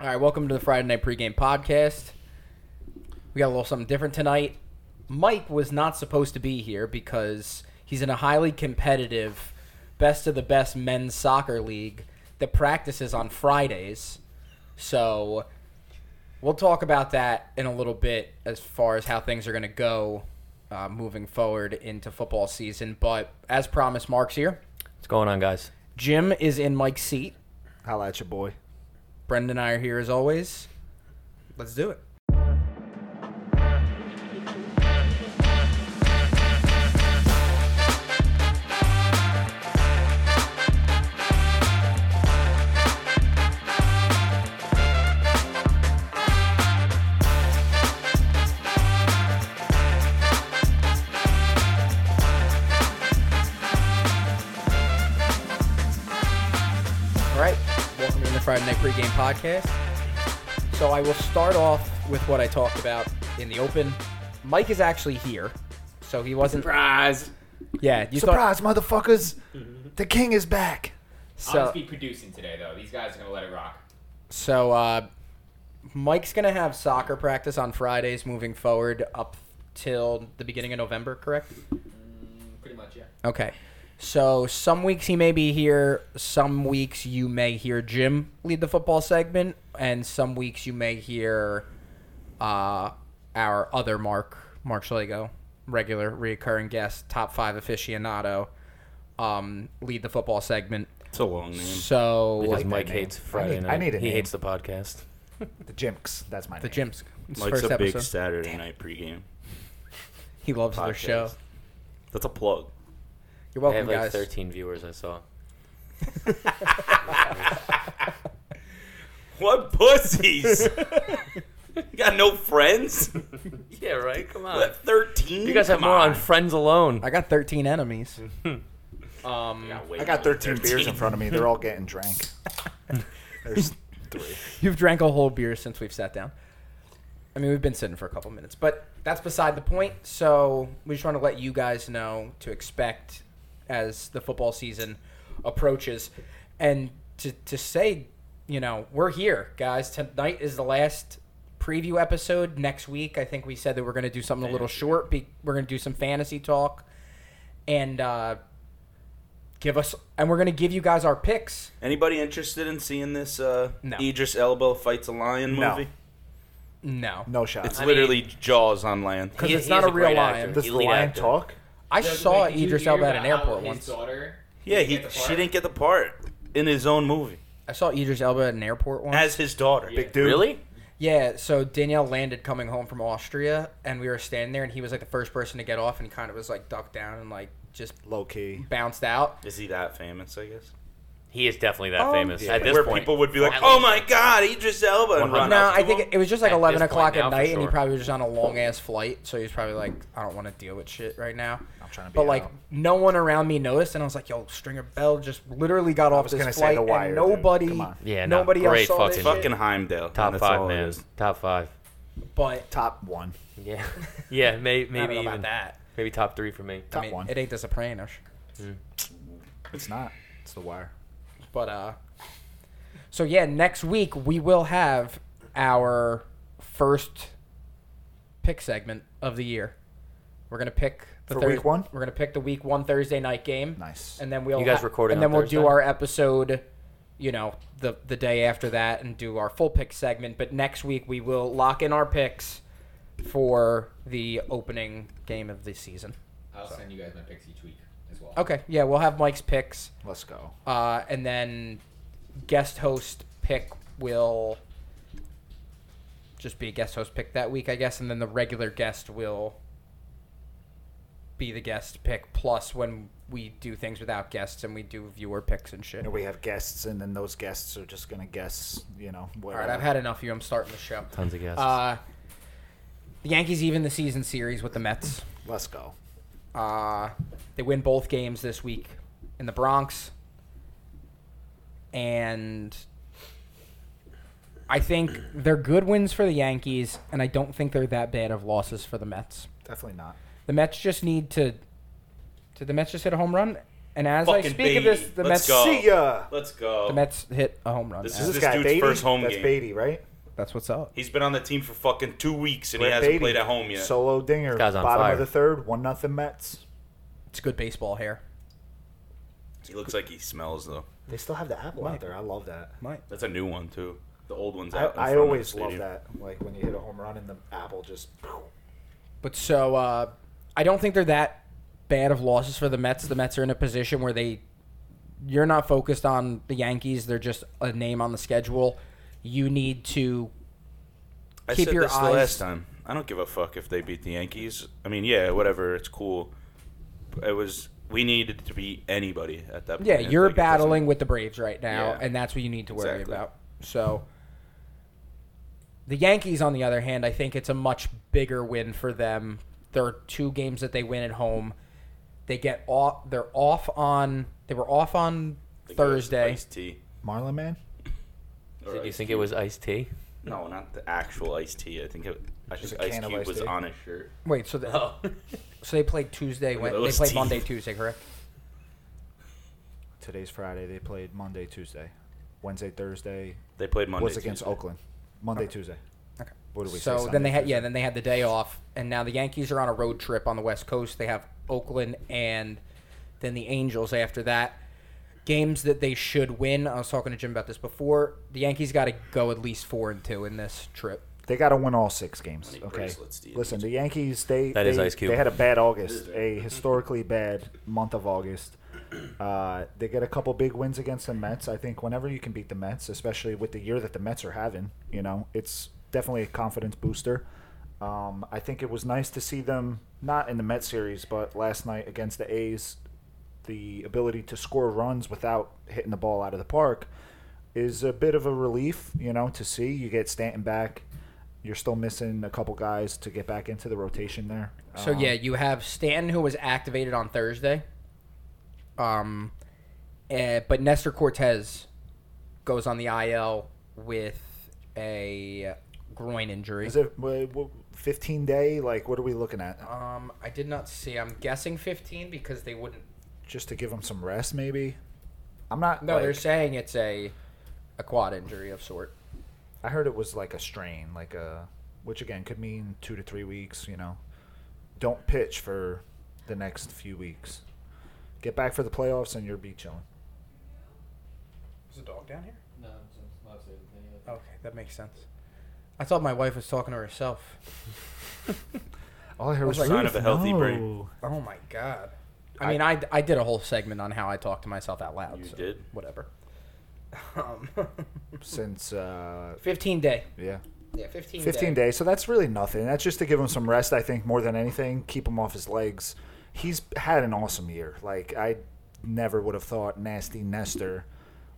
All right, welcome to the Friday Night Pregame Podcast. We got a little something different tonight. Mike was not supposed to be here because he's in a highly competitive, best of the best men's soccer league that practices on Fridays. So we'll talk about that in a little bit as far as how things are going to go uh, moving forward into football season. But as promised, Mark's here. What's going on, guys? Jim is in Mike's seat. Holla at your boy. Brendan and I are here as always. Let's do it. All right, welcome to the Friday Night Pregame Podcast. So I will start off with what I talked about in the open. Mike is actually here, so he wasn't. Surprise! Yeah, you thought Surprise, motherfuckers! The king is back. I'll so. just be producing today, though. These guys are gonna let it rock. So uh, Mike's gonna have soccer practice on Fridays moving forward up till the beginning of November, correct? Pretty much, yeah. Okay. So some weeks he may be here, some weeks you may hear Jim lead the football segment, and some weeks you may hear uh, our other Mark, Mark Schlegel, regular reoccurring guest, top five aficionado, um, lead the football segment. It's a long name. So Because that Mike name. hates Friday I need- night. I need a he name. hates the podcast. The Jimks. That's my the name. Jim's it's Mike's first a big episode. Saturday night pregame. he loves their podcast. show. That's a plug. You're they have welcome, like guys. 13 viewers. I saw. What pussies? you got no friends? Yeah, right. Come on. What, 13? You guys have more on Friends alone. I got 13 enemies. um, I got 13 beers in front of me. They're all getting drank. There's three. You've drank a whole beer since we've sat down. I mean, we've been sitting for a couple minutes, but that's beside the point. So we just want to let you guys know to expect as the football season approaches, and to to say, you know, we're here, guys. Tonight is the last preview episode. Next week, I think we said that we're going to do something a little short. Be, we're going to do some fantasy talk, and uh, give us, and we're going to give you guys our picks. Anybody interested in seeing this uh, No. Idris Elba fights a lion No. movie? No, No shot. It's I literally Jaws on land. because He- it's he not is a a real great lion. actor. Does he's the lead lion actor. talk? I saw Wait, did you Idris hear Elba at about an how airport his once. Daughter Yeah, didn't he get the she part? didn't get the part in his own movie I saw Idris Elba at an airport once. as his daughter. Big dude. Really? yeah, so Danielle landed coming home from Austria, and we were standing there, and he was like the first person to get off, and kind of was like ducked down and like just Low key. bounced out. Is he that famous? I guess. He is definitely that Um, famous at this Where point. people would be like, Finally. "Oh my God, Idris Elba!" and run No, No, up to I think him. it, it was just like At eleven this point o'clock now, at for night, and he sure. probably was just on a long ass flight, so he was probably like, "I don't want to deal with shit right now." I'm trying to be But like, out. no one around me noticed, and I was like, "Yo, Stringer Bell just literally got off was this gonna flight, say The Wire, and dude. nobody, Come on. Yeah, no, nobody else great saw this fucking- shit. fucking Heimdall. Top That's all five, it man. is. Top five. But Top one. Yeah. yeah. May, maybe I don't know even about that. maybe top three for me. I Top mean, one. it ain't the Sopranos. It's not. It's the wire. But uh so yeah, next week we will have our first pick segment of the year. We're gonna pick the For week one? We're gonna pick the week one Thursday night game. Nice. And then we'll You guys ha- recording and on then we'll do Thursday? our episode, you know, the the day after that and do our full pick segment. But next week we will lock in our picks for the opening game of the season. I'll send you guys my picks each week as well. Okay, yeah, we'll have Mike's picks. Let's go. Uh, and then guest host pick will just be a guest host pick that week, I guess. And then the regular guest will be the guest pick. Plus, when we do things without guests and we do viewer picks and shit. You know, we have guests, and then those guests are just going to guess, you know, All whatever. right, I've had enough of you. I'm starting the show. Tons of guests. Uh, the Yankees even the season series with the Mets. Let's go. Uh, they win both games this week in the Bronx. And I think they're good wins for the Yankees, and I don't think they're that bad of losses for the Mets. Definitely not. The Mets just need to. Did the Mets just hit a home run? And as I Fucking speak of this, baby. the Mets, Let's go. See ya. Let's go. the Mets hit a home run. Uh, This uh, Is As- this, This guy dude's Beatty? first home That's game. Beatty, right? that's what's up. He's been on the team for fucking two weeks and he Brett hasn't Beatty. played at home yet. Solo dinger. This guy's on Bottom fire. of the third, one nothing Mets. It's good baseball hair. he looks like he smells though. They still have the apple Mike. out there. I love that. Might. That's a new one too. The old one's I, out. in I front of always the love stadium. that. Like when you hit a home run and the apple just. But so uh, I don't think they're that bad of losses for the Mets. The Mets are in a position where they you're not focused on the Yankees. They're just a name on the schedule. You need to I Keep said your this the eyes- last time. I don't give a fuck if they beat the Yankees. I mean, yeah, whatever. It's cool. It was we needed to beat anybody at that. point. yeah, Like, you're it doesn't- battling with the Braves right now, Yeah. and that's what you need to worry Exactly. about. So the Yankees, on the other hand, I think it's a much bigger win for them. There are two games that they win at home. They get off. They're off on. They were off on I think it was Thursday. Iced tea. Marlin man. Or Did you Ice think it Cube. was iced tea? No, not the actual iced tea. I think it, I Just think a Ice can of Cube iced was tea. on his shirt. Wait, so the, Oh. so they played Tuesday. Look at Wed- They those played teeth. Monday, Tuesday, correct? Today's Friday. They played Monday, Tuesday, Wednesday, Thursday. They played Monday. was against Tuesday. Oakland. Monday, Tuesday. Okay. What do we say? so then Sunday, they had Tuesday? yeah, then they had the day off, and now the Yankees are on a road trip on the West Coast. They have Oakland and then the Angels after that. Games that they should win. I was talking to Jim about this before. The Yankees got to go at least four and two in this trip. They got to win all six games. many Okay. bracelets do you Listen, the Yankees. They That they, is Ice Cube. They had a bad August, a historically bad month of August. Uh, they get a couple big wins against the Mets. I think whenever you can beat the Mets, especially with the year that the Mets are having, you know, it's definitely a confidence booster. Um, I think it was nice to see them not in the Mets series, but last night against the A's, the ability to score runs without hitting the ball out of the park is a bit of a relief, you know, to see. You get Stanton back. You're still missing a couple guys to get back into the rotation there. So Um, yeah, you have Stanton who was activated on Thursday. Um, eh, but Nestor Cortez goes on the IL with a groin injury. Is it wha- wha- 15 day? Like, what are we looking at? Um, I did not see. I'm guessing 15 because they wouldn't. Just to give him some rest, maybe? I'm not. No, like- they're saying it's a a quad injury of sort. I heard it was like a strain, like a. Which again could mean two to three weeks, you know. Don't pitch for the next few weeks. Get back for the playoffs and you'll be chilling. Is a dog down here? No, it's not saved. Okay, that makes sense. I thought my wife was talking to herself. All I heard was That's a sign "Ruth, of a healthy no." brain. Oh my god. I mean, I, I did a whole segment on how I talk to myself out loud. You so did? Whatever. Um, Since uh, 15 day. yeah, Yeah, 15, 15 days. So that's really nothing. That's just to give him some rest, I think, more than anything. Keep him off his legs. He's had an awesome year. Like, I never would have thought Nasty Nestor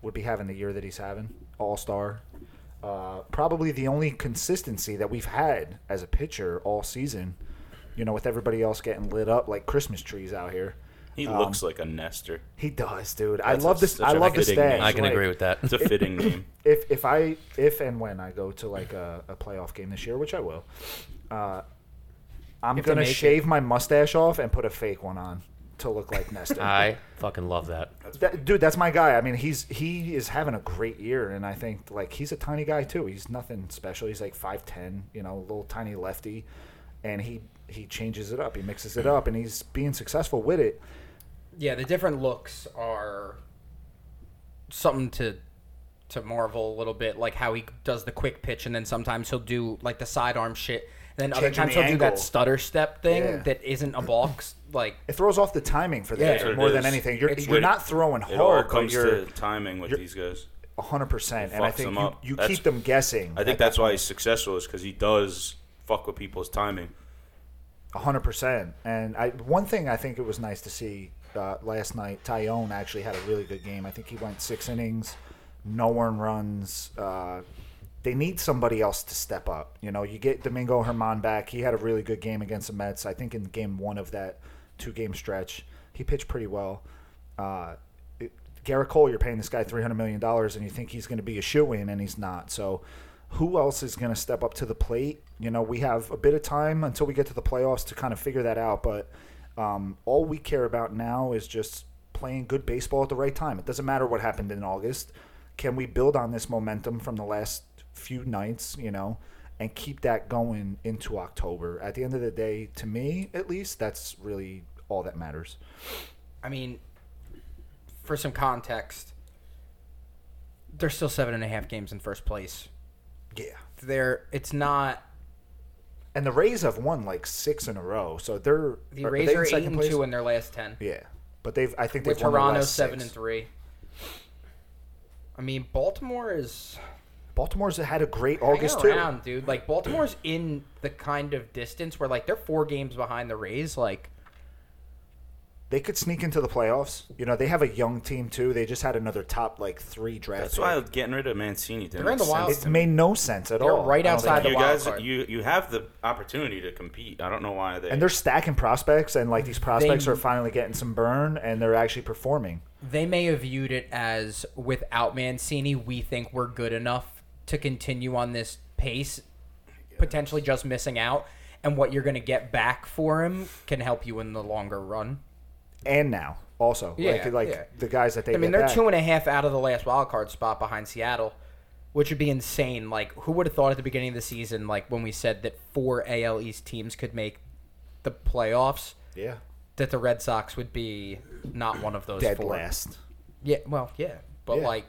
would be having the year that he's having. All star. Uh, probably the only consistency that we've had as a pitcher all season, you know, with everybody else getting lit up like Christmas trees out here. He Um, looks like a nester. He does, dude. I That's a- love this. such I a love the fitting name. stats. I can Like, agree with that. It's a fitting name. if if I if and when I go to like a, a playoff game this year, which I will, uh, I'm If they gonna make it. shave my mustache off and put a fake one on to look like Nestor. I fucking love that. That- dude, that's my guy. I mean, he's he is having a great year, and I think like he's a tiny guy too. He's nothing special. He's like five ten, you know, little tiny lefty, and he he changes it up. He mixes it up, and he's being successful with it. Yeah, the different looks are something to to marvel a little bit, like how he does the quick pitch, and then sometimes he'll do like the sidearm shit, and then other Changing times the he'll do that angle. stutter step thing Yeah. that isn't a box. Like It throws off the timing for the Yeah. pitcher That's what it more than is. anything. You're, It's- you're not throwing It all hard, but comes you're to timing with these guys. A hundred percent, and I fucks think them you, up. you That's- keep them guessing. I think that's why he's successful is because he does fuck with people's timing. a hundred percent. And I, one thing I think it was nice to see uh, last night, Tyone actually had a really good game. I think he went six innings, no earned runs. Uh, they need somebody else to step up. You know, you get Domingo Herman back. He had a really good game against the Mets. I think in game one of that two game stretch, he pitched pretty well. Uh, it- Garrett Cole, you're paying this guy three hundred million dollars, and you think he's going to be a shoe in, and he's not. So, who else is going to step up to the plate? You know, we have a bit of time until we get to the playoffs to kind of figure that out. But um, all we care about now is just playing good baseball at the right time. It doesn't matter what happened in August. Can we build on this momentum from the last few nights, you know, and keep that going into October? At the end of the day, to me at least, that's really all that matters. I mean, for some context, they're still seven and a half games in first place. Yeah. They're it's not And the Rays have won like six in a row, so they're the are they Rays in are eight second and place? two in their last ten. Yeah, but they've I think they've with won their Toronto last seven six. and three. I mean, Baltimore is Baltimore's had a great hanging August too. around, dude. Like Baltimore's in the kind of distance where like they're four games behind the Rays. Like They could sneak into the playoffs. You know, they have a young team too. They just had another top like three draft. That's why pick. getting rid of Mancini didn't They're in make the wild. sense it to me. made no sense at They're all. right I don't outside think- the you wild guys, card. you you have the opportunity to compete. I don't know why they. And they're stacking prospects, and like these prospects are finally getting some burn, and they're actually performing. they may have viewed it as without Mancini, we think we're good enough to continue on this pace, potentially just missing out. And what you're going to get back for him can help you in the longer run. And now also, Yeah, like, like yeah. the guys that they. I mean, get they're back. two and a half out of the last wild card spot behind Seattle, which would be insane. Like, who would have thought at the beginning of the season, like when we said that four AL East teams could make the playoffs, yeah that the Red Sox would be not one of those dead four. last. Yeah, well, yeah, but Yeah. like,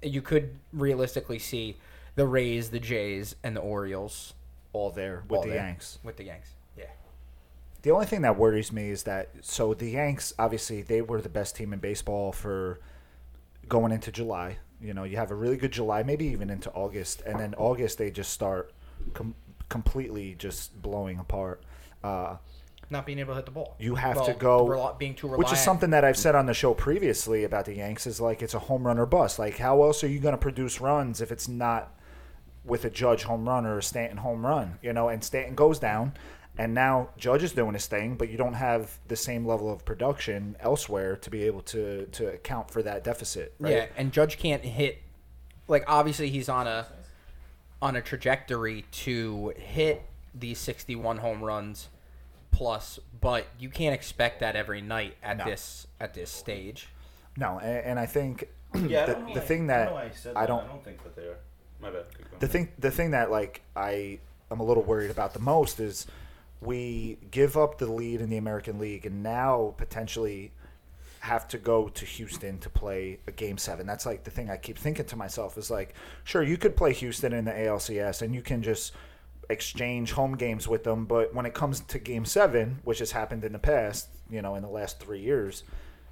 you could realistically see the Rays, the Jays, and the Orioles All there with all the there Yanks. With the Yanks, yeah. The only thing that worries me is that so the Yanks obviously they were the best team in baseball for going into July. You know, you have a really good July, maybe even into August, and then August they just start com- completely just blowing apart. Uh, Not being able to hit the ball. you have Well, to go rel- being too reliant. which is something that I've said on the show previously about the Yanks is like it's a home run or bust. Like how else are you going to produce runs if it's not with a Judge home run or a Stanton home run? You know, and Stanton goes down, and now Judge is doing his thing, but you don't have the same level of production elsewhere to be able to to account for that deficit. Right? Yeah, and Judge can't hit. Like obviously he's on a on a trajectory to hit these 61 home runs plus, but you can't expect that every night at No. this at this stage. No, and, and I think Yeah, I the, don't know the why- thing I that don't know why I said I that. don't I don't think that they are. My bad. Keep going. the thing the thing that like I am a little worried about the most is we give up the lead in the American League and now potentially have to go to Houston to play a game seven. That's like the thing I keep thinking to myself is like, sure, you could play Houston in the ALCS and you can just exchange home games with them, but when it comes to game seven, which has happened in the past, you know, in the last three years,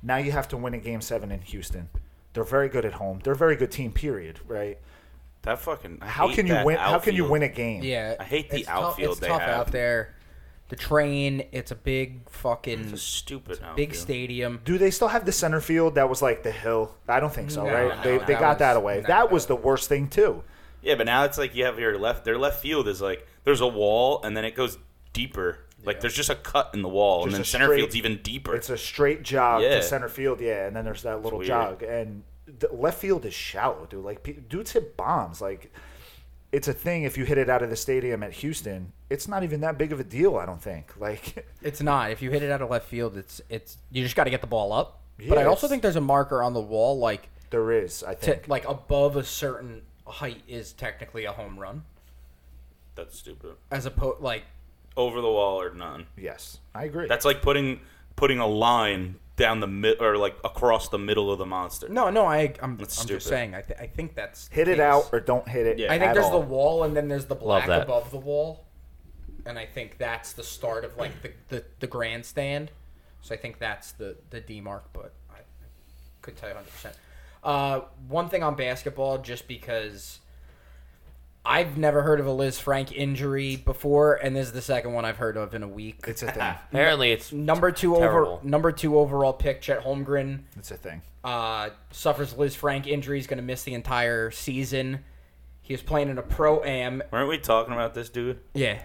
now you have to win a game seven in Houston. They're very good at home. They're a very good team, period, right? that fucking. I How hate can you that win? How can you outfield. win a game? Yeah, I hate the it's tough- outfield it's they tough have. out there. The train, it's a big fucking It's a stupid outfield. big stadium. Do they still have the center field that was like the hill? I don't think so, No, right? no, they no, they that got was- that away. no, that that was the worst thing too. Yeah, but now it's like you have your left. Their left field is like there's a wall, and then it goes deeper. Like there's just a cut in the wall, Just and then a center straight- field's even deeper. It's a straight jog Yeah. to center field, yeah, and then there's that little weird. jog, and the left field is shallow, dude. Like pe- dudes hit bombs, like. It's a thing if you hit it out of the stadium at Houston. It's not even that big of a deal, I don't think. Like, It's not. If you hit it out of left field, it's it's you just got to get the ball up. Yeah, but I also it's- think there's a marker on the wall like there is, I to, think. like above a certain height is technically a home run. That's stupid. as opposed like Over the wall or none. yes, I agree. That's like putting putting a line down the mid or like across the middle of the monster. no no i i'm, I'm That's just stupid. saying i, th- I think that's the hit it case. out or don't hit it. Yeah. i think at there's all. the wall and then there's the black that. above the wall and i think that's the start of like the the, the grandstand so i think that's the the d mark but i could tell you 100% uh, one thing on basketball just because I've never heard of a Liz Frank injury before, and this is the second one I've heard of in a week. It's a thing. Apparently, it's number two terrible. over number two overall pick, Chet Holmgren. It's a thing. uh, suffers Liz Frank injury. He's going to miss the entire season. He was playing in a pro am. Weren't we talking about this dude Yeah.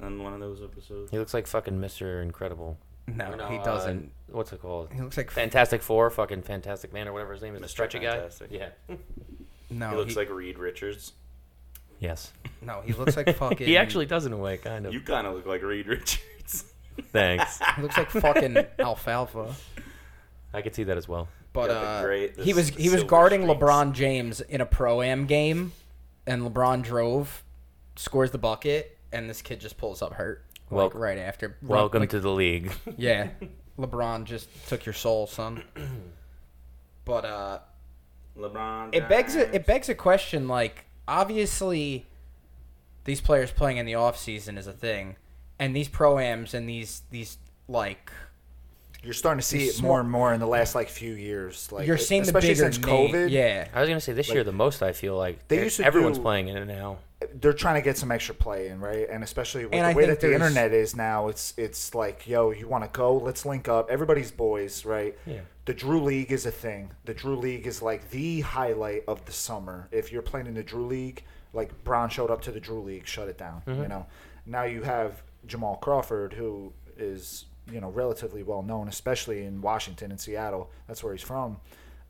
in one of those episodes? He looks like fucking Mister Incredible. No, Or no, he uh, doesn't. what's it called? he looks like Fantastic Four, fucking Fantastic Man, or whatever his name is. The Mr. stretchy guy. Fantastic. Yeah. no. He Oh, looks like Reed Richards. Yes. no. He looks like fucking. He actually does in a way, kind of. You kind of look like Reed Richards. Thanks. he looks like fucking alfalfa. I I could see that as well. But Got the uh, great- the he s- was the he was silver guarding streaks. LeBron James in a pro am game, and LeBron drove, scores the bucket, and this kid just pulls up hurt. Like, Welcome- right after. Run- Welcome like, to the league. Yeah, LeBron just took your soul, son. But uh, LeBron. it begs a, James. it begs a question. Like obviously, these players playing in the off season is a thing, and these proams and these these like You're starting to see You're it smart- more and more in the last like few years. Like you're seeing the E, especially bigger since na- COVID. Yeah, I was gonna say this year the most I feel like They they're- used to everyone's do- playing in it now. they're trying to get some extra play in, right? And especially with And the I way think that the there's- internet is now, it's it's like, yo, you want to go? Let's link up. Everybody's boys, right? Yeah. The Drew League is a thing. The Drew League is like the highlight of the summer. If you're playing in the Drew League, like Brown showed up to the Drew League, shut it down. Mm-hmm. You know. Now you have Jamal Crawford, who is you know relatively well known, especially in Washington and Seattle. That's where he's from.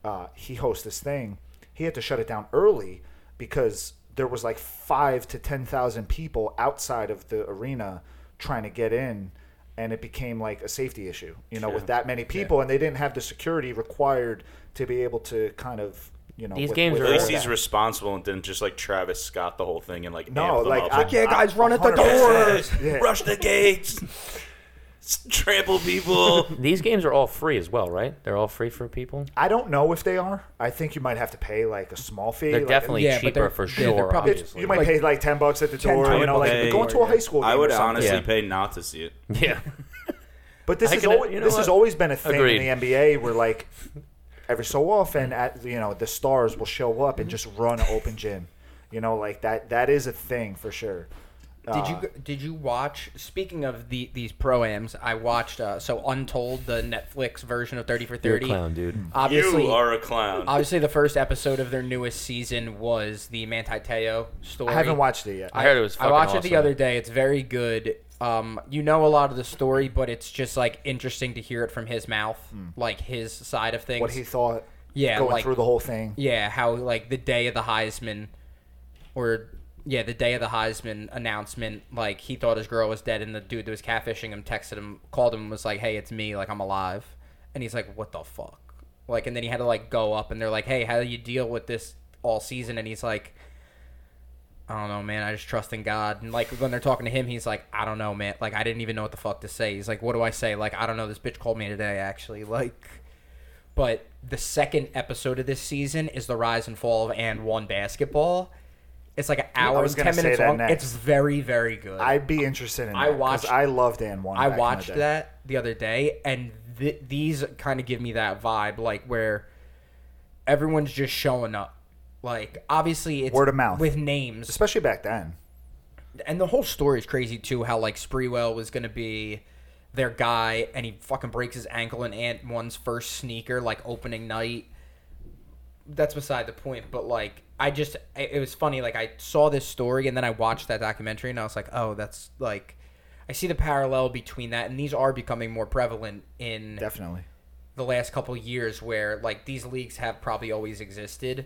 Uh, he hosts this thing. He had to shut it down early because there was like five to ten thousand people outside of the arena trying to get in, and it became like a safety issue. You know, with that many people, and they didn't have the security required to be able to kind of you know These games are At least Yeah. he's responsible and didn't just like Travis Scott the whole thing and like No, amp them like, up. I- like yeah guys run at the 100%. doors, Yeah. rush the gates, s- trample people. These games are all free as well, right? They're all free for people. I don't know if they are. I think you might have to pay like a small fee. They're like, definitely yeah, but cheaper they're- for yeah, they're sure. probably- it's- obviously. you might Like, pay like ten bucks at the 10, door. you know, 20 like bucks. going to a high school. Game I would or something. honestly Yeah. pay not to see it. yeah. But this I is can- always, you know this what? has always been a thing Agreed. in the NBA where like every so often at you know the stars will show up and just run an open gym. You know, like that that is a thing for sure. Did you did you watch? Speaking of the these proams, I watched uh, so Untold, the Netflix version of Thirty for You're a Thirty. clown, dude. Obviously, you are a clown. obviously, the first episode of their newest season was the Manti Te'o story. I haven't watched it yet. I heard it was I fucking watched it the awesome. other day. It's very good. Um, you know a lot of the story, but it's just like interesting to hear it from his mouth, like his side of things. Hmm. what he thought. Yeah, going like- through the whole thing. Yeah, how like the day of the Heisman, or yeah, the day of the Heisman announcement, like he thought his girl was dead, and the dude that was catfishing him texted him, called him, and was like, "Hey, it's me, like I'm alive," and he's like, "What the fuck?" Like, and then he had to like go up, and they're like, "Hey, how do you deal with this all season?" And he's like. I don't know, man. I just trust in God. And like when they're talking to him, he's like, I don't know, man. Like I didn't even know what the fuck to say. He's like, what do I say? Like I don't know. This bitch called me today, actually. Like, but the second episode of this season is the rise and fall of and one basketball. It's like an hour was and gonna ten say minutes that long. next. It's very, very good. I, I'd be interested in. I that, 'cause watched- I loved Dan one. back in the watched day. that the other day, and th- these kind of give me that vibe, like where everyone's just showing up. Like obviously, it's Word of mouth. with names. especially back then. and the whole story is crazy too. How like Spreewell was gonna be their guy, and he fucking breaks his ankle in Ant One's first sneaker, like opening night. That's beside the point, but like I just it it was funny. Like I saw this story, and then I watched that documentary, and I was like, oh, that's like I see the parallel between that, and these are becoming more prevalent in Definitely, the last couple years where like these leagues have probably always existed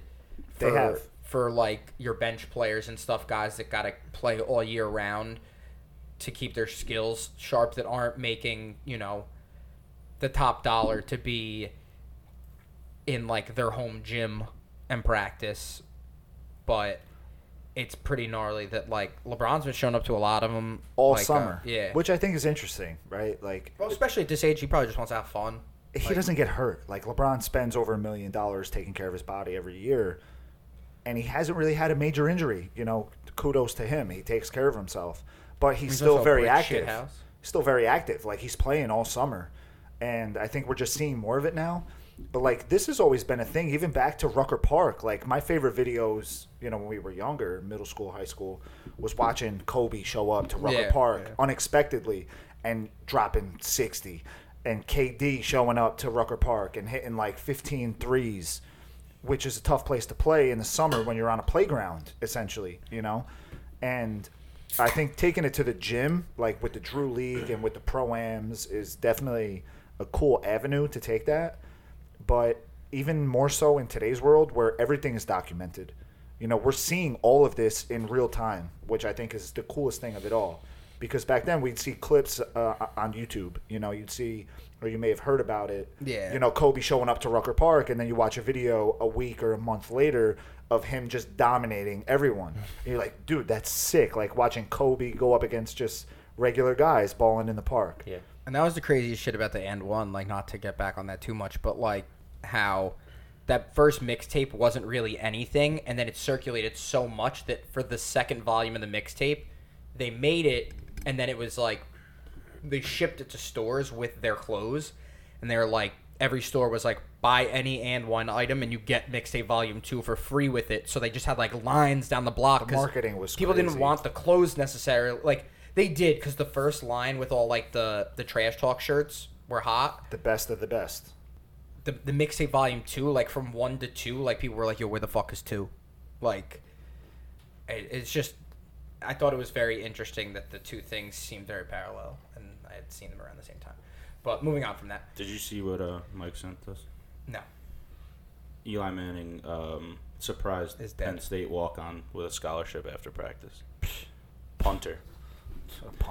They for, have. for like your bench players and stuff guys that got to play all year round to keep their skills sharp that aren't making you know the top dollar to be in like their home gym and practice but it's pretty gnarly that like LeBron's been showing up to a lot of them all like, uh, summer. yeah which I think is interesting, right? Like well, especially at this age he probably just wants to have fun he doesn't get hurt. Like LeBron spends over a million dollars taking care of his body every year, and he hasn't really had a major injury. You know, kudos to him. He takes care of himself, but he's, He's still also a very brick active. shithouse. Still very active. Like he's playing all summer, and I think we're just seeing more of it now. But like this has always been a thing, even back to Rucker Park. Like my favorite videos, you know, when we were younger, middle school, high school, was watching Kobe show up to Rucker Yeah, Park yeah. unexpectedly and dropping 60 and KD showing up to Rucker Park and hitting like 15 threes which is a tough place to play in the summer when you're on a playground essentially you know and I think taking it to the gym like with the Drew League and with the pro-ams is definitely a cool avenue to take that but even more so in today's world where everything is documented. You know, we're seeing all of this in real time, which I think is the coolest thing of it all. because back then we'd see clips uh, on YouTube. You know, you'd see, or you may have heard about it. Yeah. You know, Kobe showing up to Rucker Park, and then you watch a video a week or a month later of him just dominating everyone. And you're like, dude, that's sick. Like watching Kobe go up against just regular guys balling in the park. Yeah. And that was the craziest shit about the end one. Like, not to get back on that too much, but like how that first mixtape wasn't really anything, and then it circulated so much that for the second volume of the mixtape, they made it, and then it was like they shipped it to stores with their clothes, and they were like, every store was like, buy any and one item, and you get mixtape volume two for free with it. So they just had like lines down the block. The 'cause marketing was people didn't crazy. want want the clothes necessarily. Like they did because the first line with all like the the trash talk shirts were hot. The best of the best. The the mixtape volume two, like from one to two, like people were like, "Yo, where the fuck is two? Like, it, it's just. I thought it was very interesting that the two things seemed very parallel, and I had seen them around the same time. But moving on from that, Did you see what uh, Mike sent us? no, Eli Manning um, surprised Is dead. Penn State walk on with a scholarship after practice. Punter.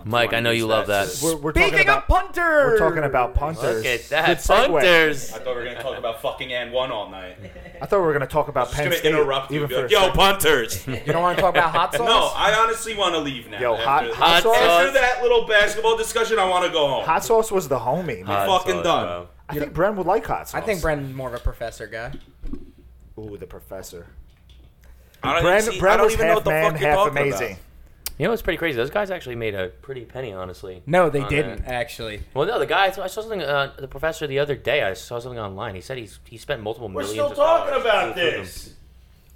Mike, I know you love that. That's- We're, we're talking speaking about of punter, we're talking about punters. Look at Good that. segue. Punters. I thought we were gonna talk about fucking and one all night. I thought we were going to talk about Just Penn gonna State. interrupt you. even and be for like, a Yo, second. punters. You don't want to talk about hot sauce? no, I honestly want to leave now. Yo, hot- after, hot after sauce. that little basketball discussion, I want to go home. hot sauce was the homie. Man. Hot fucking sauce, done. bro. I think Bren would like hot I sauce. think Brendan's more of a professor guy. Ooh, the professor. I don't Bren, even see- I Bren don't was even know half what the man, fuck you're half talking about. amazing. You know what's pretty crazy? Those guys actually made a pretty penny, honestly. No, they on didn't that. actually. Well, no, the guy. I saw something. Uh, the professor the other day. I saw something online. He said he's he spent multiple We're millions. still of talking dollars about to improve this. them.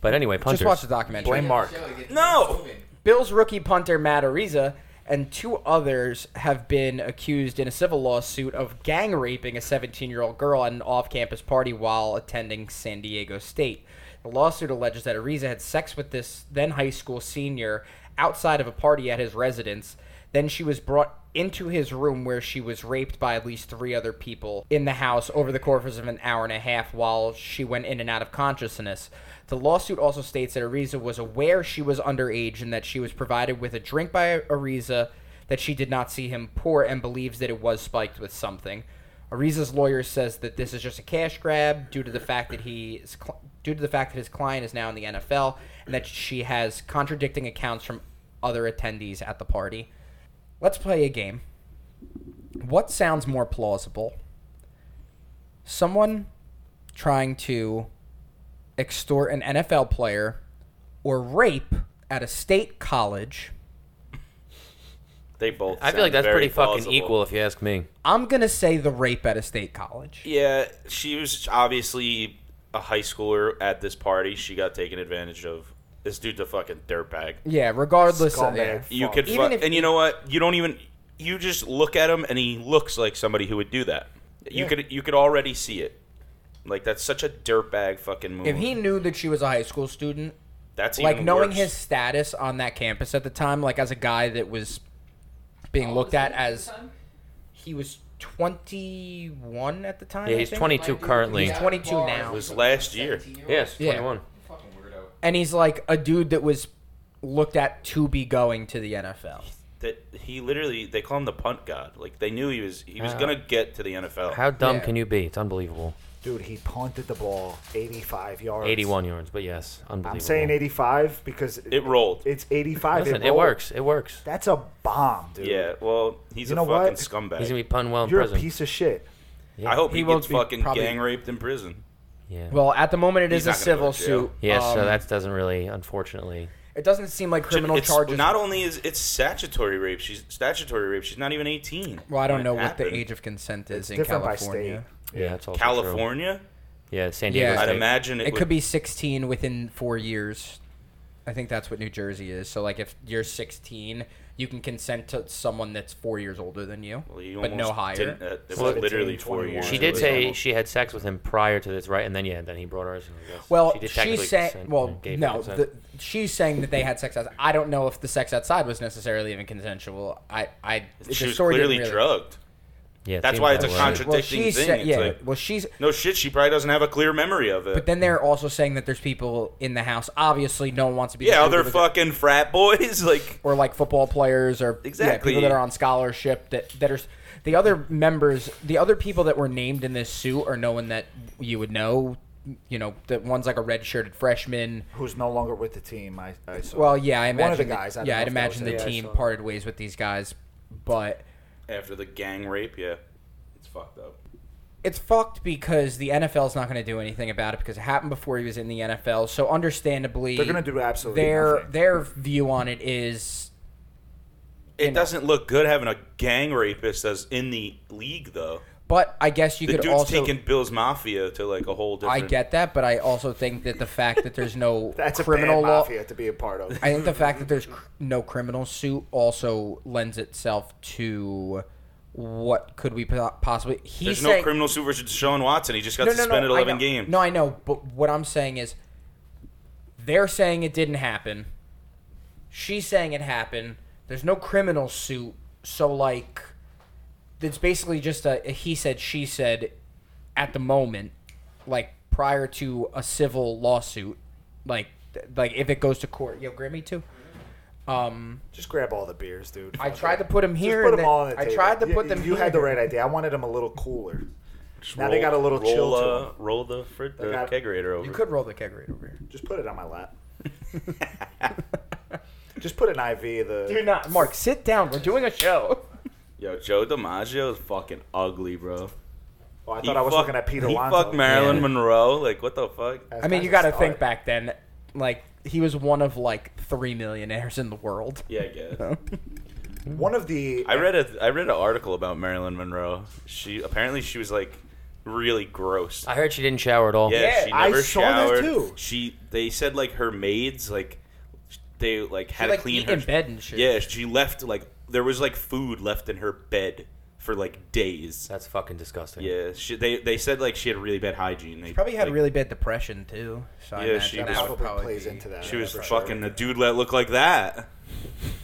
But anyway, punters. Just watch the documentary. Blame Mark. No. Bills rookie punter Matt Ariza and two others have been accused in a civil lawsuit of gang raping a 17 year old girl at an off campus party while attending San Diego State. The lawsuit alleges that Ariza had sex with this then high school senior outside of a party at his residence. Then she was brought into his room where she was raped by at least three other people in the house over the course of an hour and a half while she went in and out of consciousness. The lawsuit also states that Ariza was aware she was underage and that she was provided with a drink by Ariza that she did not see him pour and believes that it was spiked with something. Ariza's lawyer says that this is just a cash grab due to the fact that he is cl- due to the fact that his client is now in the NFL and that she has contradicting accounts from other attendees at the party. Let's play a game. What sounds more plausible? Someone trying to extort an NFL player or rape at a state college. They both. I feel sound like that's very pretty fucking plausible. equal, if you ask me. I'm going to say the rape at a state college. Yeah, she was obviously a high schooler at this party. She got taken advantage of. This dude's a fucking dirtbag. Yeah, regardless of yeah. Scumbag. You Fuck. could, fu- Even if- and you know what? You don't even. You just look at him, and he looks like somebody who would do that. You Yeah. could, you could already see it. Like that's such a dirtbag fucking move. If he knew that she was a high school student, that's like even knowing worse. his status on that campus at the time, like as a guy that was being looked at as he was 21 at the time. Yeah, I he's think. 22 currently. He's 22 now. It was last year. Yes, Yeah. 21. Fucking weirdo. and he's like a dude that was looked at to be going to the NFL. that he literally they call him the punt god. Like they knew he was he was Uh, Wow. gonna get to the NFL. How dumb Yeah. can you be? It's unbelievable. Dude, he punted the ball 85 yards. 81 yards, but yes, unbelievable. I'm saying 85 because it rolled. It's 85. Listen, it rolled. works. It works. That's a bomb, dude. yeah, well, he's You a know fucking what? scumbag. He's gonna be pun well in You're a prison. piece of shit. Yeah. I hope He he, won't gets be fucking probably- gang raped in prison. Yeah. Well, at the moment, it is He's a not gonna civil go to jail. suit. yeah. so um, that doesn't really, unfortunately. it doesn't seem like criminal it's charges. Not only is it's statutory rape. She's statutory rape. She's not even eighteen. well, I when don't it know what the happened. age of consent is It's in different by California. Yeah, that's all. California. Yeah, San Diego. Yeah. I'd State. imagine it, It would, could be 16 within four years. I think that's what New Jersey is. So, like, if you're 16, you can consent to someone that's four years older than you, Well, you but no almost higher. didn't- uh, it was Well, literally four 21. years. She It did was say almost- she had sex with him prior to this, right? And then yeah, then he brought hers. And I guess Well, did she's technically saying, consent well, and gave no, consent. the, she's saying that they had sex outside. I don't know if the sex outside was necessarily even consensual. I, I, the she was story didn't clearly really- drugged. Yeah, it That's seems why it's a that way. contradiction. Well, Contradicting she thing, said, it's yeah. like- well, she's. No shit, she probably doesn't have a clear memory of it. But then they're also saying that there's people in the house. Obviously, no one wants to be. yeah, included other with it. fucking frat boys, like or like football players or yeah, Exactly. people that are on scholarship that that are the other members the other people that were named in this suit are no one that you would know you know the one's like a red-shirted freshman who's no longer with the team. I, I saw. well yeah i imagine one of the that- guys. I don't yeah know i'd if that was imagine the it. Yeah, I team saw that. parted ways with these guys but after the gang rape, yeah. It's fucked up. it's fucked because the NFL's not going to do anything about it because it happened before he was in the NFL. So understandably, They're gonna do absolutely their nothing. their view on it is It You know. doesn't look good having a gang rapist as in the league though. but I guess you The could dude's also taking Bill's Mafia to like a whole I different get that, but I also think that the fact that there's no That's criminal a bad law, mafia to be a part of. I think the fact that there's cr- no criminal suit also lends itself to what could we po- possibly. He's There's saying, no criminal suit versus Sean Watson. He just got suspended I eleven know. games. No, I know, but what I'm saying is, they're saying it didn't happen. She's saying it happened. There's no criminal suit, so like, it's basically just a, a he said she said, at the moment, like prior to a civil lawsuit, like th- like if it goes to court. Yo, grab me too. Um, Just grab all the beers, dude. I Fuck tried it. to put them Just here. put and them then- all on the I table. tried to You- put them. You had the here. right idea. I wanted them a little cooler. Just Now they got a little roll, chill to uh, 'em. Roll the, fr- the got- kegerator over. You could roll the keg right over here. Just put it on my lap. Just put an IV. of The Oh, You're not, Mark. Sit down. We're doing a show. Yo, Joe DiMaggio is fucking ugly, bro. Oh, I thought I was fuck- looking at Peter. He Lonzo. fucked Marilyn Yeah. Monroe. Like, what the fuck? I mean, you got to think back then. Like he was one of like three millionaires in the world. Yeah, I guess. One of the I read a I read an article about Marilyn Monroe. She apparently she was like really gross. I heard she didn't shower at all. Yeah, Yeah, she I never saw that showered. too. She they said like her maids like they like had She, to like, clean eat her in bed and shit. Yeah, she left like there was like food left in her bed for like days. That's fucking disgusting. Yeah, she, they they said like she had really bad hygiene. They Probably had like, really bad depression too. So I Yeah, imagine she that was- would probably probably plays be- into that. She yeah, was for sure. fucking the dude that looked like that.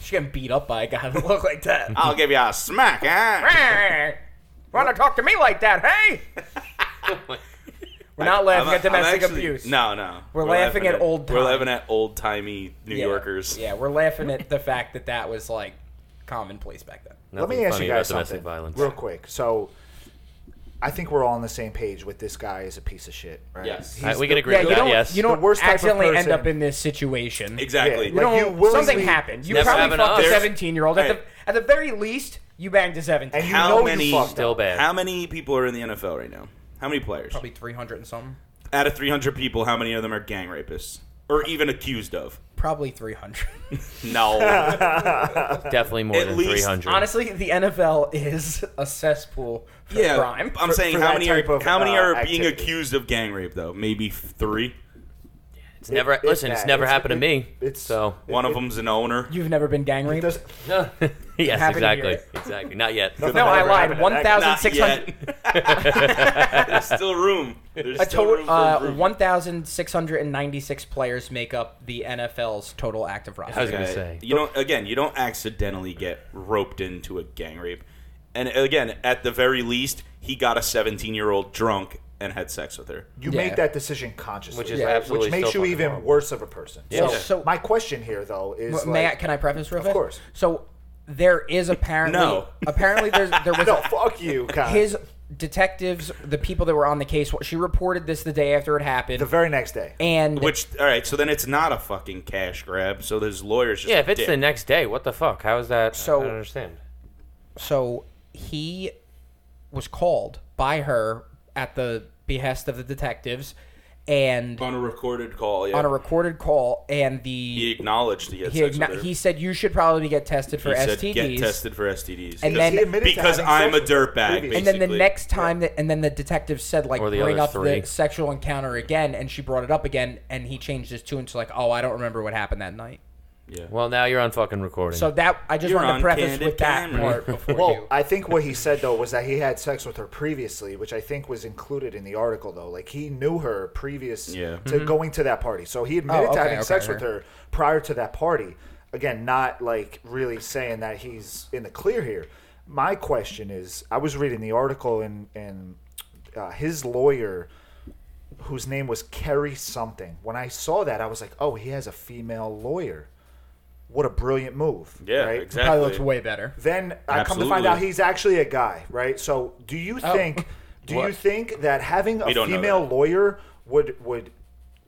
She getting beat up by a guy that looked like that. I'll give you a smack, eh? huh? Hey, Want to talk to me like that? Hey, we're not laughing I'm- at domestic I'm actually- abuse. No, no. We're laughing at old We're time. laughing at old timey New Yeah. Yorkers. Yeah, we're laughing at the fact that that was like commonplace back then. Let me Nothing ask funny you about guys something domestic violence. real quick. So, I think we're all on the same page with this guy is a piece of shit, right? Yes. He's All right, we the- can agree you on that. don't. Yes. You don't The worst type of accidentally end person- up in this situation. Exactly. Yeah, You like- don't. you willingly- something happened. You Never probably happened to fucked a us. seventeen-year-old. At, Alright. the, at the very least, you banged a seventeen. And you how know many you fucked Still up. bad. How many people are in the NFL right now? How many players? probably three hundred and something. Out of 300 people, how many of them are gang rapists or even accused of? Probably three hundred. No. Definitely more At than least- 300. Honestly, the NFL is a cesspool for yeah. crime. I'm For- saying for how that many are type of, how many uh, are being activity. accused of gang rape though? Maybe 3. it's never. It- listen, it's bad. never happened to me. It's so. it- One it- of them's an owner. You've never been gang it raped. does- yes, happened to exactly. you. Exactly. Not yet. Nothing no, that I ever lied. happened to One that guy. thousand Not six yet. hundred. There's still room. There's A still total room for uh, improvement. one thousand six hundred and ninety-six players make up the NFL's total active roster. I was gonna Okay. say. You don't again, you don't accidentally get roped into a gang rape. And again, at the very least, he got a 17-year-old drunk and had sex with her. You Yeah. make that decision consciously, Which is Yeah. absolutely which makes still fucking you even horrible. worse of a person. Yeah. So- so- my question here though is, Well, like, May I, can I preface real Of fast? course. So there is apparently No. apparently there's, there was no, a- fuck you, Kyle. his detectives, the people that were on the case. She reported this the day after it happened, the very next day. and Which all right, so then it's not a fucking cash grab. So there's lawyers. Just Yeah, if it's dick. the next day, what the fuck? How is that? So- I don't understand. so he was called by her at the behest of the detectives, and on a recorded call, yeah, on a recorded call, and the he acknowledged he had he, sex igno- with her. he said you should probably get tested for He said, STDs. "Get tested for STDs." And Because- then- he admitted to because having I'm a sex with her dirtbag, previously. And then the basically. next time that, and then the detective said like Or the bring other up three. the sexual encounter again, and she brought it up again, and he changed his tune to like, oh, I don't remember what happened that night. yeah. Well, now you're on fucking recording. So that I just You're wanted on to preface candid with that camera. part before Well, you. I think what he said though was that he had sex with her previously, which I think was included in the article though. Like he knew her previous Yeah. to going to that party, so he Mm-hmm. Oh, admitted okay, to having okay, sex okay. with her prior to that party. Again, not like really saying that he's in the clear here. My question is, I was reading the article and and uh, his lawyer, whose name was Kerry something. When I saw that, I was like, oh, he has a female lawyer. What a brilliant move! Yeah, right? exactly. Probably looks way better. Then I come to find Absolutely. out he's actually a guy, right? So do you Oh. think do you What? think that having a We don't know female that. lawyer would would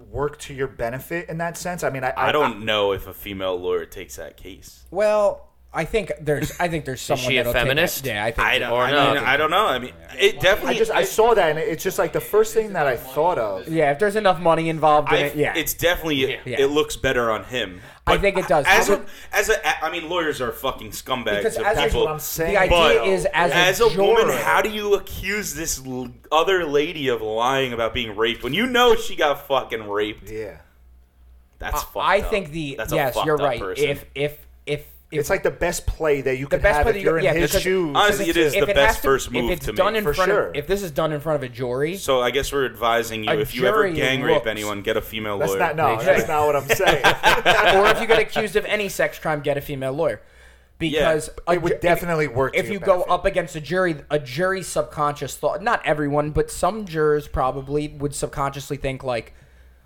work to your benefit in that sense? I mean, I I don't know if a female lawyer takes that case. Well, I think there's I think there's someone she a that'll take that- feminist? Yeah, I think I so. don't. Or I, not. mean, I don't know. I mean, it I definitely. just I saw that and it's just like the first thing that I thought of. Yeah, if there's enough money involved in I- it, yeah. it's definitely Yeah. it looks better on him. I But think it does. As I a, would- as a, I mean, lawyers are fucking scumbags. Because of as a- people. That's what I'm saying. the idea But- is as a, As a woman, juror- how do you accuse this l- other lady of lying about being raped when you know she got fucking raped? yeah. That's fucked I up. think the That's a yes, fucked you're up right. person. If if if if It's like the best play that you could best have play if that you- you're in yeah, his because- shoes. honestly, it is if the it has best to- first If move it's to me. done in for front sure. of, if this is done in front of a jury, so I guess we're advising you A if you ever jury gang rape looks- anyone, get a female That's lawyer. not no, Make that's sure. not what I'm saying. or if you get accused of any sex crime, get a female lawyer. Because a it would ju- if- definitely work to if your you go benefit. up against a jury. A jury's subconscious thought, not everyone, but some jurors probably would subconsciously think like,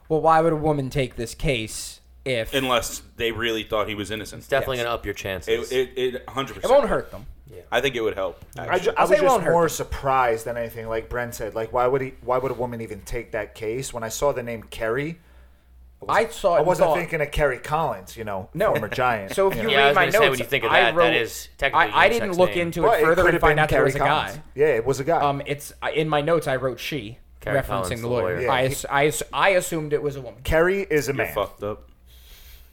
"Well, why would a woman take this case if it Unless they really thought he was innocent. It's definitely gonna up your chances. It, it, it 100%. won't hurt them?" I think it would help. I, actually. ju- I I'll was say it won't just hurt. more surprised than anything. Like Brent said, like why would he? Why would a woman even take that case? When I saw the name Kerry, I saw. It I wasn't thought- thinking of Kerry Collins. You know, No. former Giant. So if you Yeah, I read was my gonna notes, say, when you think of I that, that wrote, is technically I, I unisex didn't look name. into it But it further could and have find been out there Kerry was a Collins. guy. Yeah, it was a guy. Um, it's I- in my notes. I wrote she, Karen referencing Collins, the lawyer. the lawyer. I, ass- I, ass- I assumed it was a woman. Kerry is a You're man. fucked up.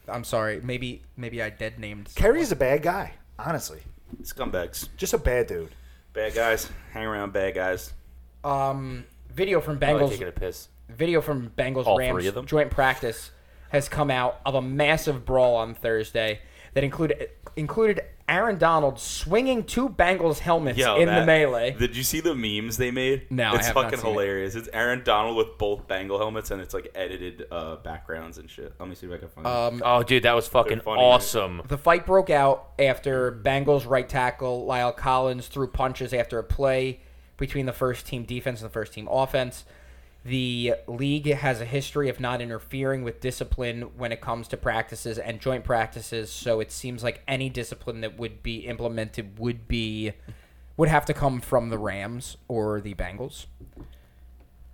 I'm sorry. Maybe maybe I dead named. Kerry is a bad guy. Honestly, Scumbags. just a bad dude. Bad guys. Hang around bad guys. Um, video from I like Bengals. taking a piss. video from Bengals All three of them? Rams joint practice has come out of a massive brawl on Thursday that included included Aaron Donald swinging two Bengals helmets Yo, in the that- melee. Did you see the memes they made? No, I it's have not fucking seen it. hilarious. It's Aaron Donald with both Bengal helmets, and it's like edited uh, backgrounds and shit. Let me see if I can find. Um, it. Oh, dude, that was fucking funny, right? awesome. The fight broke out after Bengals right tackle Lyle Collins threw punches after a play between the first team defense and the first team offense. The league has a history of not interfering with discipline when it comes to practices and joint practices, so it seems like any discipline that would be implemented would be would have to come from the Rams or the Bengals.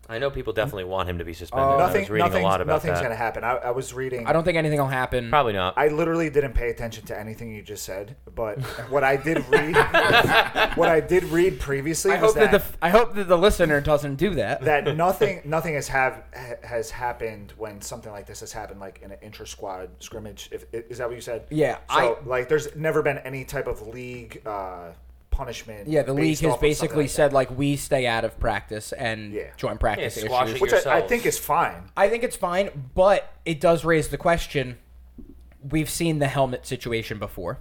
I know people definitely want him to be suspended. I was Oh. nothing. reading Nothing. a lot about Nothing's that. gonna happen. I, I was reading. I don't think anything will happen. Probably not. I literally didn't pay attention to anything you just said, but what I did read, what I did read previously I was hope that, that the I hope that the listener doesn't do that. that nothing nothing has have ha- has happened when something like this has happened like in an inter squad scrimmage if i- is that what you said Yeah, so I- like there's never been any type of league uh punishment Yeah, the league based off has of something basically like that, said like we stay out of practice and Yeah. joint practice Yeah, squash issues. it. which I, I yourselves. think is fine I think it's fine, but it does raise the question. We've seen the helmet situation before.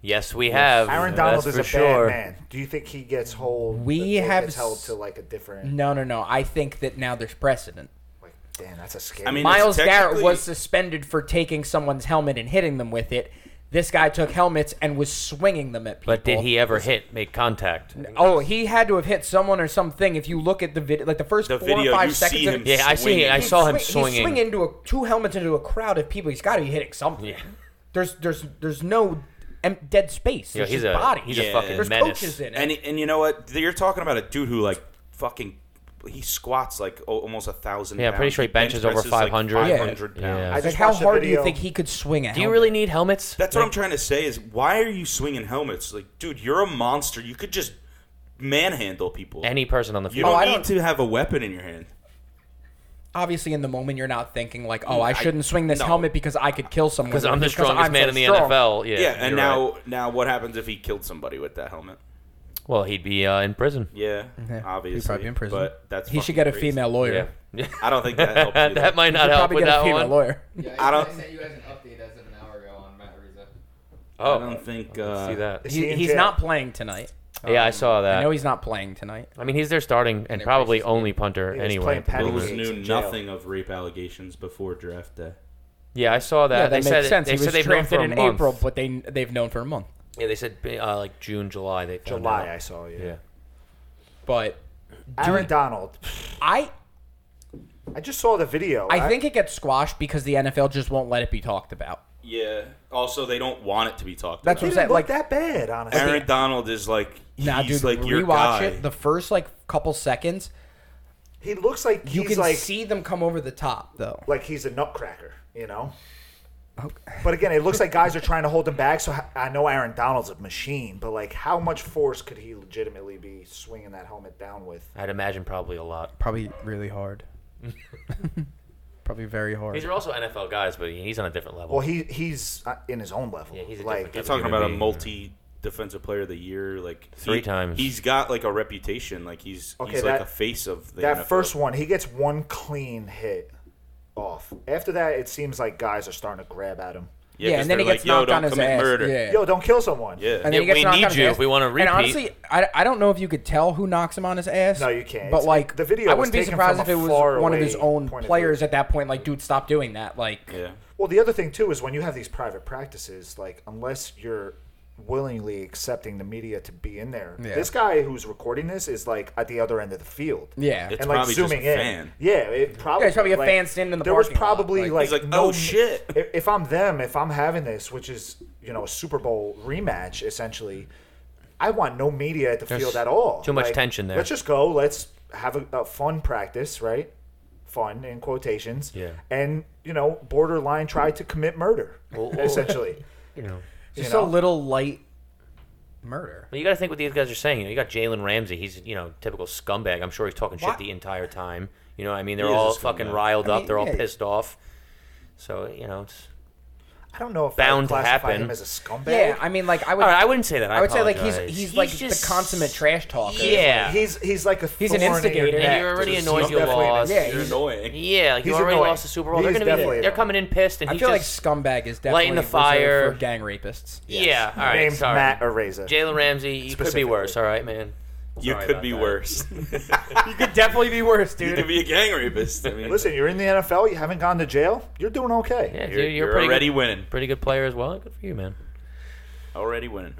Yes, we have. Aaron That's Donald is for a sure. bad man do you think he gets hold We that he have gets held s- to like a different No, no, no. I think that now there's precedent. like damn that's a scary I mean, Miles it's Garrett was technically- suspended for taking someone's helmet and hitting them with it. This guy took helmets and was swinging them at people. But did he ever hit make contact? Oh, he had to have hit someone or something. If you look at the video, like the first The four video, or five you seconds see of him. Yeah, I see- swinging. I saw swing- him He's swinging. swinging into a, two helmets into a crowd of people. He's got to be hitting something. Yeah. There's there's there's no em- dead space. Yeah, There's he's just a- body. he's a Yeah. fucking there's menace. coaches in it. And and you know what? You're talking about a dude who like fucking he squats like o- almost a thousand. Yeah, I'm pretty pounds. sure he benches over presses, like, 500. 500 Yeah. Yeah. pounds. It's I like just how watched the hard do you video. think he could swing a helmet? Do you really need helmets? That's what I'm trying to say is why are you swinging helmets? Like, dude, you're a monster. You could just manhandle people. Any person on the you field. don't Oh, I need don't- to have a weapon in your hand. Obviously, in the moment, you're not thinking like, "Oh, I I- shouldn't swing this no. helmet because I could kill someone." Because I'm the Because strongest I'm man so in the strong." NFL. Yeah, Yeah, and you're now right. now what happens if he killed somebody with that helmet? Well, he'd be uh, in prison. Yeah, he'd obviously. probably be in prison. But that's He should fucking get a crazy. female lawyer. Yeah. I don't think that helps. that, either. might He not should help probably with get that a female one. lawyer. Yeah, I I, don't- I sent you guys an update as of an hour ago on Matt Ariza. Oh, I don't think. Uh, see that. Is he He, in he's jail? not playing tonight. yeah, I saw I that. know he's not playing tonight. I mean, he's their starting and they're probably practicing. only punter Yeah, he's anyway. playing Patty Bills Gates knew in jail. nothing of rape allegations before draft day. Yeah, I saw that. yeah, that they makes said sense. they he said was they've known drafted for a in month. April, but they they've known for a month. Yeah, they said uh, like June, July. They found July, out. I saw you. Yeah. But Aaron Donald. I I just saw the video. I think it gets squashed because the NFL just won't let it be talked about. Yeah. Also, they don't want it to be talked That's what- it about. didn't saying, look like- that bad, honestly. Aaron Donald is like he's Now, dude, like rewatch your guy. it. The first like couple seconds, he looks like you he's can like see them come over the top though. like he's a nutcracker, you know. But again, it looks like guys are trying to hold him back. So h- I know Aaron Donald's a machine, but like, how much force could he legitimately be swinging that helmet down with? I'd imagine probably a lot. Probably really hard. Probably very hard. These are also NFL guys, but he's on a different level. Well, he he's uh, in his own level. Yeah, he's a like You're different talking Gonna about a be- multi defensive player of the year, like Three times. He's got like a reputation, like he's Okay, he's that- like a face of the that NFL. first one, he gets one clean hit off. After that, it seems like guys are starting to grab at him. Yeah, 'cause and then they're he gets like, Yo, knocked don't on his commit ass. murder. Yeah. Yo, don't kill someone. Yeah. And then Yeah, he gets we knocked need on his you ass. if we wanna And repeat. honestly, I, I don't know if you could tell who knocks him on his ass. No, you can't. But like The video I was wouldn't be taken surprised from if a it was far one of his away own point of players view. at that point. Like, dude, stop doing that. Like, Yeah. Well, the other thing too is when you have these private practices, like unless you're willingly accepting the media to be in there, Yeah. this guy who's recording this is like at the other end of the field. yeah, It's and like probably just zooming a in. fan. Yeah, it probably. Yeah, it's probably a like, fan standing in the There was parking lot, probably like- like, He's like, no- "Oh, shit." If, if I'm them, if I'm having this, which is you know a Super Bowl rematch essentially, I want no media at the field at all. too much Like, tension there. Let's just go. Let's have a, a fun practice, right? Fun in quotations. Yeah. And you know, borderline try to commit murder, essentially. you know. you just know? a little light murder. But you got to think what these guys are saying. You, know, you got Jalen Ramsey. He's you know typical scumbag. I'm sure he's talking shit What? the entire time. You know, what I mean, they're He is a all scumbag. fucking riled I up. mean, they're all yeah. pissed off. So you know, it's I don't know if Bound I to classify happen. him as a scumbag. Yeah, I mean, like I would, all right. I wouldn't say that. I, I would say like he's apologize. he's, like the consummate trash talker. Yeah, He's he's like a He's an thorn in your instigator. And neck. you're already He's annoyed you definitely an lost. Yeah, You're he's- annoying. yeah. Like you He's already annoying. lost the Super Bowl. They're He's gonna be. definitely They're annoying. coming in pissed, and I he's feel like just scumbag is definitely lighting the reserved fire. for gang rapists. yeah. All right, Named sorry. Matt Areza. Jalen Ramsey, you could be Specifically. worse. All right, man. You Sorry could about be that. worse. you could definitely be worse, you could dude. be a gang rapist. I mean, Listen, you're in the NFL. You haven't gone to jail. You're doing okay. Yeah, you're, dude, you're, you're pretty already good, winning. pretty good player as well. Good for you, man. Already winning.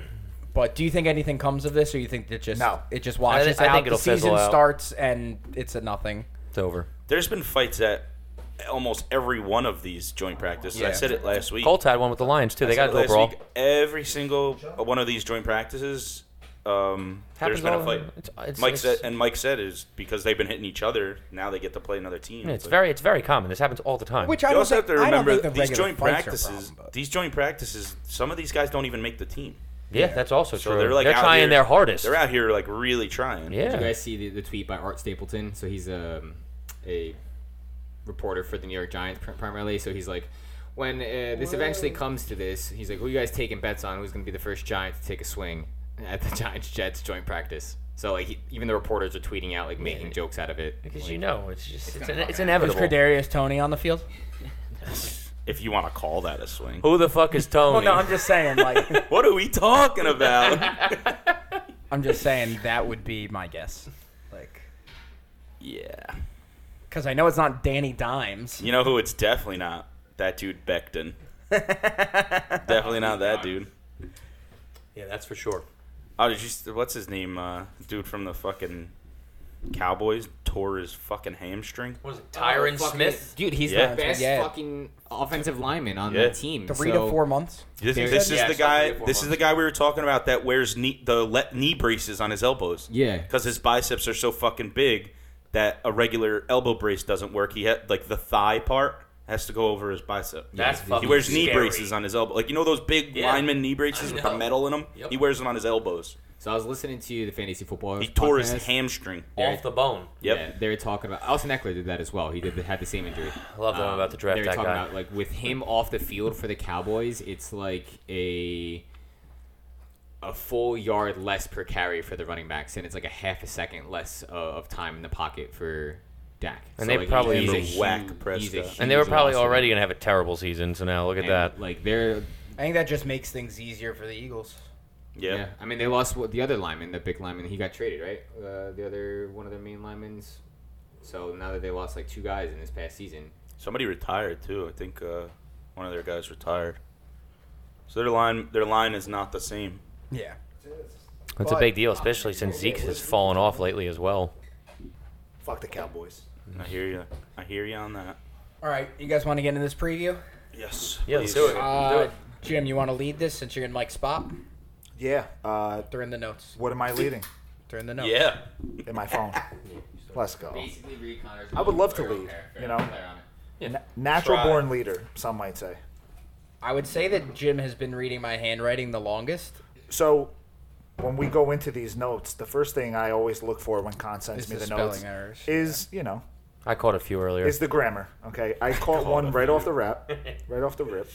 But do you think anything comes of this, or you think that just No. it just washes I think out? it'll the season fizzle out. starts and it's a nothing. It's over. There's been fights at almost every one of these joint practices. I Yeah. said it last week. Colts had one with the Lions too. They got said to it go brawl. last week, Every single one of these joint practices, um, Happens there's been all- a fight. it's- it's- Mike it's- said, and Mike said is because they've been hitting each other. Now they get to play another team. Yeah, it's like- very it's very common. This happens all the time. Which I You don't also think, have to I don't remember think the these regular joint fights are a practices. problem, but- these joint practices. Some of these guys don't even make the team. yeah, that's also true. So they're like out trying here- their hardest. They're out here like really trying. yeah. Did you guys see the, the tweet by Art Stapleton? So he's um, a reporter for the New York Giants pr- primarily. So he's like, when uh, this eventually comes to this, he's like, who you guys taking bets on? Who's going to be the first Giant to take a swing at the Giants Jets joint practice? So like, he, even the reporters are tweeting out like making jokes out of it. because Like, you know it's just it's, gonna in- it's fucking Is inevitable. Kadarius Tony on the field? If you want to call that a swing. Who the fuck is Tony? Well, no, I'm just saying. Like, What are we talking about? I'm just saying that would be my guess. Like, yeah. because I know it's not Danny Dimes. You know who it's definitely not? That dude Beckton. definitely not that dude. yeah, that's for sure. Oh, did you? s- What's his name? Uh, dude from the fucking Cowboys tore his fucking hamstring. Was it Oh, Tyron fucking- Smith? dude, he's Yeah. the best Yeah. fucking offensive lineman on Yeah. the team. Three so- to four months. This, Dude. this is Yeah, the it's not guy. three or four This is the months. guy we were talking about that wears knee, the le- knee braces on his elbows. Yeah. because his biceps are so fucking big that a regular elbow brace doesn't work. He had like the thigh part has to go over his bicep. That's he fucking wears knee scary. braces on his elbow. Like you know those big Yeah. lineman knee braces I with the know. metal in them. Yep. He wears them on his elbows. So I was listening to the fantasy football. He tore his podcast. hamstring. Yeah. Off the bone. Yep. Yeah, they were talking about Austin Eckler did that as well. He did had the same injury. Um, I love that I'm about to draft They were that talking guy. about like with him off the field for the Cowboys, it's like a a full yard less per carry for the running backs, and it's like a half a second less uh, of time in the pocket for Dak. And they probably he's a Remember whack huge- Prescott. he's a And they were huge probably loss to already them. gonna have a terrible season. So now look at And, that. Like they're I think that just makes things easier for the Eagles. Yeah. yeah. I mean, they lost what, the other lineman, that big lineman. He got traded, right? Uh, the other one of their main linemen's. So now that they lost like two guys in this past season, Somebody retired too. I think uh, one of their guys retired. So their line their line is not the same. Yeah. That's a big deal, especially since Zeke has fallen off lately as well. Fuck the Cowboys. I hear you. I hear you on that. All right, you guys want to get into this preview? Yes. Yeah, let's please. do it. Uh, Jim, you want to lead this since you're in Mike's spot? Yeah. Uh, They're in the notes. what am I leading? They're in the notes. Yeah. In my phone. Let's go. Basically, Reed Connors. Oh. I would love to leave, you know? Na- natural Try. born leader, some might say. I would say that Jim has been reading my handwriting the longest. So when we go into these notes, the first thing I always look for when Con sends Is me the the, notes spelling errors, is, you know, I caught a few earlier. is the grammar. Okay, I caught one right off the rap, right off the rip.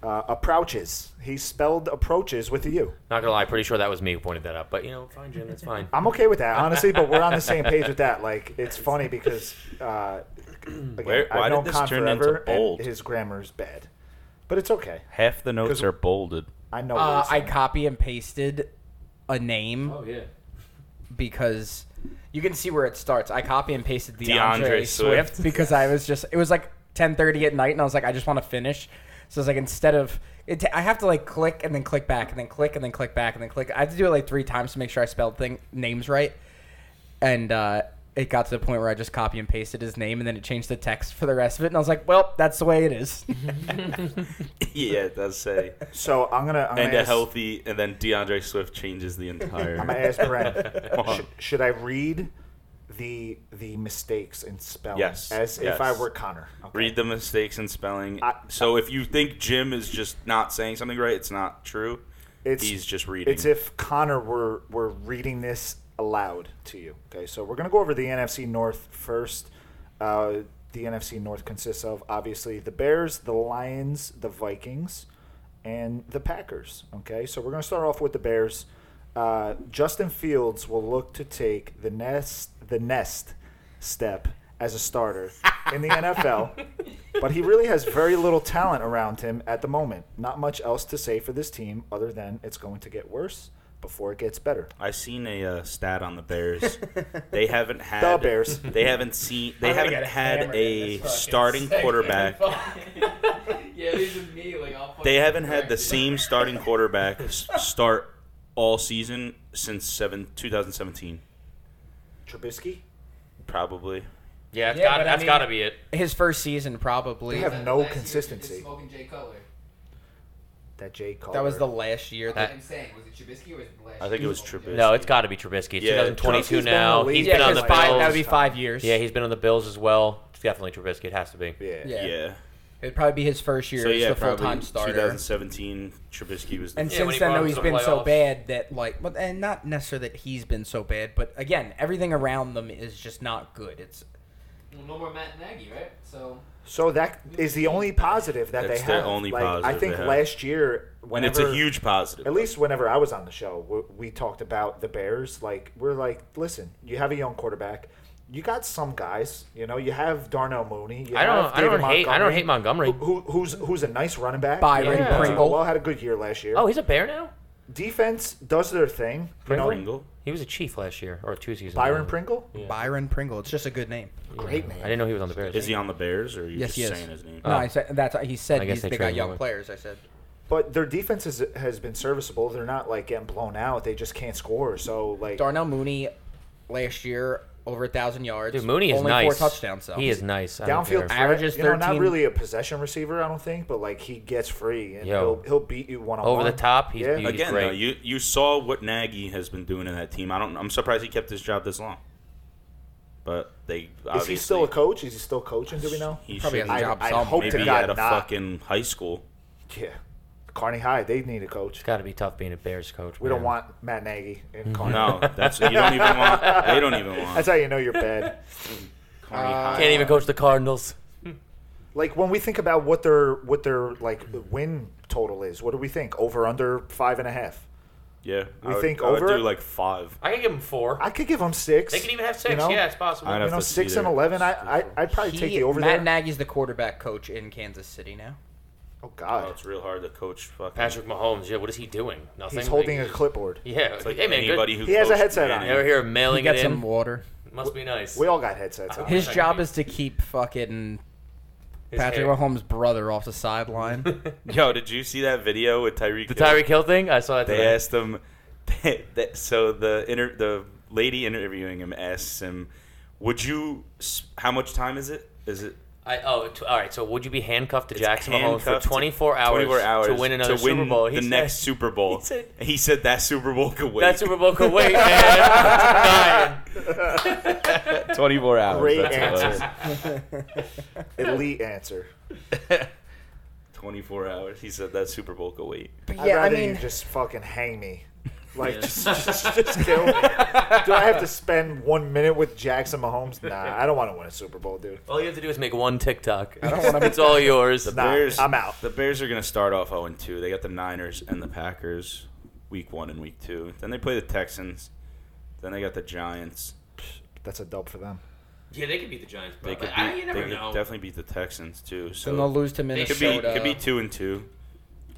Uh, approaches. He spelled approaches with a U. Not gonna lie, pretty sure that was me who pointed that out. But you know, fine, Jim, that's fine. I'm okay with that, honestly, but we're on the same page with that. Like, it's funny because, uh, again, Where- I've why did known this Con turn into forever, and bold? his grammar is bad. But it's okay. Half the notes 'Cause- are bolded. I know. Uh, what I he's saying. copy and pasted a name Oh, yeah. because you can see where it starts. I copy and pasted DeAndre, DeAndre Swift, Swift. because I was just it was like 10:30 at night and I was like I just want to finish. So it's like instead of it, I have to like click and then click back and then click and then click back and then click. I had to do it like three times to make sure I spelled thing names right. And uh, it got to the point where I just copy and pasted his name and then it changed the text for the rest of it. And I was like, well, that's the way it is. yeah, it does say. So I'm gonna. I'm And gonna a ask, healthy, and then DeAndre Swift changes the entire. I'm gonna ask Come Bren. on. sh- should I read the the mistakes in spelling? Yes, As if I yes. were Connor. Okay. Read the mistakes in spelling. I- so if you think Jim is just not saying something right, it's not true. It's- He's just reading. It's if Connor were were reading this aloud to you. Okay, so we're gonna go over the NFC North first. Uh, the NFC North consists of obviously the Bears, the Lions, the Vikings, and the Packers. Okay, so we're gonna start off with the Bears. Uh, Justin Fields will look to take the nest the nest step as a starter in the NFL, but he really has very little talent around him at the moment. Not much else to say for this team other than it's going to get worse before it gets better. I seen a uh, stat on the Bears. they haven't had The Bears. They haven't seen. They I'm gonna haven't get had hammered in a this fucking starting quarterback. yeah, this is me. Like, I'll They haven't had the same starting quarterback s- start all season since seven 2017, Trubisky? probably. Yeah, that's Yeah, gotta, but I that's mean- gotta be it. His first season, probably. They have no consistency. Smoking Jay Cutler. That Jay Cutler. That was the last year that. I'm saying, was it Trubisky or was it Blash? I think it Oh, was Trubisky. No, it's gotta be Trubisky. It's Yeah, 2022 Trubisky's been now. in the He's league been on the since because five, that would Bills. be five years. Yeah, he's been on the Bills as well. It's definitely Trubisky. It has to be. Yeah. Yeah. Yeah. It'd probably be his first year So as yeah, the full probably time starter. 2017. Trubisky was the And Yeah, when since then, he brought though, him he's to the been so playoffs. bad that, like, but, and not necessarily that he's been so bad, but again, everything around them is just not good. It's Well, no more Matt Nagy, right? So So that is the only positive that That's they their have. only Like, I positive think they have. last year, and whenever it's a huge positive. at least whenever I was on the show, we, we talked about the Bears. Like we're like, listen, you have a young quarterback. You got some guys. You know, you have Darnell Mooney. You I don't. Have I don't David hate. I don't hate Montgomery, Montgomery. Who, who's who's a nice running back? Byron Yeah. Pringle. Well, had a good year last year. Oh, he's a bear now. Defense does their thing. You know, Pringle. He was a Chief last year or two seasons. Byron ago. Pringle. Byron Pringle. It's just a good name. Great I name. didn't know he was on the Bears. Is he on the Bears, or are you Yes, just he is. saying his name? No, I said that's he said Oh. I guess he's, they they traded got him young away. players. I said But their defense is, has been serviceable. They're not like getting blown out. They just can't score. So like, Darnell Mooney last year over a thousand yards. Dude, Mooney is only nice. four touchdowns. Though. He is nice. I don't downfield care. threat, Averages you know, not 13. really a possession receiver, I don't think, but like he gets free and Yo. he'll he'll beat you one on Over one. the top, he's yeah. beautiful. Again, great. though, you you saw what Nagy has been doing in that team. I don't. I'm surprised he kept his job this long. But they. Is he still a coach? Is he still coaching? Do we know? He Probably should has a be. job I somewhere. hope Maybe to at God a not. fucking high school. yeah, Carney High, they need a coach. It's got to be tough being a Bears coach. We man. don't want Matt Nagy Mm-hmm. in Carney. No, that's you don't even want. They don't even want. That's how you know you're bad. Carney Uh, High. Can't even coach the Cardinals. like when we think about what their what their like win total is, what do we think? Over under five and a half. Yeah, we I would, think I would over do it? like five. I can give him four. I could give them six. They can even have six. You know? Yeah, it's possible. I You I'd know, have to six see and their- eleven. I, I I'd probably take He- you over Matt there. Nagy's the quarterback coach in Kansas City now. oh Oh, God, it's real hard to coach. Fucking. Patrick Mahomes. Yeah, what is he doing? Nothing. he's holding a Like, clipboard. Yeah. It's like hey man, anybody good. who He has a coached headset on. Manning. You ever hear him He mailing got it in? some water. Must be nice. We all got headsets on. His Second job week. is to keep fucking His Patrick hair. Mahomes' brother off the sideline. Yo, did you see that video with Tyreek? The Hill? Tyreek Hill thing? I saw that They today. asked him. that- so the inter, the lady interviewing him asks him, "Would you? s- How much time is it? Is it I, oh, t- all right. So would you be handcuffed to it's Jackson Mahomes for handcuffed to- 24 hours, 24 hours to win another Super Bowl? He the said- next Super Bowl. he said- And he said that Super Bowl could wait. That Super Bowl could wait, man. I'm dying. 24 hours. Great that's what it was. answer. Elite answer. 24 hours. He said that Super Bowl could wait. But I'd yeah, I rather you mean, just fucking hang me. Like, Yeah. just, just, just kill me. Do I have to spend one minute with Jackson Mahomes? Nah, I don't want to win a Super Bowl, dude. All you have to do is make one TikTok. I don't wanna be- it's all yours. Nah, Bears- I'm out. The Bears are going to start off 0 2. They got the Niners and the Packers week one and week two. Then they play the Texans. Then they got the Giants. That's a dub for them. Yeah, they could beat the Giants, They but could, like, beat, I, you never they could know. definitely beat the Texans, too. then they'll So lose to it could Minnesota. be, could be 2 and 2.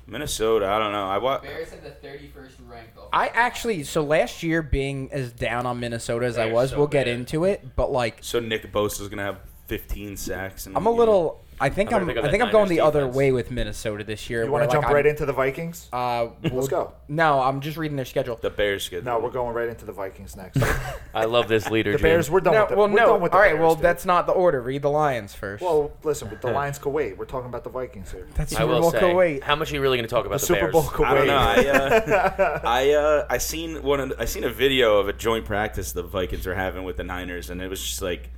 Minnesota, I don't know. I wa- Bears have the 31st ranked. Offense. I actually, so last year being as down on Minnesota as I They're was, so we'll get bad. into it. But like, So Nick Bosa's going to have 15 sacks. And I'm a little. I think I'm gonna I'm. pick I up that think I'm going Niners the other defense. way with Minnesota this year. You want to jump right into the Vikings? Uh, we'll- go. No, I'm just reading their schedule. The Bears get No, we're going right into the Vikings next. the I love this leader, Jim. Bears, we're done No, with the, well, we're no. done with the All right, Bears, well, dude. that's not the order. Read the Lions first. Well, listen, with the Lions could wait. We're talking about the Vikings here. that's I Super will Bowl say, Kuwait. how much are you really going to talk about The the, Super Bears? Bowl could I don't wait. know. I, uh, I, uh, I seen one. Of, I seen a video of a joint practice the Vikings were having with the Niners, and it was just like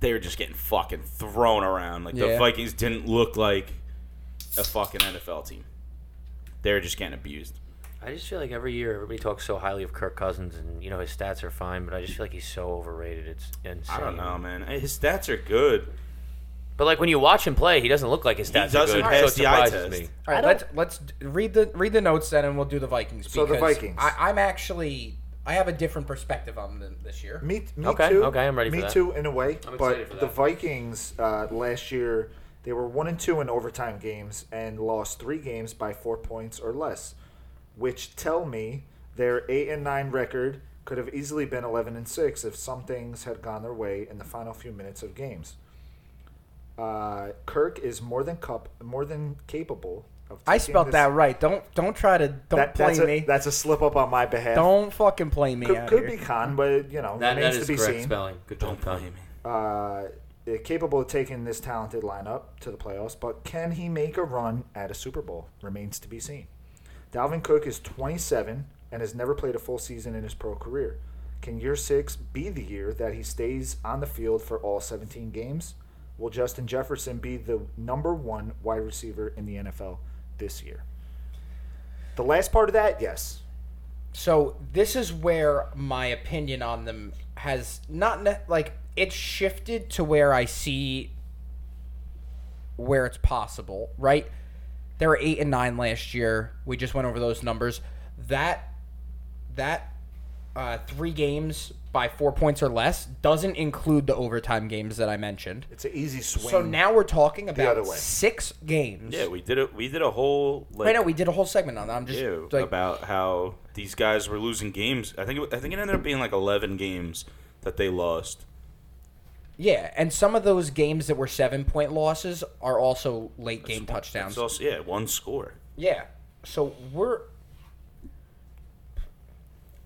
they were just getting fucking thrown around. Like the Yeah. Vikings didn't look like a fucking NFL team. They were just getting abused. I just feel like every year everybody talks so highly of Kirk Cousins, and you know his stats are fine, but I just feel like he's so overrated. It's insane. I don't know, man. Hey, His stats are good. But like when you watch him play, he doesn't look like his He stats are doesn't good. so it pass the eye surprises test. me. All right, let's let's d- read the read the notes then, and we'll do the Vikings. So the because Vikings. I, I'm actually I have a different perspective on them this year. Me, me Okay, too. okay, I'm ready for me that. too, in a way. I'm but excited for the that. Vikings uh, last year, they were one and two in overtime games and lost three games by four points or less, which tell me their eight and nine record could have easily been eleven and six if some things had gone their way in the final few minutes of games. Uh, Kirk is more than cup, more than capable of. I taking spelt this- that right. Don't don't try to don't that- play that's a, me. That's a slip up on my behalf. don't fucking play me. could, out could here. be Khan, but you know That, that remains is to be correct seen spelling. Good Don't job, play Tom. me. uh, capable of taking this talented lineup to the playoffs, but can he make a run at a Super Bowl? Remains to be seen. Dalvin Cook is 27 and has never played a full season in his pro career. Can year six be the year that he stays on the field for all 17 games? Will Justin Jefferson be the number one wide receiver in the NFL this year? The last part of that, yes. So this is where my opinion on them has not ne- like it's shifted to where I see where it's possible, right? They were 8 and 9 last year. We just went over those numbers. That that uh, 3 games by 4 points or less doesn't include the overtime games that I mentioned. It's an easy swing. So now we're talking other about way. 6 games. Yeah, we did a we did a whole like I know we did a whole segment on that. I'm just ew, like about how these guys were losing games. I think it, I think it ended up being like 11 games that they lost. Yeah, and some of those games that were seven point losses are also late game touchdowns. It's also yeah, one score. yeah. So we're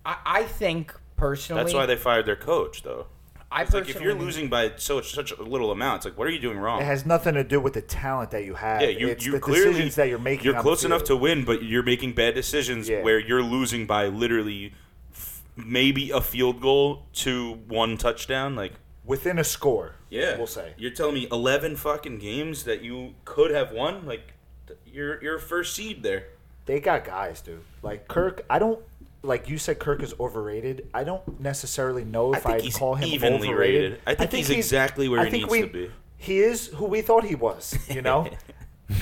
I, I think personally That's why they fired their coach, though. I It's like if you're personally- losing by so such a little amount, it's like what are you doing wrong? It has nothing to do with the talent that you have. yeah, you it's you the clearly decisions that you're making. You're on the close enough field. to win, but you're making bad decisions Yeah. where you're losing by literally f- maybe a field goal to one touchdown. Like within a score. yeah, we'll say. you're telling me 11 fucking games that you could have won. Like th- you're you're first seed there. They got guys, dude. Like Kirk, I don't like you said. Kirk is overrated. I don't necessarily know if I think he's call him evenly overrated. rated. I think he's exactly where I he think needs to be. He is who we thought he was. You know, He-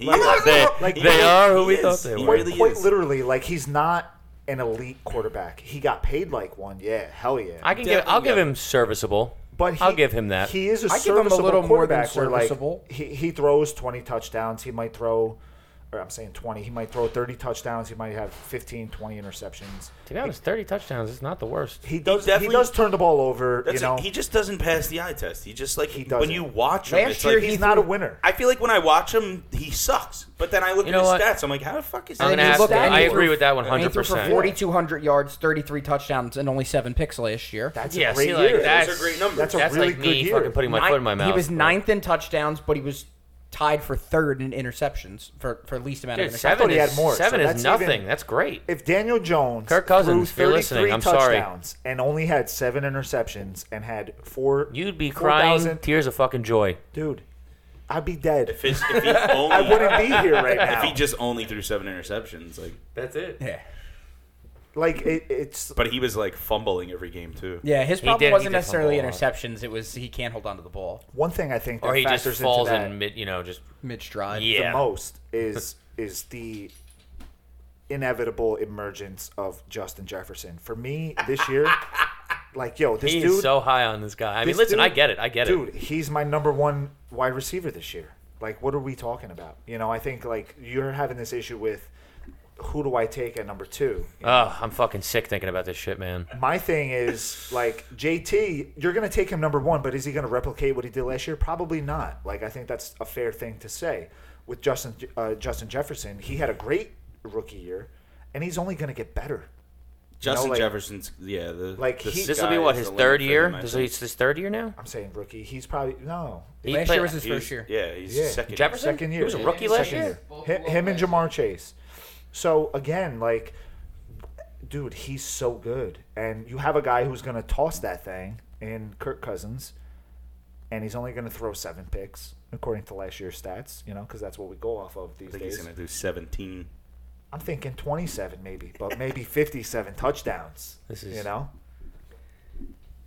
They, Like- they are who we He thought is. they He were. quite, really quite is. literally, like he's not an elite quarterback. He got paid like one. Yeah, hell yeah. I can give. I'll Definitely give him serviceable. But he, I'll give him that. He is a I give him a serviceable little more than quarterback where, like, serviceable. he, he throws 20 touchdowns. He might throw or I'm saying 20. He might throw 30 touchdowns. He might have 15, 20 interceptions. To be honest, 30 touchdowns is not the worst. He does. He, definitely- does turn the ball over. That's you know, it. He just doesn't pass the eye test. He just like He when doesn't. you watch him, Last it's year like he he's not a winner. I feel like when I watch him, he sucks. But then I look You at know what? his stats. I'm like, how the fuck is I'm that? gonna have look to. at I it. agree with that And he threw for 100%. 4,200 yards, 33 touchdowns, and only seven picks last year. That's Yeah, a great see, like, year. that's- Those are great numbers. That's a That's really like good me year. fucking putting my Nine- foot in my mouth. He was bro. ninth in touchdowns, but he was tied for third in interceptions for, for least amount Dude, of interceptions. seven he is, had more, so seven is that's nothing. even- that's great. If Daniel Jones Kirk Cousins, if threw you're 33 listening, I'm sorry. touchdowns and only had seven interceptions and had four, You'd be 4,000 crying tears of fucking joy. dude, I'd be dead. If, it's, if he only, I wouldn't be here right If he now. just only threw seven interceptions, like, That's it. Yeah. Like it, it's but he was like fumbling every game too. Yeah, his He problem did- he wasn't did necessarily fumble a lot. interceptions. It was he can't hold on to the ball one thing I think that Or he just factors falls into that in mid, you know, just mid stride. Yeah. the most is is the inevitable emergence of Justin Jefferson. For me, this year, like yo, this he's dude, so high on this guy. I mean, this listen, I dude- get it. I get dude, it. he's my number one wide receiver this year. Like, what are we talking about? You know, I think like you're having this issue with who do I take at number two? Ugh, I'm fucking sick thinking about this shit, man. My thing is like JT, you're going to take him number one, but is he going to replicate what he did last year? Probably not. Like I think that's a fair thing to say. With Justin uh, Justin Jefferson, he had a great rookie year, and he's only going to get better. Justin like- Jefferson's, yeah, the, like, the he- This will be sky what is his the third limit for year. him, I This think. is his third year now. I'm saying rookie. He's probably no He Last played- year was his He first was- year. Yeah, he's Yeah. second. year. Jefferson? second year. He was a rookie last Second year. year. Him, him and Jamar Chase. So again, like, dude, he's so good, and you have a guy who's going to toss that thing in Kirk Cousins, and he's only going to throw seven picks according to last year's stats. You know, because that's what we go off of I these think he's days. gonna do 17. I'm thinking 27 maybe, but maybe 57 touchdowns. This is- you know,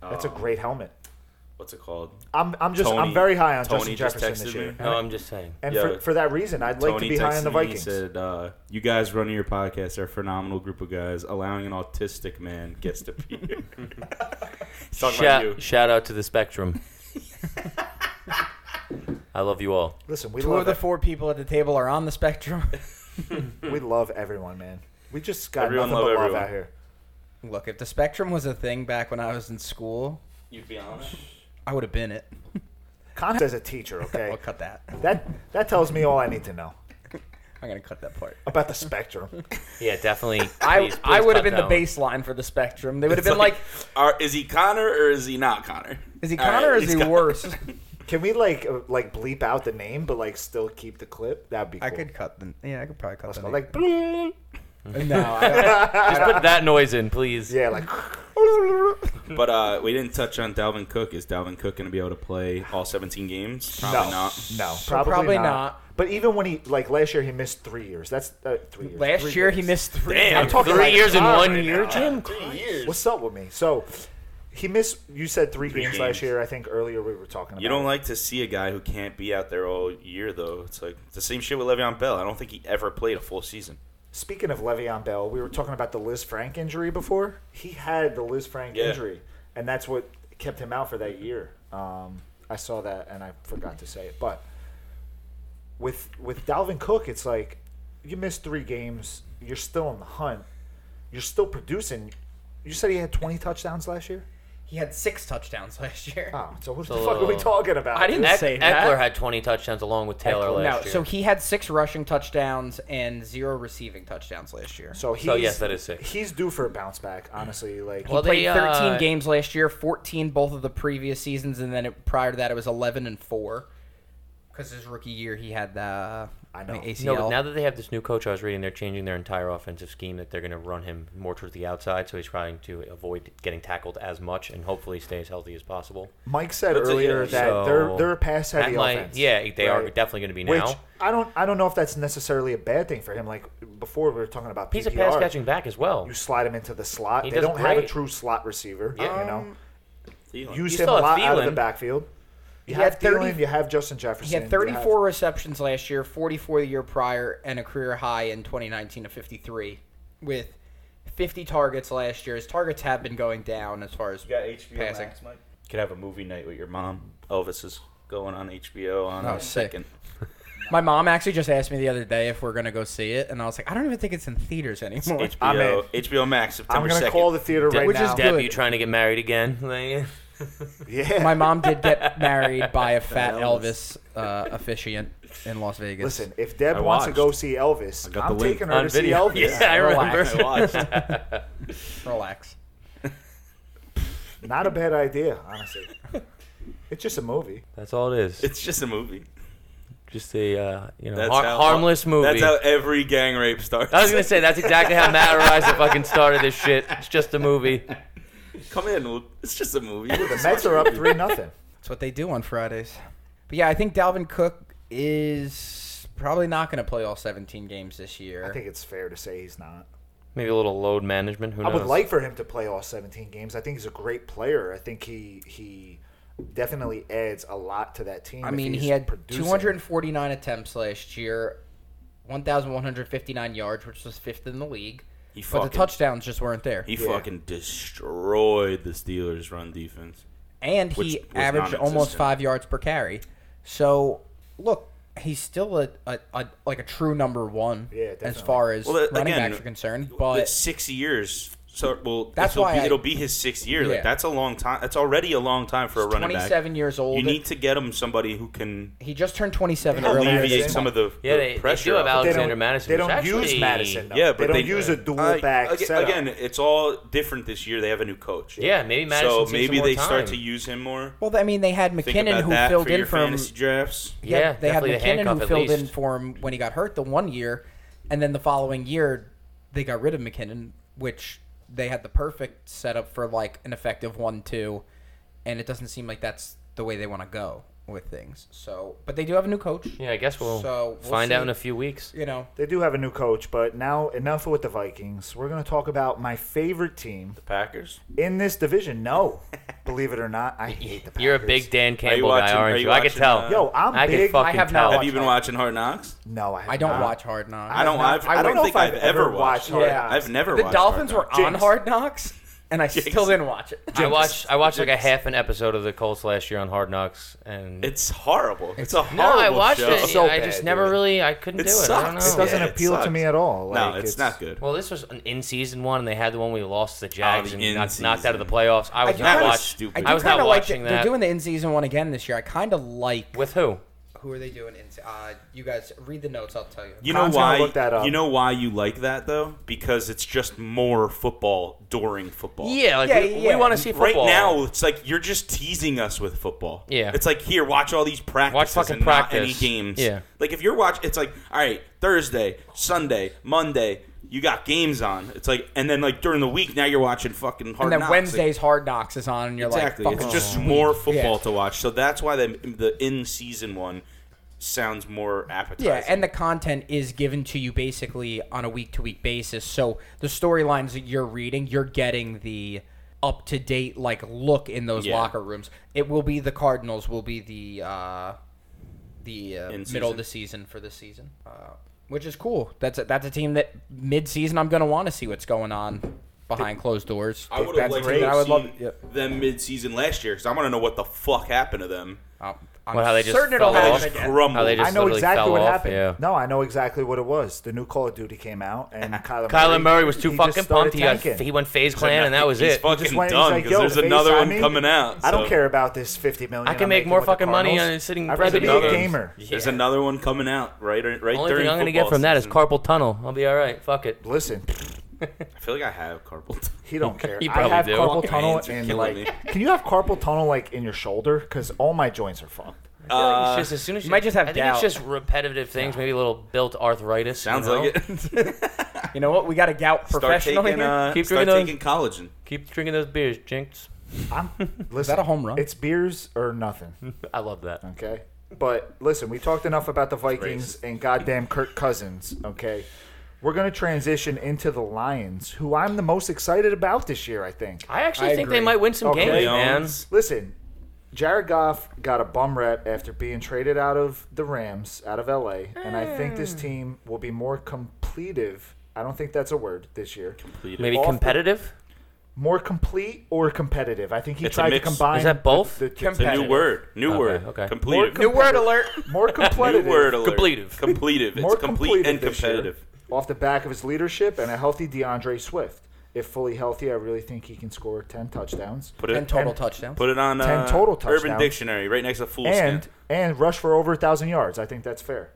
that's a great helmet. um, What's it called? I'm, I'm just oh. Tony- I'm very high on Tony Justin just Jefferson texted this year, me. No, I'm just saying. and Yeah. for, for that reason, I'd like Tony to be high on the texted me, He Vikings. said, uh, "You guys running your podcast are a phenomenal group of guys. Allowing an autistic man gets to be here." He's talking about you. Shout, shout out to the Spectrum. I love you all. Listen, we Two love of the it. four people at the table are on the spectrum. We love everyone, man. We just got Hmm. Everyone nothing love but everyone. love out here. Look, if the spectrum was a thing back when I was in school, You'd be on it. I would have been it. Con as a teacher, okay? I'll cut that. that that tells me all I need to know I'm gonna cut that part. about the spectrum. Yeah, definitely. I Please- I please would cut have been that the one. baseline for the spectrum. They would have It's been like, are, is he Connor or is he not Connor? is he All right, Connor or is he's he Connor. worse? Can we like uh, like bleep out the name, but like still keep the clip? That'd be. Cool. I could cut them. Yeah, I could probably cut them. like bleep. no, I don't. Just put that noise in, please. yeah, like But uh, we didn't touch on Dalvin Cook. Is Dalvin Cook going to be able to play all 17 games? Probably no, not. no, probably, probably not. not. But even when he like last year, he missed three years. That's uh, three years. last three year days. he missed three. Damn. I'm talking Three like years in Con one right year, now. Jim. Three years. What's up with me? So he missed. You said three, games, games. last year. I think earlier we were talking. about You don't it. like to see a guy who can't be out there all year, though. It's like it's the same shit with Le'Veon Bell. I don't think he ever played a full season. Speaking of Le'Veon Bell, we were talking about the Liz Frank injury before. He had the Liz Frank Yeah. injury, and that's what kept him out for that year. Um, I saw that, and I forgot to say it. But with with Dalvin Cook, it's like you missed three games. You're still in the hunt. You're still producing. You said he had 20 touchdowns last year. He had six touchdowns last year. Oh, so what the So- uh, fuck are we talking about? I didn't Eck- say that. Eckler had 20 touchdowns along with Taylor no, last year. so he had six rushing touchdowns and zero receiving touchdowns last year. So he's, yes, that is sick. He's due for a bounce back. Honestly, like He Well, played they, uh, 13 games last year, 14 both of the previous seasons, and then it, prior to that it was 11 and four. Because his rookie year he had the I know. ACL. No, but now that they have this new coach, I was reading they're changing their entire offensive scheme that they're going to run him more towards the outside, so he's trying to avoid getting tackled as much and hopefully stay as healthy as possible. Mike said That's a- earlier, yeah, that so- they're they're a pass heavy That might- offense. yeah, they are right? definitely going to be Which now. I don't I don't know if that's necessarily a bad thing for him. Like before, we were talking about PPR. He's a pass catching back as well. You slide him into the slot. He they does don't have a great. Um, true slot receiver. You know, Thielen. use you him a still have lot out of the Thielen. backfield. You He had have Thielen. 30 You have Justin Jefferson. He had you 34 receptions last year, 44 the year prior, and a career high in 2019 of 53 with 50 targets last year. His targets have been going down as far as passing. Mike. Could have a movie night with your mom. Elvis is going on HBO on Oh, a sick. second. My mom actually just asked me the other day if we're gonna go see it, and I was like, I don't even think it's in theaters anymore. HBO, I'm in. HBO Max, I'm September gonna 2nd. call the theater right Which is now. good. Deb, you trying to get married again? Like, Yeah. My mom did get married by a fat Elvis Elvis. uh, officiant in Las Vegas. Listen, if Deb I wants to watched. go see Elvis, got I'm the link taking her on to video. see Elvis. Yeah, I remember. Relax. Oh, I watched. relax. Not a bad idea, honestly. it's just a movie. That's all it is. It's just a movie. Just a uh, you know That's har- how, harmless movie. That's how every gang rape starts. I was gonna say that's exactly how Matt Arisa fucking started this shit. It's just a movie. Come in. Lou. It's just a movie. The Mets are up three nothing. That's what they do on Fridays. But yeah, I think Dalvin Cook is probably not going to play all 17 games this year. I think it's fair to say he's not. Maybe a little load management. Who I knows? would like for him to play all 17 games. I think he's a great player. I think he he definitely adds a lot to that team. I if mean, he's he had producing. 249 attempts last year, 1,159 yards, which was fifth in the league. He But the fucking, touchdowns just weren't there. he Yeah. fucking destroyed the Steelers' run defense. and which he was averaged almost non-existent. five yards per carry. So, look, he's still a, a, a like a true number one Yeah, as definitely. far as Well, that- running again, backs are concerned. But It's six years. So well, That's that's why why be, I- it'll be his sixth year. Yeah. Like that's a long time. That's already a long time for a running back. 27 years old. You need to get him somebody who can he just turned 27 They don't earlier. Madison. alleviate this some month. of the, Yeah, the they- they pressure. do off have of They it. don't- Alexander Madison, They which don't use actually- Madison. Though. Yeah, but they they don't use a dual Uh, back aga- setup. again. It's all different this year. They have a new coach. Yeah, maybe Madison. so sees some maybe more they start time. to use him more. Well, I mean, they had Think McKinnon about who that filled for in your for him. fantasy drafts. Yeah, Yeah, they had definitely the McKinnon handcuff who at filled in least. for him when he got hurt the one year, and then the following year they got rid of McKinnon, which they had the perfect setup for like an effective one-two, and it doesn't seem like that's the way they want to go with things. So, but they do have a new coach. Yeah, I guess we'll, So, we'll find see. out in a few weeks. You know, They do have a new coach, but now enough with the Vikings. We're going to talk about my favorite team Packers. in this division. No, believe it or not, I hate the Packers. You're a big Dan Campbell guy, watching- are aren't you you? I can watching, tell. uh, Yo, I'm I big. can fucking I have not tell. Have you been watching Hard Knocks? No, I, have I don't not. watch Hard Knocks. Uh, I don't. I've, I, don't know think if I've, ever watched. Hard Yeah. Knocks. I've never. the watched Dolphins Hard were Knocks. on Hard Knocks, and I still didn't watch it. I watched. I watched like a half an episode of the Colts last year on Hard Knocks, and It's horrible. It's a no, horrible I watched show. it. So I bad, just never dude. really. I couldn't It do it. I don't sucks. know. It doesn't Yeah, it appeal to sucks. me at all. no, Like, it's, not good. Well, this was an in-season one, and they had the one we lost to the Jags the and knocked, knocked out of the playoffs. I was do not kinda- watching. stupid. I, I do I was not kinda like watching that. that. They're doing the in-season one again this year. I kind of like. With who? Who are they doing? In, uh, you guys read the notes. I'll tell you. You know Con's gonna why? look that up. You know why you like that though? Because it's just more football during football. Yeah, like Yeah, we, yeah. want to see football Right now, it's like you're just teasing us with football. Yeah. It's like here, watch all these practices fucking and not any practice. games. Yeah. Like if you're watching, it's like all right, Thursday, Sunday, Monday, you got games on. It's like and then like during the week, now you're watching fucking hard. and then knocks. Wednesday's Hard Knocks is on, and you're Like, exactly. like, it's fucking just sweet. more football Yeah. to watch. So that's why the the in season one sounds more appetizing. Yeah, and the content is given to you basically on a week to week basis. So the storylines that you're reading, you're getting the up to date like look in those Yeah. locker rooms. It will be the Cardinals will be the uh, the uh, In middle of the season for this season, uh, which is cool. That's a, that's a team that mid season I'm gonna want to see what's going on behind closed doors. I would have That's a liked team to that I would love. see Yep. them mid-season last year because I want to know what the fuck happened to them. I'm I'm Well, how they just certain it'll fell They Oh, happen just again. crumbled. How they I just know literally exactly fell what off, happened. yeah. No, I know exactly what it was. The new Call of Duty came out, and Kyler, Kyler Murray was too he just fucking started pumped. He, got, tanking. he went phase clan, and that was He's it. fucking Just went- he's done like, because yo, there's face another one timing. coming out. I don't so- care about this fifty million. I can I'm make making more with the fucking money Cardinals. on sitting I'd rather be president. a Another- gamer. There's another one coming out right right Only during thing I'm gonna get football from that is season. carpal tunnel. I'll be all right. Fuck it. Listen, I feel like I have carpal. tunnel. he don't care. You I probably have do. carpal Fucking tunnel hands are and like. killing me. Can you have carpal tunnel like in your shoulder? Because all my joints are fucked. I feel like it's Uh, just as soon as you, might just have I think doubt. it's just repetitive things, maybe a little built arthritis. Sounds you know? like it. You know what? We got a gout Start professional taking, here. uh, Keep start drinking taking collagen. Keep drinking those beers, Jinx. I'm listen. that a home run? It's beers or nothing. I love that. Okay. But listen, we talked enough about the Vikings and goddamn Kirk Cousins. Okay. We're going to transition into the Lions, who I'm the most excited about this year, I think. I actually I think they agree. might win some Okay. games, man. Leons. Listen, Jared Goff got a bum rep after being traded out of the Rams, out of LA, and I think Mm. this team will be more completive. I don't think that's a word this year. Maybe Off the- competitive. more complete or competitive. I think he It's a tried to mix. combine. Is that both? The, the two- It's a new Competitive. word. New Okay, word. okay. Complete. More New word alert. more New competitive. word alert. Completive. Completive. It's more complete completive and this year competitive. off the back of his leadership and a healthy DeAndre Swift. If fully healthy, I really think he can score ten touchdowns. Put And it. total touchdowns. Put it on. 10 uh, total Urban touchdowns. Dictionary, right next to foolskin. and and rush for over a thousand yards. I think that's fair.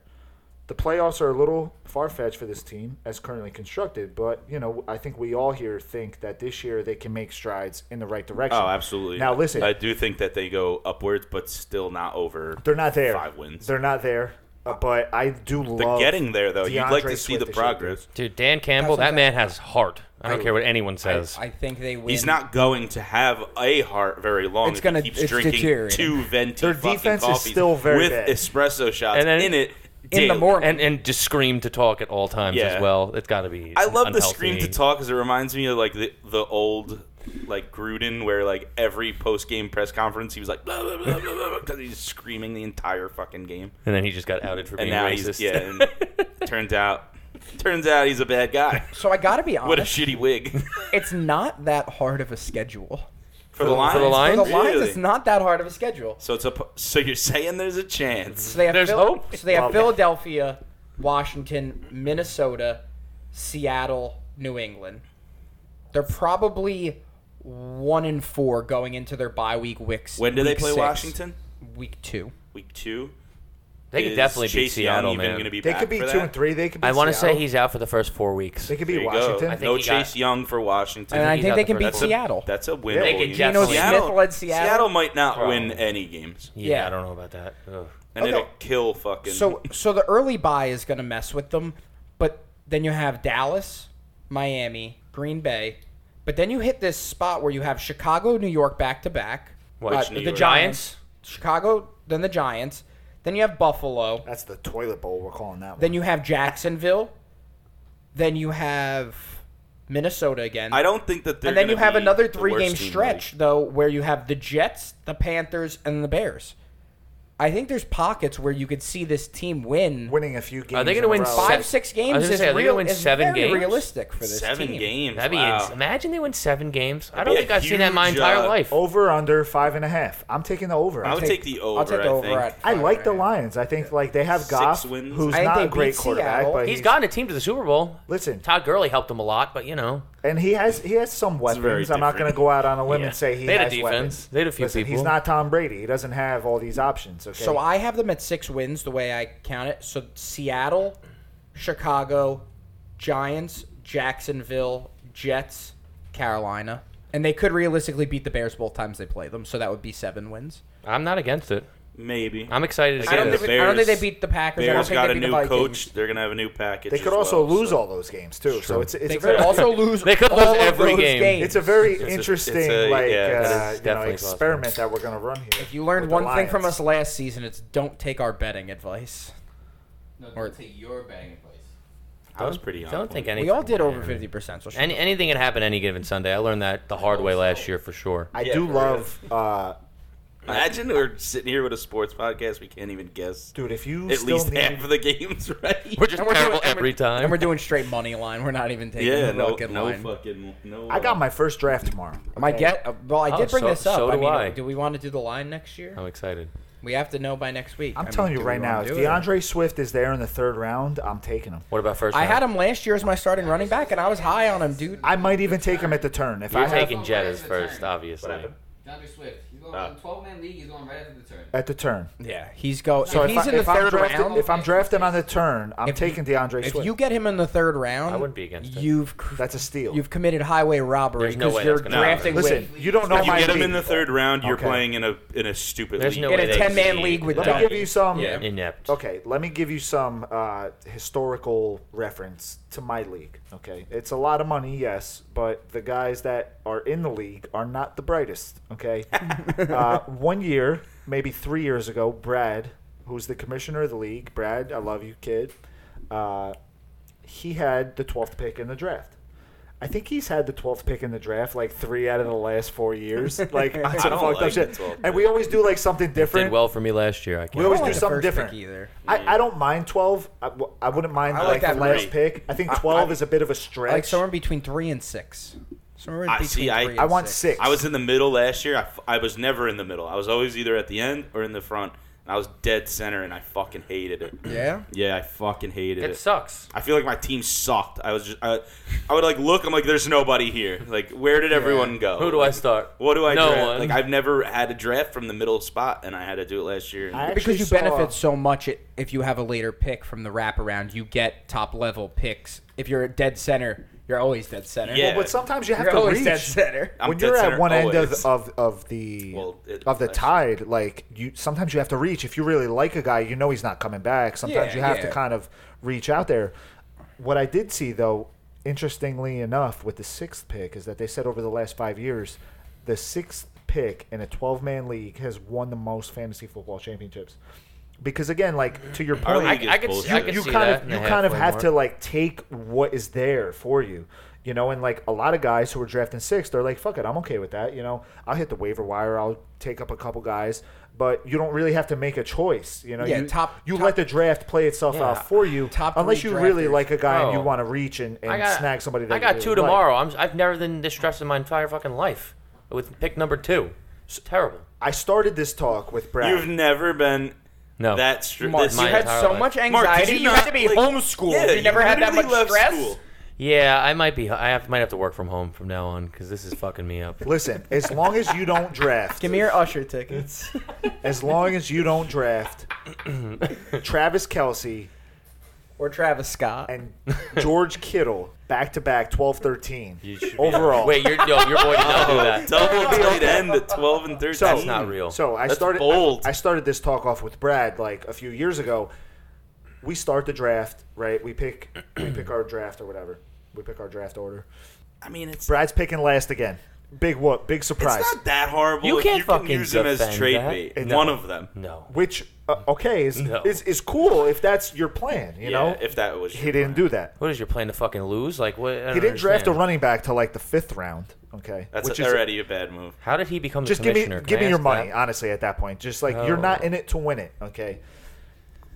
The playoffs are a little far fetched for this team as currently constructed, but you know I think we all here think that this year they can make strides in the right direction. Oh, absolutely. Now listen, I do think that they go upwards, but still not over. they're not there. Five wins. They're not there, uh, but I do They're love getting there though. You'd like DeAndre to see Swift the this year, dude. progress. Dude, Dan Campbell, That's that man has heart. I don't care what anyone I, says. I think they win. He's not going to have a heart very long. It's if gonna- he keeps it's drinking deteriorating. two venti Their fucking defense is coffees still very with bad. espresso shots And then- in it in the daily. morning. and and just scream to talk at all times Yeah. as well. It's got to be. I love the unhealthy. scream to talk because it reminds me of like the, the old like Gruden where like every post game press conference he was like blah blah blah blah because he's screaming the entire fucking game And then he just got outed for being and now racist. he's yeah and turns out turns out he's a bad guy. So I gotta Oh, be honest. What a shitty wig it's not that hard of a schedule. for the Lions. for the Lions? For the Lions, Really? it's not that hard of a schedule. So it's a po- so you're saying there's a chance. So they have There's Phil- hope. So they have Oh, Love it. Philadelphia, Washington, Minnesota, Seattle, New England. They're probably one and four going into their bye week. Wicks. When do they week play six, Washington? Week two. Week two. They could Is definitely beat Chase Young Seattle, even man. gonna be They back could be for two that? and three. They could. Be I want to say Seattle. he's out for the first four weeks. They could There be you go. Washington. think No he Chase got- Young for Washington. And I he's think out they the can first- beat That's a- Seattle. That's a win. They could Seattle, definitely- Geno Smith-led Seattle? might not Probably. win any games, yeah, Yeah. I don't know about that. Ugh. and Okay. it'll kill fucking. So so the early bye is going to mess with them, but then you have Dallas, Miami, Green Bay, but then you hit this spot where you have Chicago, New York back to back. Which Uh, New the York? Giants, Chicago, then the Giants, then you have Buffalo, that's the toilet bowl. We're calling that one. then you have Jacksonville, then you have Minnesota again. I don't think that. They're and then gonna you have be another the three game worst team, stretch though where you have the Jets, the Panthers, and the Bears. I think there's pockets where you could see this team win winning a few games. Are they going gonna win to five Oh, Seven- six I was games gonna is say, are they gonna real win is seven very games? realistic for like, this seven team. games. That'd be wow. ins- imagine they win seven games. I don't be a think I've seen that my huge, entire uh, life. over under five and a half? I'm taking the over. I I'm would taking- take the over. I'll take the over. I think. at I five like the right now. Lions. I think like they have Six Goff, wins. who's I think not they a great beat quarterback, Seattle. but he's gotten a team to the Super Bowl. Listen, Todd Gurley helped him a lot, but you know, and he has he has some very weapons. I'm not going different. to go out on a limb Yeah. and say he They had a has defense. weapons. They had a few Listen, He's people. not Tom Brady. He doesn't have all these options. Okay, So I have them at six wins the way I count it. So Seattle, Chicago, Giants, Jacksonville, Jets, Carolina. And they could realistically beat the Bears both times they play them, so that would be seven wins. I'm not against it. Maybe. I'm excited to I see I don't, the this. think, I don't think Bears- they beat the Packers. I don't Bears think got they a beat the new Vikings. coach. They're gonna have a new package. they could as also well, lose so. all those games too. So it's it's They a could very also lose. They could all lose of every those game. games. it's a very it's a- interesting it's a- like yeah, that uh, you is know, definitely possible. experiment that we're going to run here. If you learned with the one thing from Lions. us last season, it's don't take our betting advice. No, Or- don't say your betting advice. I was pretty. on Don't point. think anything. We all did over fifty percent. So Any, anything can happen any given Sunday. I learned that the hard way last year for sure. I Yeah, do for love, uh, Imagine we're sitting here with a sports podcast. We can't even guess dude. If you at still least need, half of the games right. We're just we're doing- terrible and we're- every time. and we're doing straight money line. We're not even taking yeah, the no, fucking no line. fucking no. I got uh, my first draft tomorrow. My okay? get uh, well, I Oh, did bring so- this up. so I do mean, I. do we want to do the line next year? I'm excited. We have to know by next week. I'm I telling mean, you do we right now, wanna if do it? DeAndre Swift is there in the third round, I'm taking him. What about first? I round? had him last year as my starting running back, and I was high on him, dude. I might even take him at the turn if I You're have taking Jet as Whatever. first, obviously. Whatever. DeAndre Swift. He's going Ah. on 12 man league. He's going right after the turn. at the turn. Yeah, he's go. So if if, he's I, in the if I'm third drafting, round, if I'm drafting on the turn, I'm If you- taking DeAndre if Swift. you get him in the third round, I wouldn't be against it. You've cr- That's a steal. you've committed highway robbery There's no because way you're that's gonna drafting happen. Listen, with you don't know If you my get him league. in the third round, you're Okay. playing in a in a stupid There's league. no in way a they ten man succeed league with in Let me that. Doug. give you some. Yeah. Inept. Okay, let me give you some uh, historical reference to my league. Okay, it's a lot of money, yes, but the guys that are in the league are not the brightest. Okay, uh, one year, maybe three years ago, Brad, who's the commissioner of the league, Brad, I love you, kid. Uh, he had the twelfth pick in the draft. I think he's had the twelfth pick in the draft like three out of the last four years. Like on some don't fucked up like the shit, 12th and we always do like something different. Did well for me last year. I can't. We always I don't like do the something first pick either. different. I, I don't mind 12. I, w- I wouldn't mind I like, like that the last three. pick. I think 12 is a bit of a stretch. like somewhere between three and six. So we're in I- between see, I- three I and want six. six. I was in the middle last year. I, f- I was never in the middle. I was always either at the end or in the front. And I was dead center, and I fucking hated it. Yeah. Yeah, I fucking hated It it. sucks. I feel like my team sucked. I was just, I, I would like look. I'm like, there's nobody here. Like, where did everyone go? Who do I Like, start? What do I No draft? one. Like, I've never had a draft from the middle spot, and I had to do it last year. I actually Because you saw- benefit so much it, if you have a later pick from the wraparound, you get top level picks. If you're a dead center, you're always dead center. Yeah. But sometimes you have you're to always reach. dead center. I'm when dead you're center at one end of, always. of, of the Well, it- of the I- tide, like you sometimes you have to reach. If you really like a guy, you know he's not coming back. Sometimes Yeah, you have to yeah. kind of reach out there. What I did see though, interestingly enough, with the sixth pick is that they said over the last five years, the sixth pick in a twelve man league has won the most fantasy football championships. Because again, like to your Our point, league is I could- I bullshit. could you see kind that of in the you kind of halfway have to mark. like take what is there for you you know and like a lot of guys who are drafting sixth they're like fuck it i'm okay with that you know i'll hit the waiver wire i'll take up a couple guys but you don't really have to make a choice you know Yeah, you, top- you top- let the draft play itself Yeah. out for you Top three unless you really drafters. like a guy and you Oh. want to reach and, and I got, snag somebody that I you got really two like. tomorrow. I'm, I've never been this stressed in my entire fucking life with pick number two. It's terrible. i started this talk with brad You've never been No. that str- Mark, this- you my had entire so life. much Mark, did anxiety. you not, had to be like- homeschooled. Yeah, you never had that literally much left stress. school. Yeah, I might be. I have, might have to work from home from now on because this is fucking me up. listen as long as you don't draft Give me your Usher tickets. as long as you don't draft travis kelsey or Travis Scott. and George Kittle back to back 12 You 13 should be- overall. Wait, you're, yo, your boy did not do that. Double tight end at 12 and 13. So- That's not real. So I That's started bold. I, I started this talk off with Brad like a few years ago. We start the draft, right? We pick we pick our draft or whatever. We pick our draft order. I mean, it's Brad's picking last again. Big whoop, big surprise. It's not that horrible. You if can't you fucking can use them as defend trade that. bait. No. One of them. No. Which uh, okay is, No. is is cool if that's your plan, you yeah, know? if that was he didn't do that. What is your plan to fucking lose? Like what? I don't He didn't draft a understand. running back till like the 5th round, okay? That's Which is- already a bad move. How did he become just the give me commissioner? Can give I me your ask money that? honestly at that point just like you're not Oh. in it to win it okay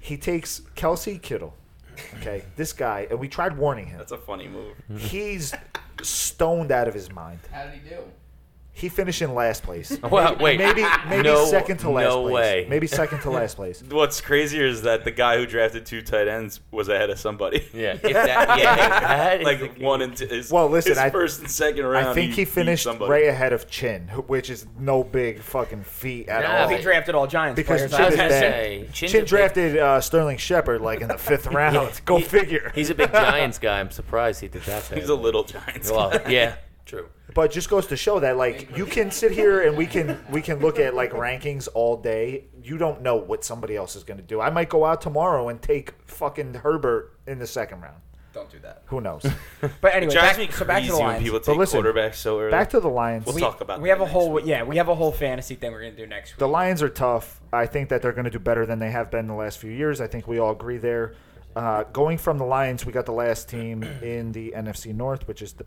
he takes kelsey kittle okay this guy and we tried warning him That's a funny move. Mm-hmm. he's stoned out of his mind How did he do? he finished in last place Well, Oh, wait. maybe maybe No- second to last no place way. maybe second to last place What's crazier is that the guy who drafted two tight ends was ahead of somebody. Yeah. If that, yeah. if that is the like case. one and two. His, Well, listen, his I- first and second round. I think he beat finished somebody. right ahead of Chin, who- which is no big fucking feat at Nah, all. he drafted all Giants players. because Chin I is was gonna gonna bad. say. say, Chin's a Chin big- drafted uh, Sterling Shepard like in the fifth round. Go figure. He's a big Giants guy. I'm surprised he did that. He's bad. a little Giants. Well, guy. yeah. True. but just goes to show that like you can sit here and we can we can look at like rankings all day you don't know what somebody else is going to do i might go out tomorrow and take fucking herbert in the second round Don't do that. who knows But anyway, drives back, me so back to crazy the when Lions. people take listen, quarterbacks so early. back to the lions We'll We- talk about we that have a next whole week. yeah, we have a whole fantasy thing we're gonna do next week. the lions are tough i think that they're going to do better than they have been the last few years i think we all agree there uh, going from the lions we got the last team in the nfc north which is the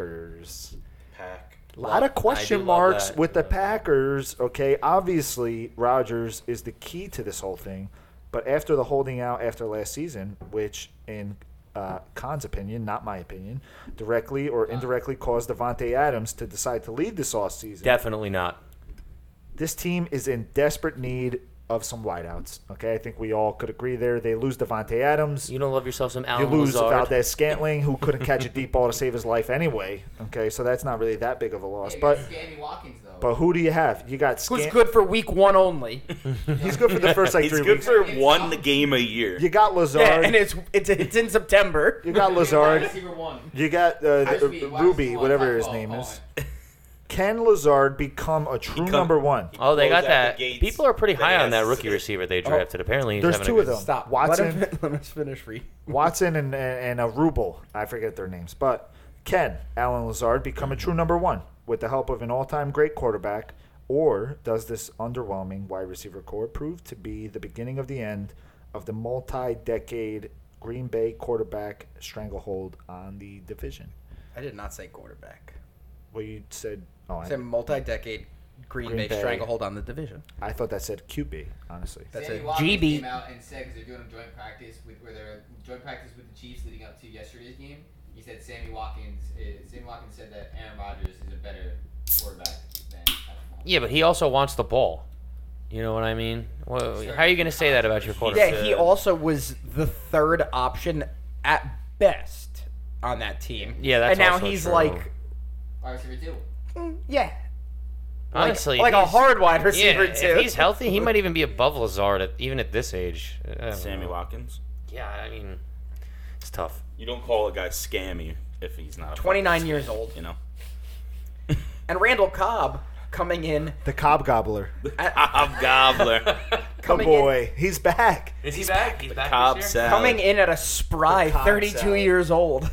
packers Pack. A lot of I question do love marks that. with the Packers. Okay, obviously Rodgers is the key to this whole thing, but after the holding out after last season, which in uh, Khan's opinion, not my opinion, directly or indirectly caused Devontae Adams to decide to leave this offseason. Definitely not. This team is in desperate need of some wideouts. Okay, I think we all could agree there. They lose Devontae Adams. You don't love yourself some You Alan lose Lazard. Valdez Scantling, who couldn't catch a deep ball to save his life anyway. Okay, so that's not really that big of a loss. Hey, But this is Sammy Watkins though. but who do you have? You got Who's Scant- good for week one only? He's good for the first like He's three good weeks. for one game a year. You got Lazard. yeah, and it's it's it's in September. you got Wide Lazard. receiver one. You got uh, Wide the- receiver- wide Ruby, receiver one. whatever his Oh, name oh, is. Can Lazard become a true come- number one? Oh, they Close got out that. the gates. People are pretty They high on asked- that rookie receiver they drafted. Apparently, he's Oh, There's having two a of good them. Stop. Watson. Let, him, let us finish read. Watson and and, and a Ruble. I forget their names, but can Alan Lazard become a true number one with the help of an all-time great quarterback, or does this underwhelming wide receiver core prove to be the beginning of the end of the multi-decade Green Bay quarterback stranglehold on the division? I did not say quarterback. Well, you said. Oh, I I, said multi-decade Green, Green Bay, Bay. stranglehold on the division. I thought that said QB. Honestly, That's Sammy a Watkins GB. came out and said 'cause they're doing a joint practice with where they're joint practice with the Chiefs leading up to yesterday's game. He said Sammy Watkins. Is, Sammy Watkins said that Aaron Rodgers is a better quarterback than Patrick Mahomes. Yeah, but he also wants the ball. You know what I mean? Well, how are you going to say that about your quarterback? Yeah, he also was the third option at best on that team. Yeah, that's and now also he's true. like, Wide receiver two. mm, yeah, Like- Honestly, like, a if he's- hard wide Yeah, receiver if too. he's healthy, he might even be above Lazard at, even at this age. I don't Sammy know. Watkins. Yeah, I mean, it's tough. You don't call a guy scammy if he's not a fucking 29 years scammy, old. You know, and Randall Cobb coming in, The Cobb Gobbler. I'm gobbler. Oh coming in, boy, he's back. Is he back? He's back Cobb this year? salad. coming in at a spry The Cobb 32 salad. years old.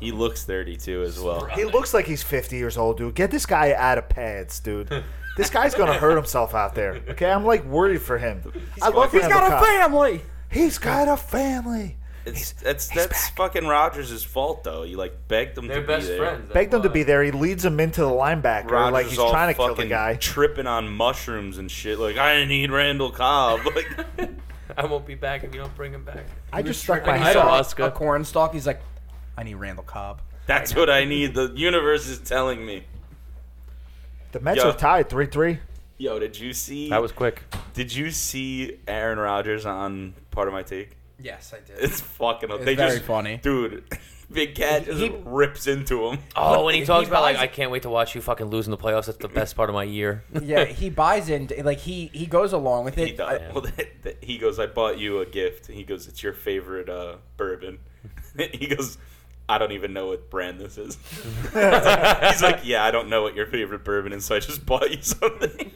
He looks 32 as well. He looks like he's 50 years old, dude. Get this guy out of pads, dude. This guy's gonna hurt himself out there. Okay, I'm like worried for him. I love He's Randall got a Cobb. family. He's got a family. It's that's that's fucking Rogers' fault though. You like begged him They're to best be there. friends. Begged him to why. be there. He leads him into the linebacker Rogers like he's all trying to kill fucking the guy. tripping on mushrooms and shit. Like I need Randall Cobb. Like I won't be back if you don't bring him back. I just stuck my When he head don't- saw up. Oscar. a corn stalk, he's like, I need Randall Cobb. that's what I need. The universe is telling me. The Mets Yo. are tied 3 3. Yo, did you see? That was quick. Did you see Aaron Rodgers on part of my take? Yes, I did. It's fucking. It's they very just, funny. dude. Big cat just He- rips into him. Oh, and he talks about like, buys- I can't wait to watch you fucking lose in the playoffs. That's the best part of my year. yeah, he buys into like he he goes along with He it. does. Well, that, that- he goes, I bought you a gift. He goes, it's your favorite uh, bourbon. he goes, I don't even know what brand this is. He's like, yeah, I don't know what your favorite bourbon is, so I just bought you something.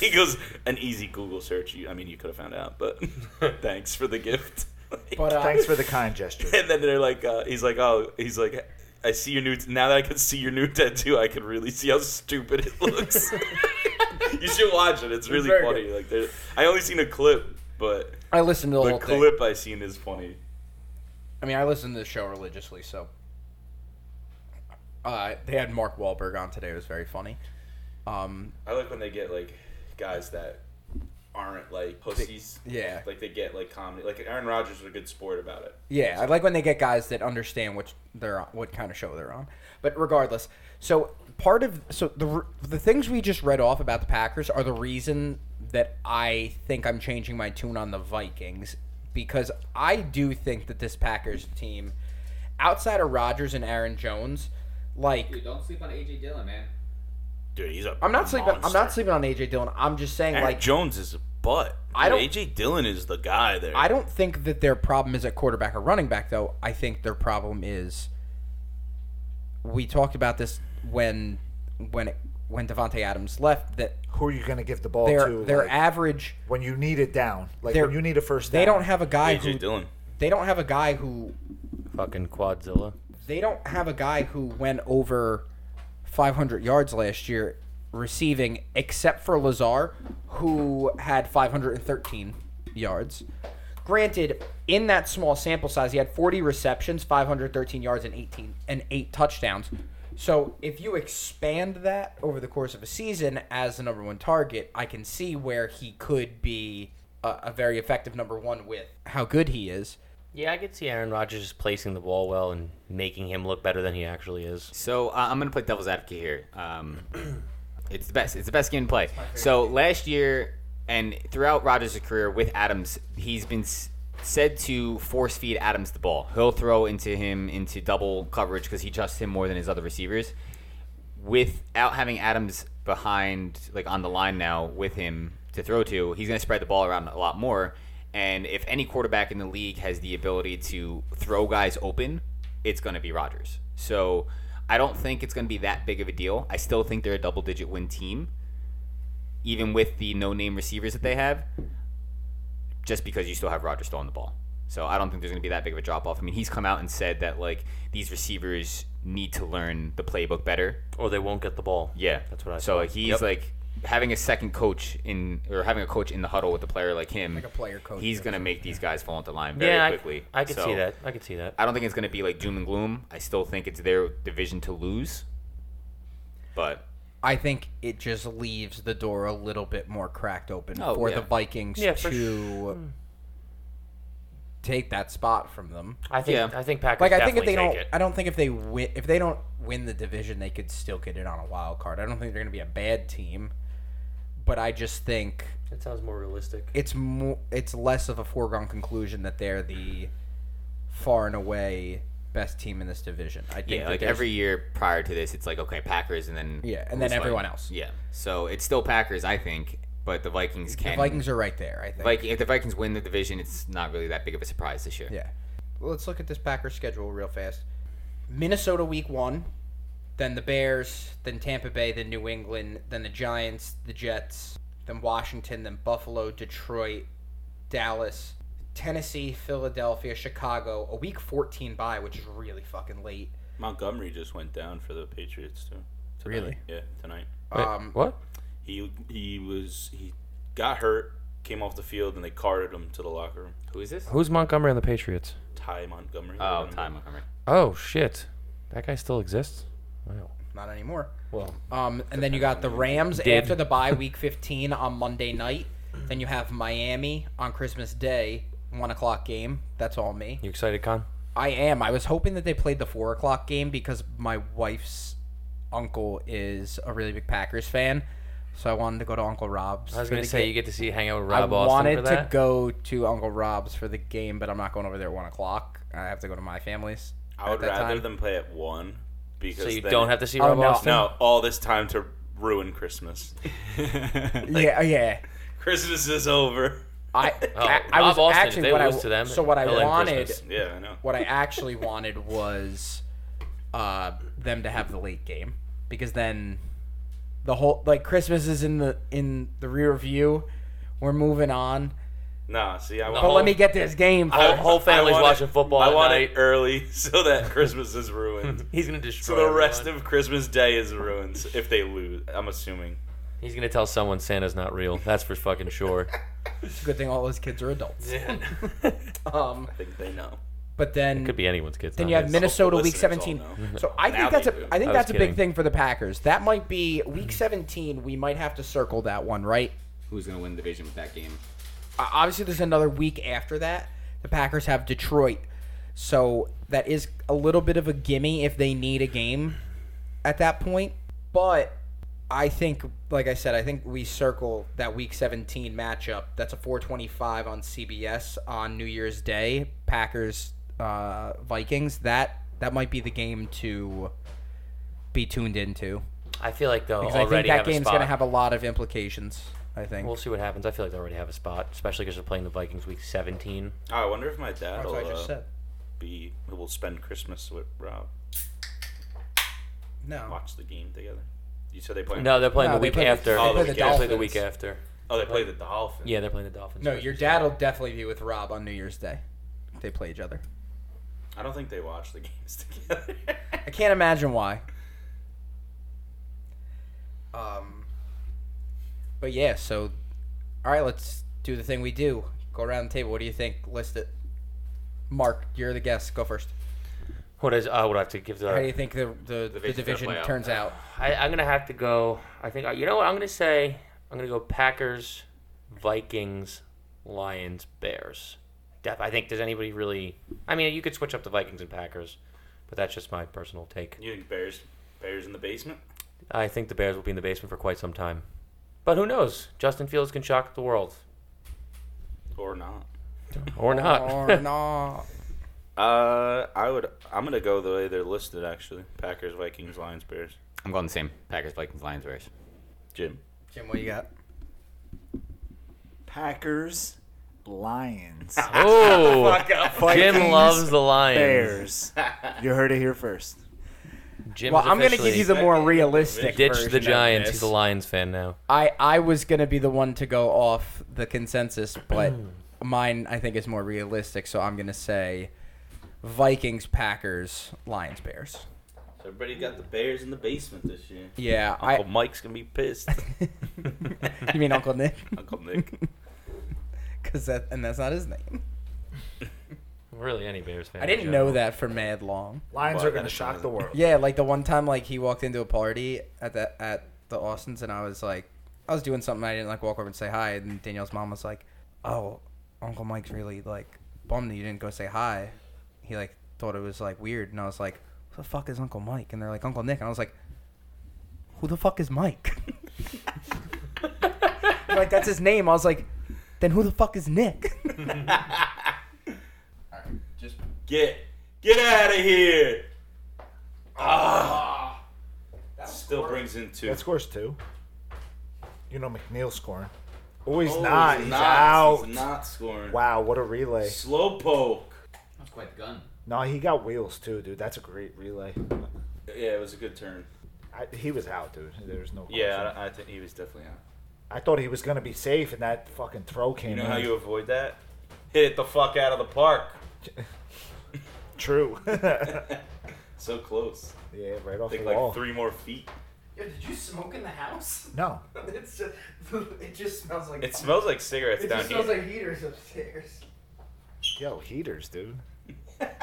he goes, an easy Google search. You, I mean, you could have found out, but thanks for the gift. But uh, Thanks for the kind gesture. and then they're like, uh, he's like, oh, he's like, I see your new. now that I can see your new tattoo, I can really see how stupid it looks. you should watch it. It's really very funny. Like, there- I only seen a clip, but I listened to the, the whole thing. clip I seen is funny. I mean, I listen to the show religiously, so. Uh, they had Mark Wahlberg on today. It was very funny. Um, I like when they get like guys that aren't like pussies. yeah. like they get like comedy. Like Aaron Rodgers was a good sport about it. yeah, I like when they get guys that understand which they're on, what kind of show they're on. But regardless, so part of so the r- the things we just read off about the Packers are the reason that I think I'm changing my tune on the Vikings because I do think that this Packers team, outside of Rodgers and Aaron Jones, like Dude, don't sleep on AJ Dillon, man. Dude, he's a. I'm not sleeping. I'm monster. not sleeping on AJ Dillon. I'm just saying, Aaron like, Jones is a butt. I Dude, don't- AJ Dillon is the guy there. I don't think that their problem is at quarterback or running back, though. I think their problem is. We talked about this when, when, when Devonte Adams left. That Who are you going to give the ball their to? their like, average. when you need it down. Like They're- when you need a first down. They don't have a guy AJ who. Dillon. They don't have a guy who. fucking Quadzilla. They don't have a guy who went over 500 yards last year receiving, except for Lazar, who had 513 yards. Granted, in that small sample size, he had 40 receptions, 513 yards, and 18 and eight touchdowns. So if you expand that over the course of a season as the number one target, I can see where he could be a, a very effective number one with how good he is. Yeah, I could see Aaron Rodgers just placing the ball well and making him look better than he actually is. So uh, I'm gonna play devil's advocate here. Um, it's the best. It's the best game to play. So last year and throughout Rodgers' career with Adams, he's been s- said to force feed Adams the ball. He'll throw into him into double coverage because he trusts him more than his other receivers. Without having Adams behind, like on the line now with him to throw to, he's gonna spread the ball around a lot more. And if any quarterback in the league has the ability to throw guys open, it's going to be Rodgers. So I don't think it's going to be that big of a deal. I still think they're a double digit win team, even with the no name receivers that they have, just because you still have Rodgers throwing the ball. So I don't think there's going to be that big of a drop off. I mean, he's come out and said that, like, these receivers need to learn the playbook better Or they won't get the ball. yeah, That's what I So thought. like, he's Yep. like having a second coach in, or having a coach in the huddle with a player like him. Like a player coach, He's yeah. gonna make these guys fall into line very yeah, I- quickly. I, could So, see that. I could see that. I don't think it's gonna be like doom and gloom. I still think it's their division to lose. But I think it just leaves the door a little bit more cracked open Oh, for yeah. the Vikings Yeah, for to take that spot from them. I think Yeah. I think Packers Like I think if definitely they don't, take I don't think if they win, if they don't win the division, they could still get in on a wild card. I don't think they're going to be a bad team, but I just think it. That sounds more realistic. it's more, it's less of a foregone conclusion that they're the far and away best team in this division. I think Yeah, that like there's- every year prior to this, it's like okay, Packers, and then Yeah, and who's then everyone else. Yeah, so it's still Packers, I think, but the Vikings the can. Vikings are right there. I think. Viking- if the Vikings win the division, it's not really that big of a surprise this year. Yeah. Well, let's look at this Packers schedule real fast. Minnesota week one, then the Bears, then Tampa Bay, then New England, then the Giants, the Jets, then Washington, then Buffalo, Detroit, Dallas, Tennessee, Philadelphia, Chicago. A week 14 bye, which is really fucking late. Montgomery just went down for the Patriots too. Tonight. Really? Yeah, tonight. Wait, Um, what? He he was he got hurt, came off the field, and they carted him to the locker room. Who is this? Who's Montgomery on the Patriots? Ty Montgomery. Oh, Ty Montgomery. Oh shit, that guy still exists. Wow. Not anymore. Well, Um, and then you got the Rams after the bye week 15 on Monday night. Then you have Miami on Christmas Day, 1 o'clock game. That's all me. you excited, Con? I am. I was hoping that they played the four o'clock game because my wife's uncle is a really big Packers fan, so I wanted to go to Uncle Rob's. I was for gonna the say ga- you get to see hang out with Rob I Austin wanted for to that. go to Uncle Rob's for the game, but I'm not going over there at one o'clock. I have to go to my family's. I would at that rather time. them play at one because so you then- don't have to see Oh, Rob no. Austin. no all this time to ruin Christmas. Like, yeah, yeah. Christmas is over. I, Oh, I, I Rob was Austin, if actually they what I lose to them, so what I they'll end wanted, Christmas. Yeah, I know. what I actually wanted was uh, them to have the late game because then the whole like Christmas is in the in the rear view. We're moving on, Nah, see, I but want. let me get this game. Whole, folks. whole family's I want it- watching football I at want night. it early so that Christmas is ruined. He's gonna destroy so the rest everyone. of Christmas Day is ruined if they lose. I'm assuming. He's gonna tell someone Santa's not real. That's for fucking sure. Good thing all those kids are adults. Um, I think they know. but then Could be anyone's kids. then not you have his. Minnesota Hopeful week listeners all 17. know. So I Now think that's they a do. I think I was that's a big kidding. thing for the Packers. That might be week 17. We might have to circle that one, right? Who's gonna win the division with that game? Uh, obviously there's another week after that. The Packers have Detroit. So that is a little bit of a gimme if they need a game at that point. But I think like I said, I think we circle that week 17 matchup. That's a 425 on CBS on New Year's Day. Packers uh, Vikings. That that might be the game to be tuned into. I feel like they'll Because I think already that have a game's spot. going to have a lot of implications, I think. We'll see what happens. I feel like they already have a spot, especially because they're playing the Vikings week 17. Oh, I wonder if my dad That's will what I just uh, said. be will spend Christmas with Rob. No. Watch the game together. You said they play. No, they're playing Mm. No, the they week play the- after. they Oh, play the they play the Dolphins. week after. Oh, they play the Dolphins. Yeah, they're playing the Dolphins. No, first. your dad will definitely be with Rob on New Year's Day. They play each other. I don't think they watch the games together. I can't imagine why. Um, but yeah, so all right, let's do the thing we do. Go around the table. What do you think? List it. Mark, you're the guest. Go first. What is? I would have to give the. How do you think the the, the, Division's gonna division play out. turns out? I, I'm gonna have to go. I think uh, you know what I'm gonna say. I'm gonna go Packers, Vikings, Lions, Bears. Def, I think does anybody really? I mean, you could switch up the Vikings and Packers, but that's just my personal take. you think Bears? Bears in the basement? I think the Bears will be in the basement for quite some time, but who knows? Justin Fields can shock the world Or not? or not. Or not. Uh, I would. I'm gonna go the way they're listed. Actually, Packers, Vikings, Lions, Bears. I'm going the same. Packers, Vikings, Lions, Bears. Jim. Jim, what you got? Packers, Lions, oh, Jim Vikings, loves the Lions. Bears. You heard it here first. Jim's well, I'm gonna give officially you the more realistic. ditch version the of Giants. this. He's a Lions fan now. I I was gonna be the one to go off the consensus, but mine I think is more realistic. So I'm gonna say Vikings, Packers, Lions, Bears. So everybody got the Bears in the basement this year. Yeah, Uncle I. Mike's gonna be pissed. you mean Uncle Nick? Uncle Nick. Because that and that's not his name. Really, any Bears fan? I in didn't general. know that for mad long. Lions Well, are going that to shock the world. Yeah, like the one time like he walked into a party at the at the Austins and I was like I was doing something I didn't like walk over and say hi and Danielle's mom was like, "Oh, Uncle Mike's really like bummed that you didn't go say hi. He like thought it was like weird, and I was like, who the fuck is Uncle Mike? And they're like Uncle Nick, and I was like, who the fuck is Mike? They're like that's his name. I was like, then who the fuck is Nick? Alright, just. Get get out of here. Ah! Still brings in two. That scores two. You know McNeil scoring. Oh, he's Oh, not. He's, not. out. He's not scoring. Wow, what a relay. Slowpoke. That's quite the gun. No, he got wheels too, dude. That's a great relay. Yeah, it was a good turn. I, he was out, dude. There's no question. Yeah, I, I think he was definitely out. I thought he was gonna be safe, and that fucking throw came. You know in. how you avoid that? Hit it the fuck out of the park. True. yeah, So close. right off I think the like wall. three more feet. Yo, did you smoke in the house? No, it's just, it just smells like It smells like cigarettes down here. like heaters upstairs. yo, heaters, dude. No, he's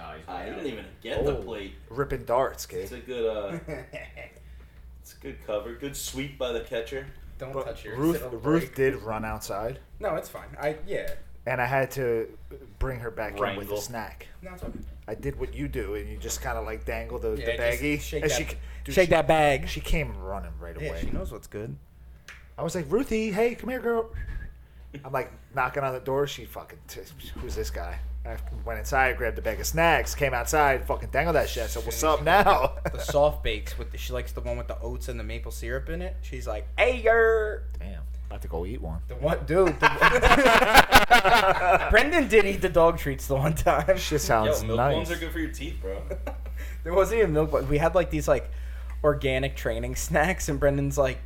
I way out. didn't even get the Oh. plate. Ripping darts, It's kid. a good, uh, it's a good cover. Good sweep by the catcher. Don't But touch your Ruth, it'll break. Ruth did run outside, No, it's fine. I yeah. and I had to bring her back in with Wrangle. a snack. No, it's okay. I did what you do, and you just kind of like dangle the, Yeah, the just baggie, shake and that- she dude, Shake she- that bag. She came running right away. knows what's good. I was like, Ruthie, hey, come here, girl. I'm like knocking on the door. She fucking, t- who's this guy? I went inside, grabbed a bag of snacks, came outside, fucking dangled that shit. I said, what's up now? The soft bakes with the, she likes the one with the oats and the maple syrup in it. She's like, hey er. Damn, about to go eat one. The one dude. the- Brendan did eat the dog treats the one time. Shit Yo, sounds milk nice. ones are good for your teeth, bro. There wasn't even milk, but we had like these like organic training snacks, and Brendan's like,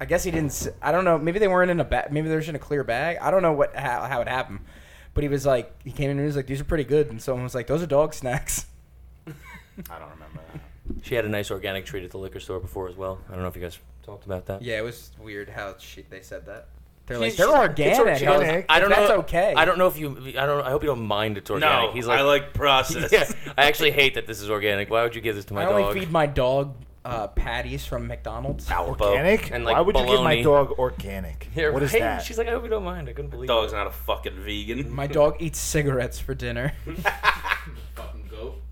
I guess he didn't. s- I don't know. Maybe they weren't in a bag. Maybe they were just in a clear bag. I don't know what how, how it happened, but he was like, he came in and he was like, these are pretty good, and someone was like, those are dog snacks. I don't remember that. She had a nice organic treat at the liquor store before as well. I don't know if you guys talked about that. Yeah, it was weird how she, they said that. They're She's- like, they're organic. it's I was- organic. I don't That's know. okay. I don't know if you. I don't. I hope you don't mind it's organic. No, He's like, I like process. Yeah, I actually hate that this is organic. Why would you give this to my I dog? only feed my dog uh, patties from McDonald's. organic? and, like, Why would you give bologna. my dog organic? Yeah, what is right? that? She's like, I hope you don't mind. I couldn't believe Dog's it. not a fucking vegan. My dog eats cigarettes for dinner. Fucking goat.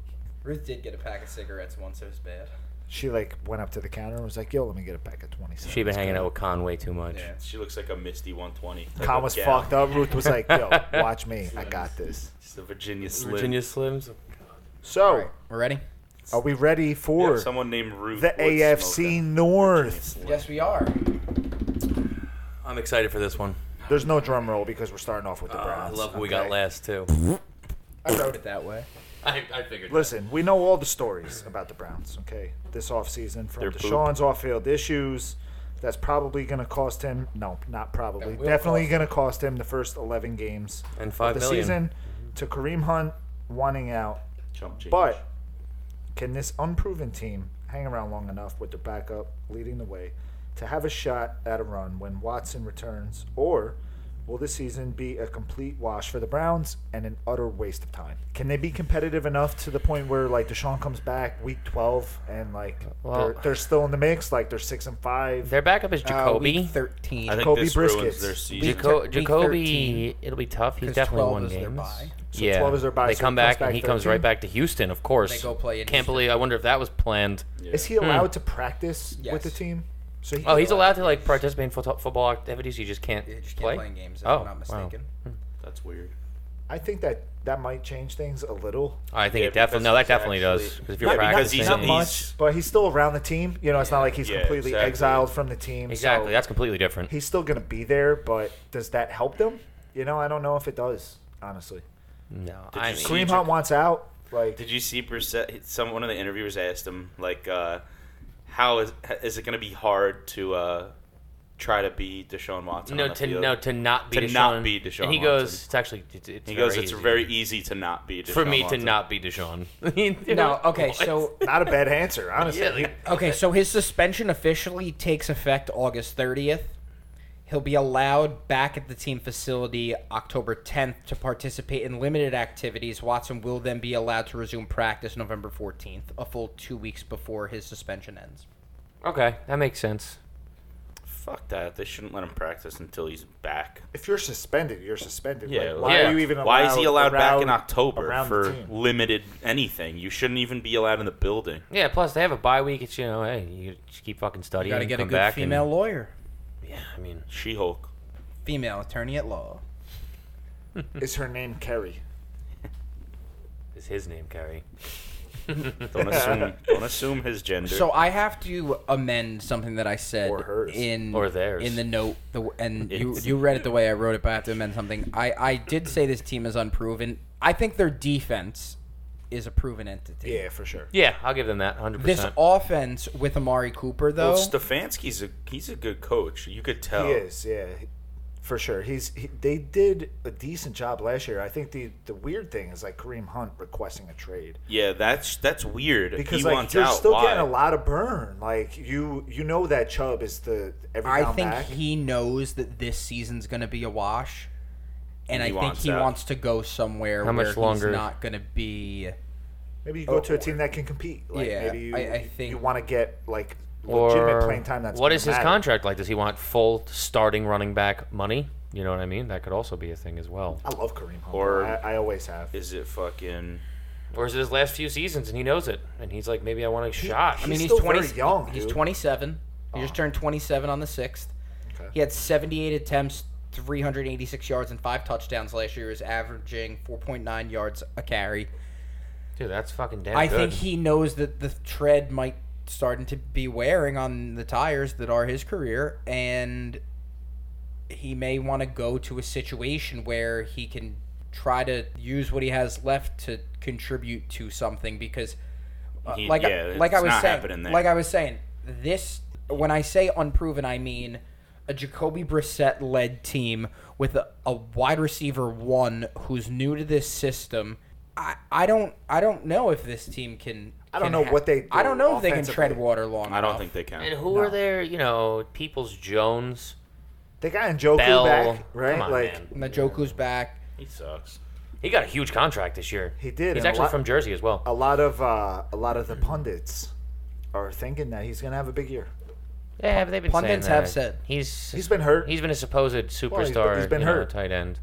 Ruth did get a pack of cigarettes once. It was bad. she like went up to the counter and was like, yo, let me get a pack of 27. She's been hanging out with Conway too much. Yeah. She looks like a Misty 120. Like Con a was gal. fucked up. Ruth was like, yo, watch me. I got this. She's a Virginia Slim. Virginia Slims. So, We're ready. are we ready Yeah, for someone named Ruth. the would AFC smoke a Virginia North? Slim. Yes, we are. I'm excited for this one. There's no drum roll because we're starting off with the Uh, Oh, I Browns. love what we got okay? last too. I wrote it that way. I, I figured. Listen, we know all the stories about the Browns, okay? This offseason from Their poop. Deshaun's off field issues. That's probably going to cost him. No, not probably. That will Definitely cost going to cost him the first 11 games And of five the million. season to Kareem Hunt wanting out. Chump change. But can this unproven team hang around long enough with their backup leading the way to have a shot at a run when Watson returns? Or will this season be a complete wash for the Browns and an utter waste of time? Can they be competitive enough to the point where like Deshaun comes back week twelve and like Uh, Well- they're, they're still in the mix, like they're six and five? Their backup is Uh, week Jacoby. thirteen. I think Kobe this briskets. ruins their season. Jaco- week Jacoby, 13. it'll be tough. He's 'Cause definitely 12 won is their games. bye. So 12 is their bye, They so he come comes back, back and he comes 13? right back to Houston, of course. They go play in Can't Houston. believe. I wonder if that was planned. Yeah. Is he allowed to practice with Yes. the team? So he Hmm. Oh, he's allowed to like participate in foot- football activities. You just can't, They just can't play? play in games. If oh, I'm not wow. mistaken. That's weird. I think that that might change things a little. I think Yeah, it definitely. No, that because he's definitely does. actually- Because if you're Yeah, because practicing, he's Not in much, but he's still around the team. You know, it's not like he's Yeah, completely exactly. exiled from the team. exactly. so- That's completely different. he's still gonna be there, but does that help them? You know, I don't know if it does, honestly. No, Did I you mean, see- Kareem Hunt wants out. Like Did you see Brissett? Some one of the interviewers asked him like, uh, "How is is it going to be hard to uh, try to be Deshaun Watson?" no, on the to field? no, to not be To Deshaun. not be Deshaun And he goes, Watson. it's actually, it's, it's He goes, very "It's easy very easy to not be Deshaun for me Watson. to not be Deshaun." You know, No. Okay. what? So. not a bad answer, honestly. yeah, like, Okay. So his suspension officially takes effect August 30th. He'll be allowed back at the team facility October 10th to participate in limited activities. Watson will then be allowed to resume practice November 14th, a full two weeks before his suspension ends. okay, that makes sense. Fuck that. They shouldn't let him practice until he's back. If you're suspended, you're suspended. Yeah, Like, why yeah. are you even allowed? Why is he allowed back in around- October around for the team? limited anything? You shouldn't even be allowed in the building. Yeah, plus they have a bye week. It's, you know, hey, you just keep fucking You studying. gotta get a come good back female And, lawyer, yeah, I mean, She Hulk. female attorney at law. Is her name Kerry? is his name Kerry? Don't assume. don't assume his gender. So I have to amend something that I said Or hers. in Or theirs. in the note. The, and you It's- you read it the way I wrote it, but I have to amend something. I I did say this team is unproven. I think their defense is a proven entity. Yeah, for sure. Yeah, I'll give them that 100%. This offense with Amari Cooper though, well, Stefanski's a he's a good coach. You could tell. He is, yeah, he- for sure. He's he, they did a decent job last year. I think the the weird thing is like Kareem Hunt requesting a trade Yeah, that's that's weird. because he like wants you're out. still Why? getting a lot of burn. Like you you know that Chubb is the every I down think back. he knows that this season's gonna be a wash, and He I think wants he out. wants to go somewhere How where much longer- he's not gonna be. maybe you go to a team that can compete. Like Yeah, maybe you I- I think- you want to get like legitimate or playing time. That's what gonna is his matter. contract like? Does he want full starting running back money? You know what I mean? That could also be a thing as well. I love Kareem Hunt. Or- I, I always have. Is it fucking? Or is it his last few seasons and he knows it and he's like, maybe I want a shot. I mean, he's still twenty. very young, He's dude. Oh. twenty-seven. He just turned twenty-seven on the sixth. Okay. He had seventy-eight attempts, three hundred eighty-six yards, and five touchdowns last year. He was averaging four point nine yards a carry. Dude, that's fucking damn I good. think he knows that the tread might starting to be wearing on the tires that are his career, and he may want to go to a situation where he can try to use what he has left to contribute to something because uh, He- like yeah, I, like I it's was not saying happening there. like I was saying this when I say unproven I mean a Jacoby Brissett led team with a, a wide receiver one who's new to this system I, I don't I don't know if this team can I can don't know what they I don't do know if they can tread offensively. water long I don't enough. think they can. And who are there? You know, Peoples Jones, They got Njoku Bell. back, right? Come on, like man. and Njoku's back He sucks. He got a huge contract this year. He did, He's and a actually lot- from Jersey as well. a lot of uh, a lot of the pundits are thinking that he's gonna have a big year. Yeah, but they've been Pundits saying that. have said. he's He's been hurt. he's been a supposed superstar. he's been- he's been you know, hurt. tight end.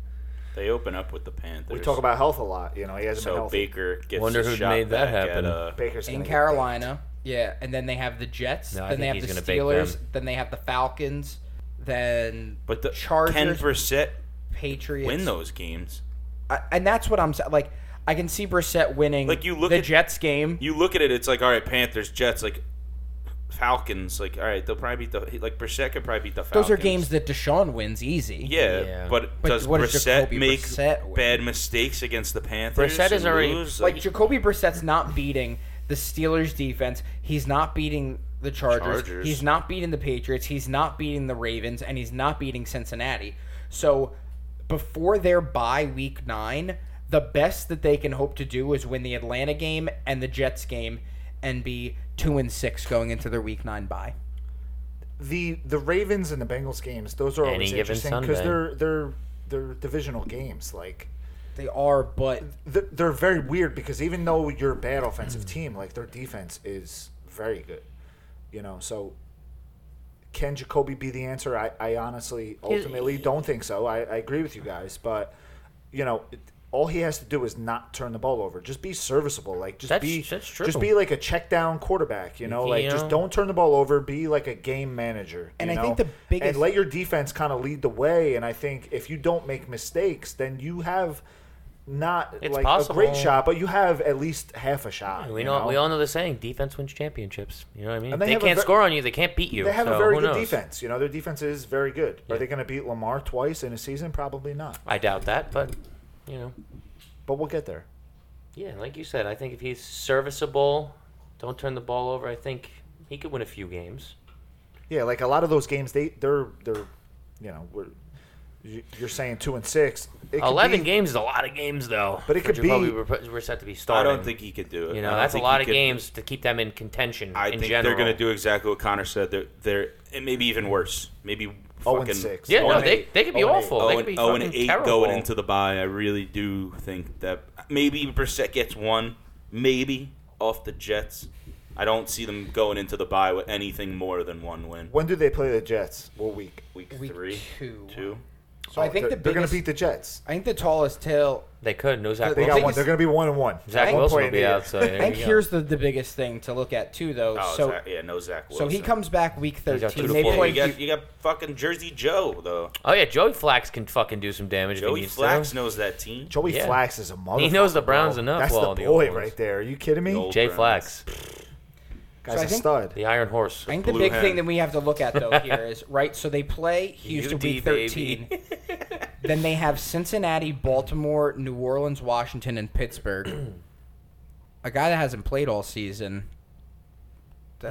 They open up with the Panthers. we talk about health a lot, you know. He hasn't been so healthy. Baker gets Wonder his who shot made that back at, happen. uh, Baker's in gonna get Carolina. Yeah, and then they have the Jets, No, I then they think have the he's gonna bake Steelers, them. then they have the Falcons, then but the Chargers, Ken Brissett Patriots. win those games. I, and that's what I'm sa- like. I can see Brissett winning. Like, you look the at- Jets game. You look at it, it's like all right, Panthers, Jets, like Falcons, like all right, they'll probably beat the like Brissett could probably beat the Falcons. Those are games that Deshaun wins easy. Yeah, Yeah. but, But does what does Brissett Jacoby make Brissett win? bad mistakes against the Panthers? Brissett is and already- lose? Like Jacoby Brissett's not beating the Steelers defense. He's not beating the Chargers. Chargers. He's not beating the Patriots. He's not beating the Ravens, and he's not beating Cincinnati. So before their bye week nine, the best that they can hope to do is win the Atlanta game and the Jets game, and be two and six going into their week nine bye. the the Ravens and the Bengals games. Those are Any always given interesting because Sunday. they're they're they're divisional games. Like They are, but they're, they're very weird because even though you're a bad offensive Mm. team, like their defense is very good. You know, so can Jacoby be the answer? I, I honestly ultimately don't think so. I, I agree with you guys, but you know, it, all he has to do is not turn the ball over. Just be serviceable. Like just That's- be that's true. just be like a check down quarterback, you know? You like just know? don't turn the ball over, be like a game manager. And you I think know? the biggest- and let your defense kind of lead the way. And I think if you don't make mistakes, then you have not It's like possible. a great shot, but you have at least half a shot. We you know, know, we all know the saying: defense wins championships. You know what I mean? And they they have a can't ver- score on you. They can't beat you. They have so a very who good knows? defense. You know, their defense is very good. Are they going to beat Lamar twice in a season? Probably not. I doubt that, but you know, But we'll get there. yeah, like you said, I think if he's serviceable, don't turn the ball over. I think he could win a few games. Yeah, like a lot of those games, they they're they're, you know, we're, you- you're saying two and six. It could Eleven be- games is a lot of games, though. But it for could be- Jacoby Brissett- Brissett to be I starting. don't think he could do it. you I know don't that's a think lot he of could- games to keep them in contention. I in think general. they're going to do exactly what Connor said. They're they're and maybe even worse. Maybe Oh, fucking and six. Yeah, Oh, no, and they, eight. they could be Oh, and eight. awful. Oh, they and, could be oh, and fucking eight terrible. going into the bye. I really do think that maybe Brissett gets one, maybe off the Jets, I don't see them going into the bye with anything more than one win. When do they play the Jets? What week? Week, Week three, two. two. So I think they're, the they're going biggest- to beat the Jets. I think the tallest tail. They could. No Zach They They Well, got Wilson. one. They're going to be one and one. Zach One Wilson point will in be the year. out. So there I think you go. here's the, the biggest thing to look at too, though. Oh, so Zach, yeah, no Zach so Wilson. he comes back week He's out thirteen. two to They four. play You Houston. got, you got fucking Jersey Joe though. Oh yeah, Joey Flax can fucking do some damage. if he Joey needs Flax To. knows that team. Joey Yeah. Flax is a motherfucker. He knows the Browns bro. enough, That's well, the the old boy ones. right there. Are you kidding me? The old- Jay Browns. Flax, So Guy's I a think- stud. the Iron Horse. I think the Blue big thing hand. that we have to look at though here is right. So they play Houston UD, week baby. thirteen. then they have Cincinnati, Baltimore, New Orleans, Washington, and Pittsburgh. A guy that hasn't played all season.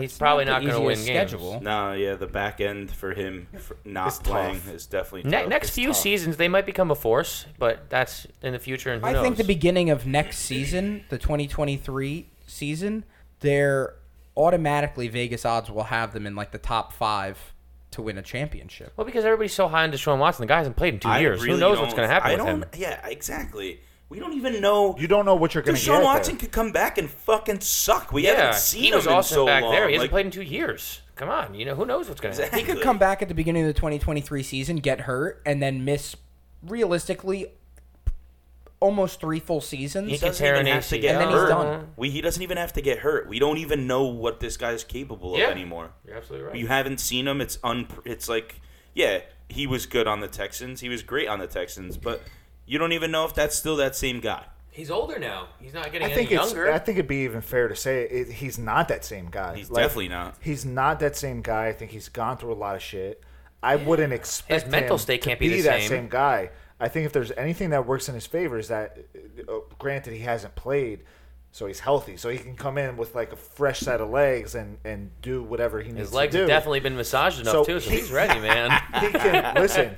He's probably the not gonna easiest win games. schedule. No, yeah, the back end for him for not It's tough. playing is definitely Ne- tough. next It's few tough. seasons, they might become a force, but that's in the future. And who I knows? think the beginning of next season, the 2023 season, they're automatically Vegas odds will have them in like the top five to win a championship. well, because everybody's so high on Deshaun Watson, the guy hasn't played in two I years. really who knows what's don't- going to happen I with don't, him? Yeah, exactly. We don't even know. You don't know what you're going to get. Deshaun there. Watson could come back and fucking suck. We yeah, haven't seen he was him in awesome so back long. there. He hasn't like, played in two years. Come on, you know who knows what's going to happen. exactly. He could come back at the beginning of the 2023 season, get hurt, and then miss realistically almost three full seasons. He He can doesn't tear even an have to ACL. get And then he's hurt. done. We, he doesn't even have to get hurt. We don't even know what this guy's capable Yeah. of anymore. You're absolutely right. You haven't seen him. It's un. It's like, yeah, he was good on the Texans. He was great on the Texans, but you don't even know if that's still that same guy. He's older now. He's not getting I think it's. I think it'd be even fair to say it, he's not that same guy. He's Like, definitely not. He's not that same guy. I think he's gone through a lot of shit. I wouldn't expect mental him state to can't be the that same. guy. I think if there's anything that works in his favor is that, uh, uh, granted, he hasn't played, so he's healthy, so he can come in with like a fresh set of legs and and do whatever he needs His legs to do. have definitely been massaged enough So too, so he- he's ready, man. He can listen.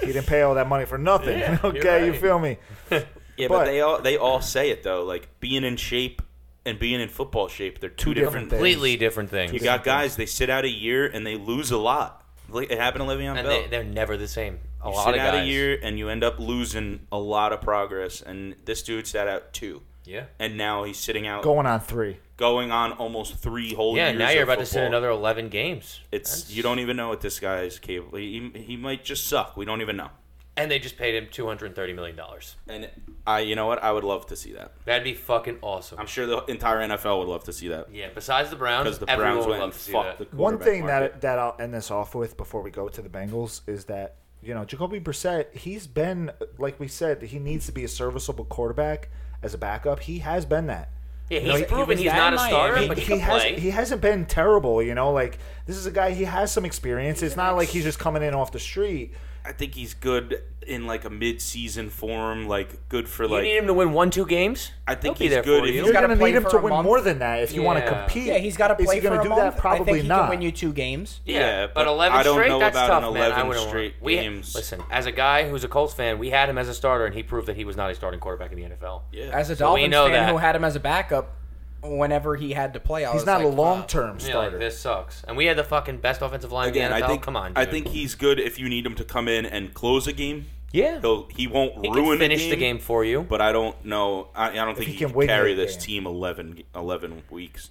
He didn't pay all that money for nothing. Yeah, you're okay, you right. feel me? Yeah, but, But- they all they all say it though. Like being in shape and being in football shape, they're Two two, different different. things. Completely different things. You got guys. They sit out a year and they lose a lot. Like, It happened to Le'Veon and Bell. they, they're never the same. A you lot sit of out guys. a year and you end up losing a lot of progress. And this dude sat out two, Yeah. and now he's sitting out Going on three. going on almost three whole Yeah. years. Now you're of about to sit football. another 11 games. It's That's- you don't even know what this guy is capable. He, he might just suck. We don't even know. And they just paid him 230 million dollars. And I, you know what? I would love to see that. That'd be fucking awesome. I'm sure the entire NFL would love to see that yeah. Besides the Browns, because the everyone Browns would went love to and see fucked that. the One quarterback thing market. that that I'll end this off with before we go to the Bengals is that you know Jacoby Brissett he's been like we said he needs to be a serviceable quarterback as a backup. He has been that. yeah, he's know, he- he proven was he's that not in a Miami. starter, He- but he, he can has play. he hasn't been terrible. You know, like this is a guy he has some experience. It's not like he's just coming in off the street. I think he's good in like a mid-season form, like good for you like. need him to win one, two games. I think He'll be he's there good for if you. He's You're gotta going to play need him for to a win month. more than that if you want Yeah. to compete. yeah, he's got to Is play he for gonna a do month. that? Probably I think he not. Can win you two games. Yeah, Yeah, but, but 11 I don't straight, know that's about tough, an man. I 11 wouldn't straight want. We, games. Listen, as a guy who's a Colts fan, we had him as a starter, and he proved that he was not a starting quarterback in the NFL. Yeah. As a So we Dolphins know fan that. who had him as a backup whenever he had to play, I He's was not like, a long term Yeah, like, starter. this sucks. And we had the fucking best offensive line in Again, the NFL. I think Come on, dude. I think he's good if you need him to come in and close a game. yeah, He'll he won't he ruin can finish a the game for you. But I don't know. I, I don't think he he, can can win carry the this game. team 11, g- 11 weeks.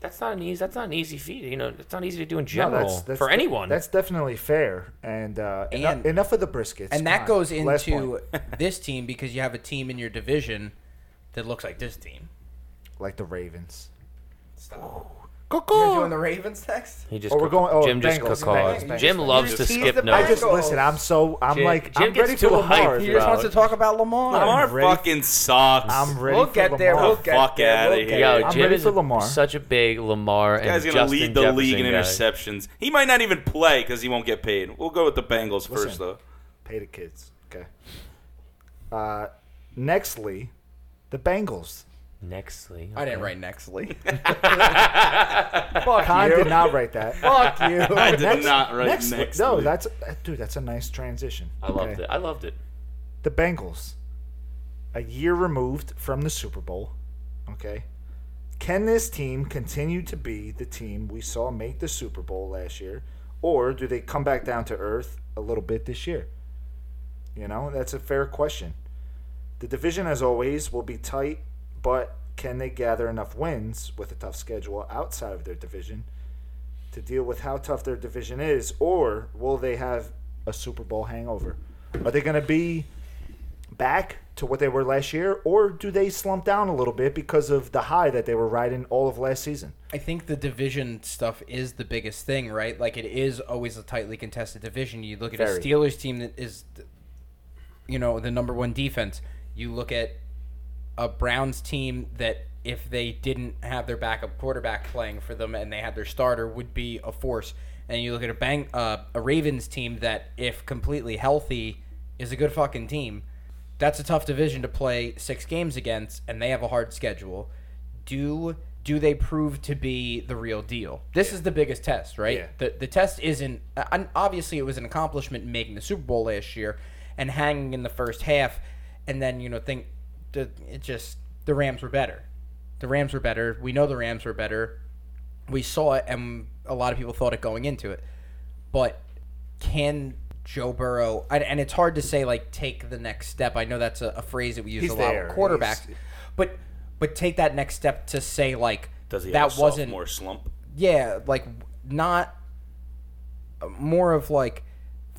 That's not an easy. That's not an easy feat. You know, it's not easy to do in No, general for de- anyone. That's definitely fair. And, uh, eno- And- enough, of the briskets. And Come that on. goes Last point. into this team because you have a team in your division that looks like this team. like the Ravens. You're doing the Ravens next? he just Oh, we're going- oh, Jim just Bengals, cacawed. Bengals, Bengals. Jim loves to He's skip the I notes. just Bengals. listen. I'm so I'm Jim- like Jim I'm gets ready too for Lamar. hyped, He bro. just wants to talk about Lamar. Lamar ready- fucking sucks. I'm ready. We'll for get there. Lamar. We'll get fuck there. outta we'll here. get Yo, there. I'm Jim ready is for Lamar. such a big Lamar and This guy's gonna Justin lead the Jefferson league guy. in interceptions. He might not even play because he won't get paid. We'll go with the Bengals first, Listen. though. Pay the kids. Okay. Uh, nextly, the Bengals. Next league. I didn't write nextly. Khan did not write that. Fuck you. I did not write nextly. No, that's uh, dude. That's a nice transition. I loved Okay. it. I loved it. The Bengals, a year removed from the Super Bowl. Okay. Can this team continue to be the team we saw make the Super Bowl last year, or do they come back down to earth a little bit this year? You know, that's a fair question. The division, as always, will be tight, but Can they gather enough wins with a tough schedule outside of their division to deal with how tough their division is, or will they have a Super Bowl hangover? Are they going to be back to what they were last year, or do they slump down a little bit because of the high that they were riding all of last season? I think the division stuff is the biggest thing, right? Like it is always a tightly contested division. You look at Very. a Steelers team that is, you know, the number one defense. You look at a Browns team that, if they didn't have their backup quarterback playing for them and they had their starter, would be a force. And you look at a bang uh, a Ravens team that, if completely healthy, is a good fucking team. That's a tough division to play six games against, and they have a hard schedule do do they prove to be the real deal? This is the biggest test, right? Yeah. The the test isn't uh, un- obviously it was an accomplishment making the Super Bowl last year and hanging in the first half, and then you know think the, it just the Rams were better. The Rams were better. We know the Rams were better. We saw it, and a lot of people thought it going into it. But can Joe Burrow and, and it's hard to say like take the next step. I know that's a, a phrase that we use He's a lot there. with quarterbacks, He's- but but take that next step to say like Does he that have a wasn't sophomore slump? yeah like not more of like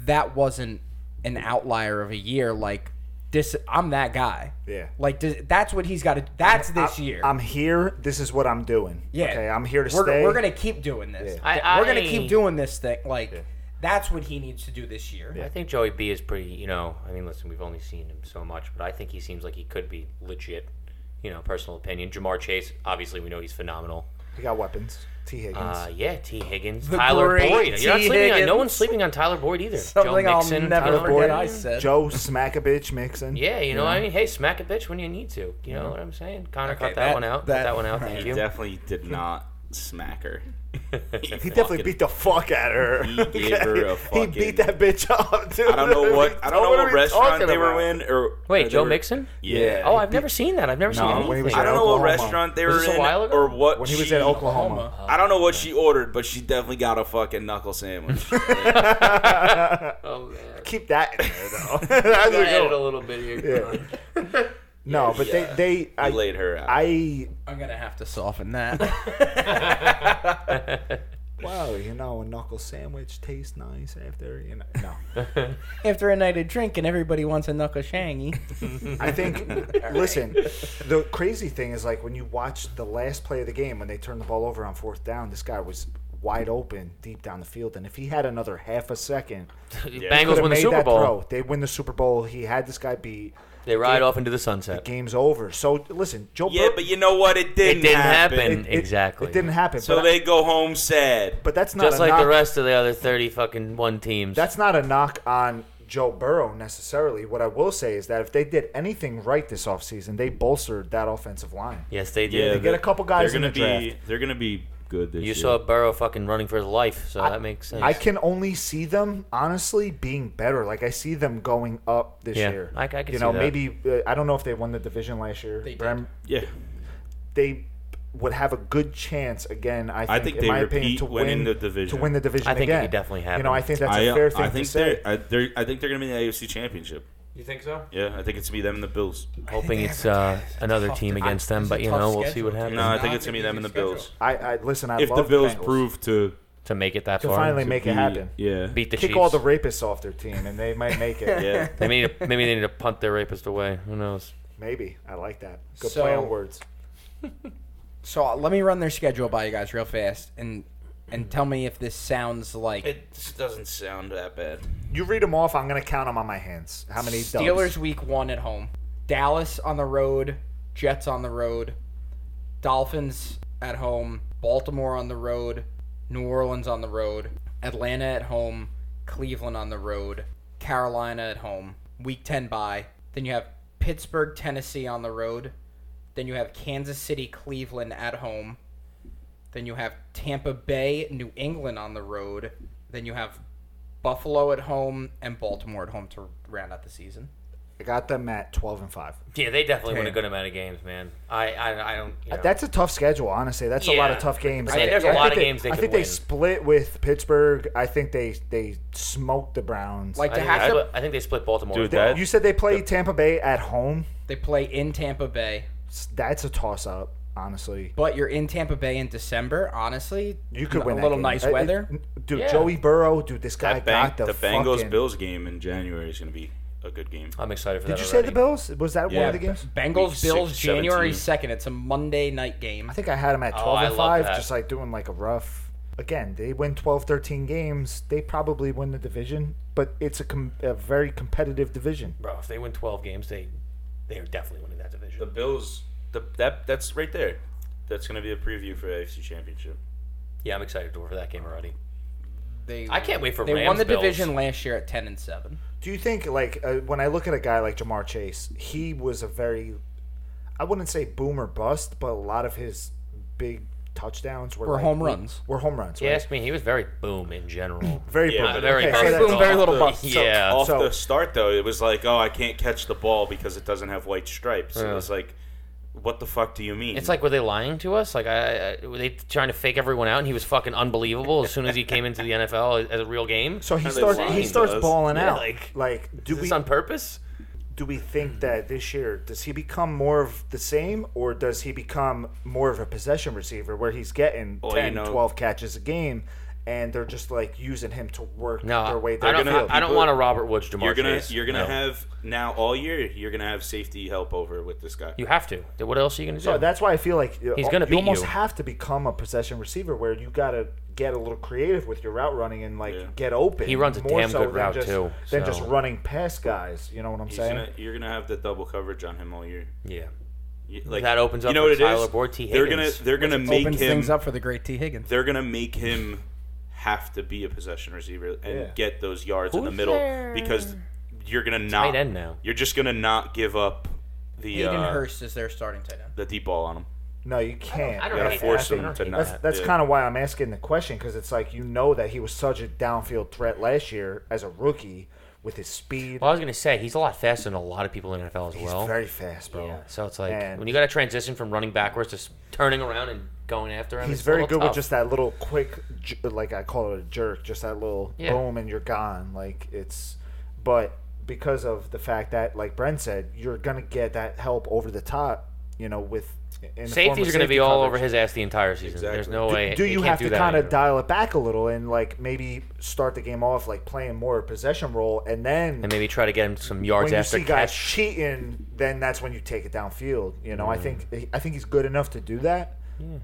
that wasn't an outlier of a year like this I'm that guy Yeah. like does, that's what he's got to that's this I- year I'm here. This is what I'm doing. yeah Okay, I'm here to we're, stay. we're gonna keep doing this Yeah. I- we're gonna I- keep doing this thing like that's what he needs to do this year I think Joey B is pretty, you know, I mean, listen, we've only seen him so much, but I think he seems like he could be legit, you know, personal opinion. Jamar Chase, obviously, we know he's phenomenal. He got weapons. T. Higgins. Uh, yeah, T. Higgins, The Tyler great Boyd. You're not T. sleeping on, no Higgins. one's sleeping on Tyler Boyd either. something Joe I'll Nixon, never Tyler forget Boyd. I said Joe smack a bitch Mixon. Yeah, you know, what I mean, hey, smack a bitch when you need to. You know what I'm saying? Connor Okay, cut that, that- one out. that- cut that one out. He Thank you. definitely did Hmm. not smack her. He definitely beat the fuck out of her. He gave her a He fucking- beat that bitch up, dude. I don't know what I don't know What are we what restaurant talking they were about? in or Wait, or they Joe were- Mixon? Yeah. Oh, I've never seen that. I've never seen No, when he was I anything. don't know Oklahoma. what restaurant they Was were this a in while ago? or what When he was she- at Oklahoma. I don't know what she ordered, but she definitely got a fucking knuckle sandwich. Oh man. Keep that in there, though. That's a I added good a one. little bit here. Yeah. No, but they, Yeah. they I I, laid her out. I, I'm gonna have to soften that well, you know, a knuckle sandwich tastes nice after, you know. No. after a night of drinking everybody wants a knuckle shangy I think. listen, the crazy thing is like when you watch the last play of the game when they turned the ball over on fourth down. This guy was wide open deep down the field, and if he had another half a second, he Bengals could've win the made Super that Bowl. throw. They win the Super Bowl. He had this guy beat. They ride off into the sunset. Game's over. So listen, Joe. yeah, Bur- but you know what? It didn't, didn't happen. happen. it- it- exactly. It, didn't happen. So but, they go home sad. but that's not Just a like knock. the rest of the other 30 fucking one teams. That's not a knock on Joe Burrow necessarily. What I will say is that if they did anything right this offseason, they bolstered that offensive line. yes, they Yeah, did. get a couple guys They're in gonna the be they're gonna be good this You year. saw Burrow fucking running for his life, so that makes sense. I can only see them honestly being better. Like I see them going up this Yeah, year. I- I can see you know that. maybe uh, I don't know if they won the division last year. They but I'm- yeah. they would have a good chance again. I think, I think in they my opinion, repeat to winning win the division. To win the division I think it again. could definitely You happen. know, I think that's I, a fair thing I to think say. they're, I, they're I think they're gonna be in the AFC Championship. You think so? Yeah, I think it's gonna be them and the Bills. Hoping it's uh, another tough team to- against them, it's but a you tough know, we'll see schedule, what happens. dude. No, I not think it's gonna be an them and the easy schedule. Bills. I, I listen. I if the love Bills Bengals. prove to, To make it that To far. finally to make it be- happen. yeah, beat the kick Chiefs. all the rapists off their team, and they might make it. yeah. They may need to- maybe they need to punt their rapist away. Who knows? Maybe I like that. Good So- play on words. So uh, let me run their schedule by you guys real fast and and tell me if this sounds like It just doesn't sound that bad. You read them off. I'm gonna count them on my hands. How many dubs? Steelers week 1 at home, Dallas on the road, Jets on the road, Dolphins at home, Baltimore on the road, New Orleans on the road, Atlanta at home, Cleveland on the road, Carolina at home, week 10 bye. Then you have Pittsburgh, Tennessee on the road. Then you have Kansas City, Cleveland at home. Then you have Tampa Bay, New England on the road. Then you have Buffalo at home and Baltimore at home to round out the season. I got them at 12 and five. Yeah, they definitely win a Damn. good amount of games, man. I I, I don't. You know. That's a tough schedule, honestly. That's a lot of Yeah. tough games. I mean, there's a a lot of games they I could think win. they split with Pittsburgh. I think they they smoked the Browns. Like I to think, have they to, split- I think they split Baltimore. Dude, as well. that- you said, they play Tampa Bay at home. they play in Tampa Bay. s- that's a toss up, honestly. But you're in Tampa Bay in December. Honestly, You could a win that little game. nice Uh, it- weather. dude. Yeah. Joey Burrow, dude, this guy That bank, got the, the, Bengals fucking- Bills game in January is going to be a good game. I'm excited for that. Did you say already. the Bills? Was that one Yeah. of the games? Week Bengals six, Bills January 17. second. It's a Monday night game. I think I had them at Oh, 12 I and love 5, that. just like doing like a rough. Again, they win 12, 13 games. They probably win the division, but it's a, com- a very competitive division. Bro, if they win 12 games, they they are definitely winning that The division. Bills, the, that that's right there. That's going to be a preview for AFC Championship. Yeah, I'm excited for that game already. They, I can't wait for They Rams won the Bills. division last year at ten and seven. Do you think, like, uh, when I look at a guy like Jamar Chase, he was a very, I wouldn't say boom or bust, but a lot of his big touchdowns were, Were like- home runs. Were home runs. You right? ask me, he was very boom in general. Very Yeah, boom. very Okay, so boom. that's- Boom, very little the- bust. yeah. off So- the start though it was like oh i can't catch the ball because it doesn't have white stripes and it was like what the fuck do you mean It's like were they lying to us? Like, I, I, were they trying to fake everyone out? And he was fucking unbelievable as soon as he came into the NFL as, as a real game. So he Kinda starts. lying He to starts us. balling Yeah, out. like, Like, do is this we on purpose? do we Mm-hmm. think that this year does he become more of the same, or does he become more of a possession receiver where he's getting Well, you 10, know- 12 catches a game, and they're just like using him to work No, their way down I don't. the gonna- field? I, I don't people- want a Robert Woods, Jamar you're gonna Chase. you're gonna No. have now all year you're gonna have safety help over with this guy You have to. Then What else are you gonna do? So that's why I feel like you- He's gonna you beat almost you. have to become a possession receiver where you gotta get a little creative with your route running and like Yeah. get open. He runs a more damn so good than route, just- too, Than so- just running past guys. You know what I'm He's saying? gonna- you're gonna have the double coverage on him all year yeah. You- like That opens up you know for what it Tyler is? Boyd, T. they're gonna Higgins, they're gonna make Opens him things up for the great T Higgins. they're gonna make him have to be a possession receiver and Yeah. get those yards in the Who's middle their because you're gonna not Tight end now. you're just gonna not give up the Hayden uh, Hurst is their starting tight end. the deep ball on him no, you can't. I you don't gotta hate force that. I him don't to hate not That's that's Yeah. kind of why I'm asking the question because it's like you know that he was such a downfield threat last year as a rookie with his speed. Well, I was gonna say he's a lot faster than a lot of people in the NFL as He's Oh, well. very fast, bro. Yeah, so it's like And when you got to transition from running backwards to s- turning around and going after him. he's it's a very little good with tough. just that little quick, j- like I call it a jerk, just that little Yeah. boom and you're gone. Like it's, but because of the fact that, like Brent said, you're gonna get that help over the top. You know, with in the form safeties of are going to safety be all coverage. over his ass the entire season. There's Exactly. no Do- way. do they you can't have do to that kind of anymore. dial it back a little and like maybe start the game off like playing more possession role and then and maybe try to get him some yards when you after see guys catch? Mm. cheating, then that's when you take it downfield. You know, I think I think he's good enough to do that.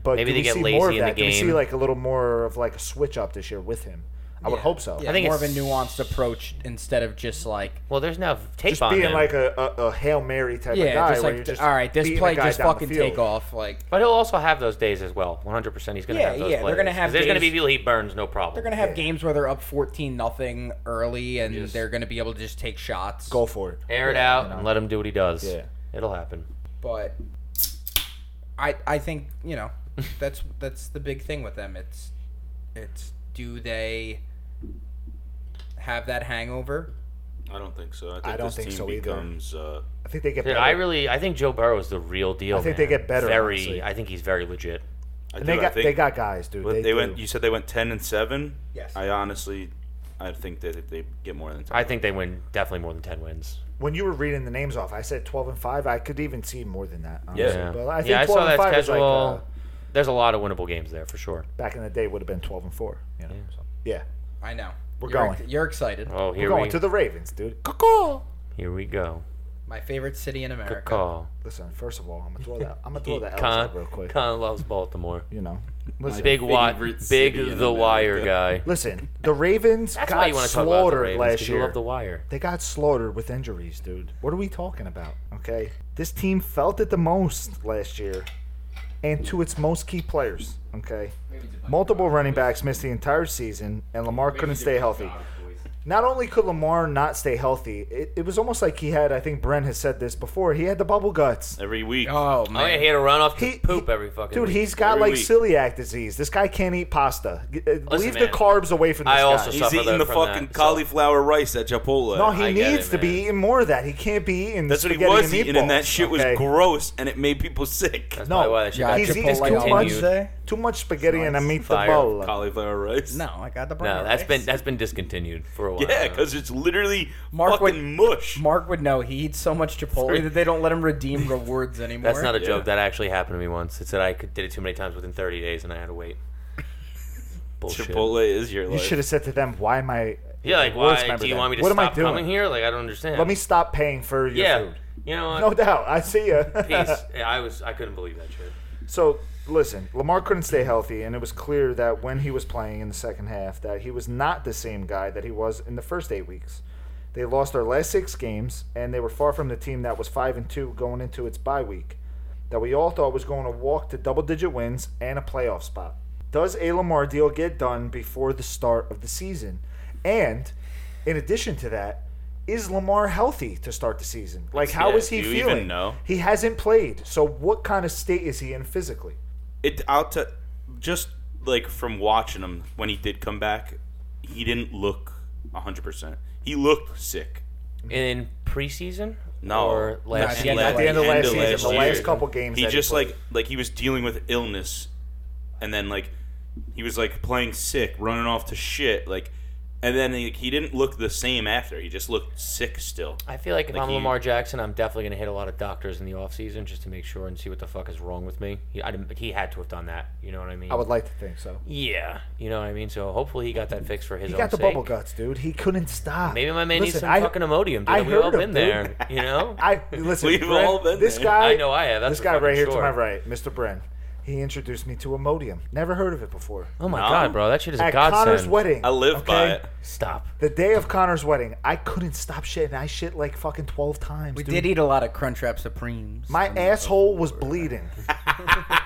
But Maybe do they we get see lazy more of in the that? Do we see game. like a little more of like a switch up this year with him? I would hope so. Yeah, I think more it's- of a nuanced approach instead of just like Well, there's now tape Just on being him. like a, a, a hail mary type of yeah, guy. just where like you're just all right, this beating a play guy just down the fucking field. take off. Like but he'll also have those days as well. 100. percent He's going to Yeah, have those. yeah, they're plays. gonna have 'Cause There's going to be days- people he burns, no problem. they're gonna have games where they're up fourteen nothing early, and they're gonna be able to just take shots. Go for it. air it out and let him do what he does. Yeah. it'll happen. but I I think you know that's that's the big thing with them. It's it's do they have that hangover? i don't think so i, think I don't this think team so either. becomes, uh, I think they get. Dude, better. I really, I think Joe Burrow is the real deal. I think man. they get better, Very, honestly. I think he's very legit. I And they do, I got think- they got guys, dude. But they, do. went. You said they went ten and seven. Yes. I honestly, I think that they get more than ten. I think they win definitely more than ten wins. when you were reading the names off, I said twelve and five. I could even see more than that. Honestly. Yeah. but I think yeah, I twelve saw that and five is schedule. like uh, There's a lot of winnable games there for sure. back in the day would have been twelve and four. You know, so, yeah. I know We're You're- going. You're excited. Oh, We're here going we to the Ravens, dude. here we go. My favorite city in America. Call. Listen, first of all, I'm gonna throw that. I'm gonna throw that Con, out real quick. Con loves Baltimore. You know, listen, Big wire, favorite big city in the wire guy. America. listen. The Ravens That's why got you want to talk about the slaughtered Ravens. 'cause last You year. love the wire. They got slaughtered with injuries, dude. What are we talking about? Okay, this team felt it the most last year, and to its most key players. Okay, Ravens are fucking multiple dog running boys. backs missed the entire season, and Lamar Ravens couldn't are stay healthy. dog boys. not only could Lamar not stay healthy, it, it was almost like he had, I think Bren has said this before, he had the bubble guts. every week. Oh Oh yeah, man, he had a run off to He- poop he- every fucking. Dude, week. he's got Every like week. celiac disease. This guy can't eat pasta. G- uh, Leave the man, carbs away from this I guy. also He's suffer eating the- the from fucking that, so- cauliflower rice at Chipotle. no, he I get needs it, to be man. eating more of that. He can't be eating. that's what he spaghetti was eating, and that meatballs, shit was okay? gross, and it made people sick. That's No, probably why that shit yeah, got he's Chipotle eating too much. Wednesday. Too much spaghetti and a Nice. meatball. cauliflower rice. No, I got the brown. No, that's rice. been that's been discontinued for a while. Yeah, now. because it's literally Mark fucking mush. Mark would know. He eats so much Chipotle Sorry. that they don't let him redeem rewards anymore. that's not a Yeah. joke. That actually happened to me once. It said I could, did it too many times within 30 days, and I had to wait. Bullshit. Chipotle is your You life. should have said to them, "Why am I?" Yeah, like Rewards why member do you then. want me to What am I stop doing? coming here? Like I don't understand. Let me stop paying for your Yeah, food. you know what? No doubt. I see you. Peace. I was I couldn't believe that shit. So listen, Lamar couldn't stay healthy, and it was clear that when he was playing in the second half, that he was not the same guy that he was in the first eight weeks. They lost their last six games, and they were far from the team that was five and two going into its bye week, that we all thought was going to walk to double-digit wins and a playoff spot. Does a Lamar deal get done before the start of the season? And in addition to that, is Lamar healthy to start the season? Like, how is Yeah, he do you even feeling? know? He hasn't played, so what kind of state is he in physically? it out to just like from watching him when he did come back, he didn't look hundred percent. He looked sick. Mm. In preseason? No. Or No, at last the year? end- at the end of last of season, last the year. last couple games, He that just played. like like he was dealing with illness, and then like he was like playing sick, running off to shit, like, and then like, he didn't look the same after. He just looked sick still. I feel like if Like I'm you- Lamar Jackson, I'm definitely going to hit a lot of doctors in the offseason just to make sure and see what the fuck is wrong with me. He, I didn't, he had to have done that. You know what I mean? I would like to think so. Yeah. You know what I mean? So hopefully he got that fixed for his He own got the sake. bubble guts, dude. He couldn't stop. Maybe my man needs Listen, some I- fucking Imodium, dude. I We've heard all been him, there. dude. You know? I listen. We've Bren, all been this there. guy. I know I have, that's this for guy fucking right here to sure. my right, Mr. Bren. He introduced me to Imodium. Never heard of it before. oh my No. God, bro. That shit is a At Connor's godsend. wedding, I live by it. Stop. The day of Connor's wedding, I couldn't stop shitting. I shit like fucking twelve times. We dude. did eat a lot of Crunchwrap Supremes. My on the- asshole was bleeding.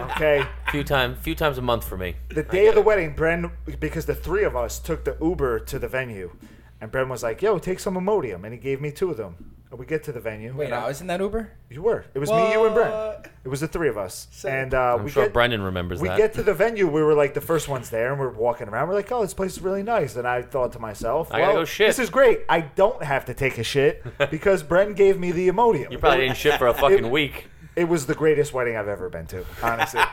okay. Few time, few times a month for me. The day of the wedding, Bren, because the three of us took the Uber to the venue, and Bren was like, "Yo, take some Imodium," and he gave me two of them. And we get to the venue. Wait, and I'm- I was in that Uber. You were. It was me, you, and Brent. What? It was the three of us. And uh, I'm we sure get Brendan remembers we that. get to the venue. We were like the first ones there, and we're walking around. We're like, "Oh, this place is really nice." And I thought to myself, I gotta well, go shit." This is great. I don't have to take a shit because Bren gave me the Imodium." you probably didn't shit for a fucking week. It was the greatest wedding I've ever been to. Honestly,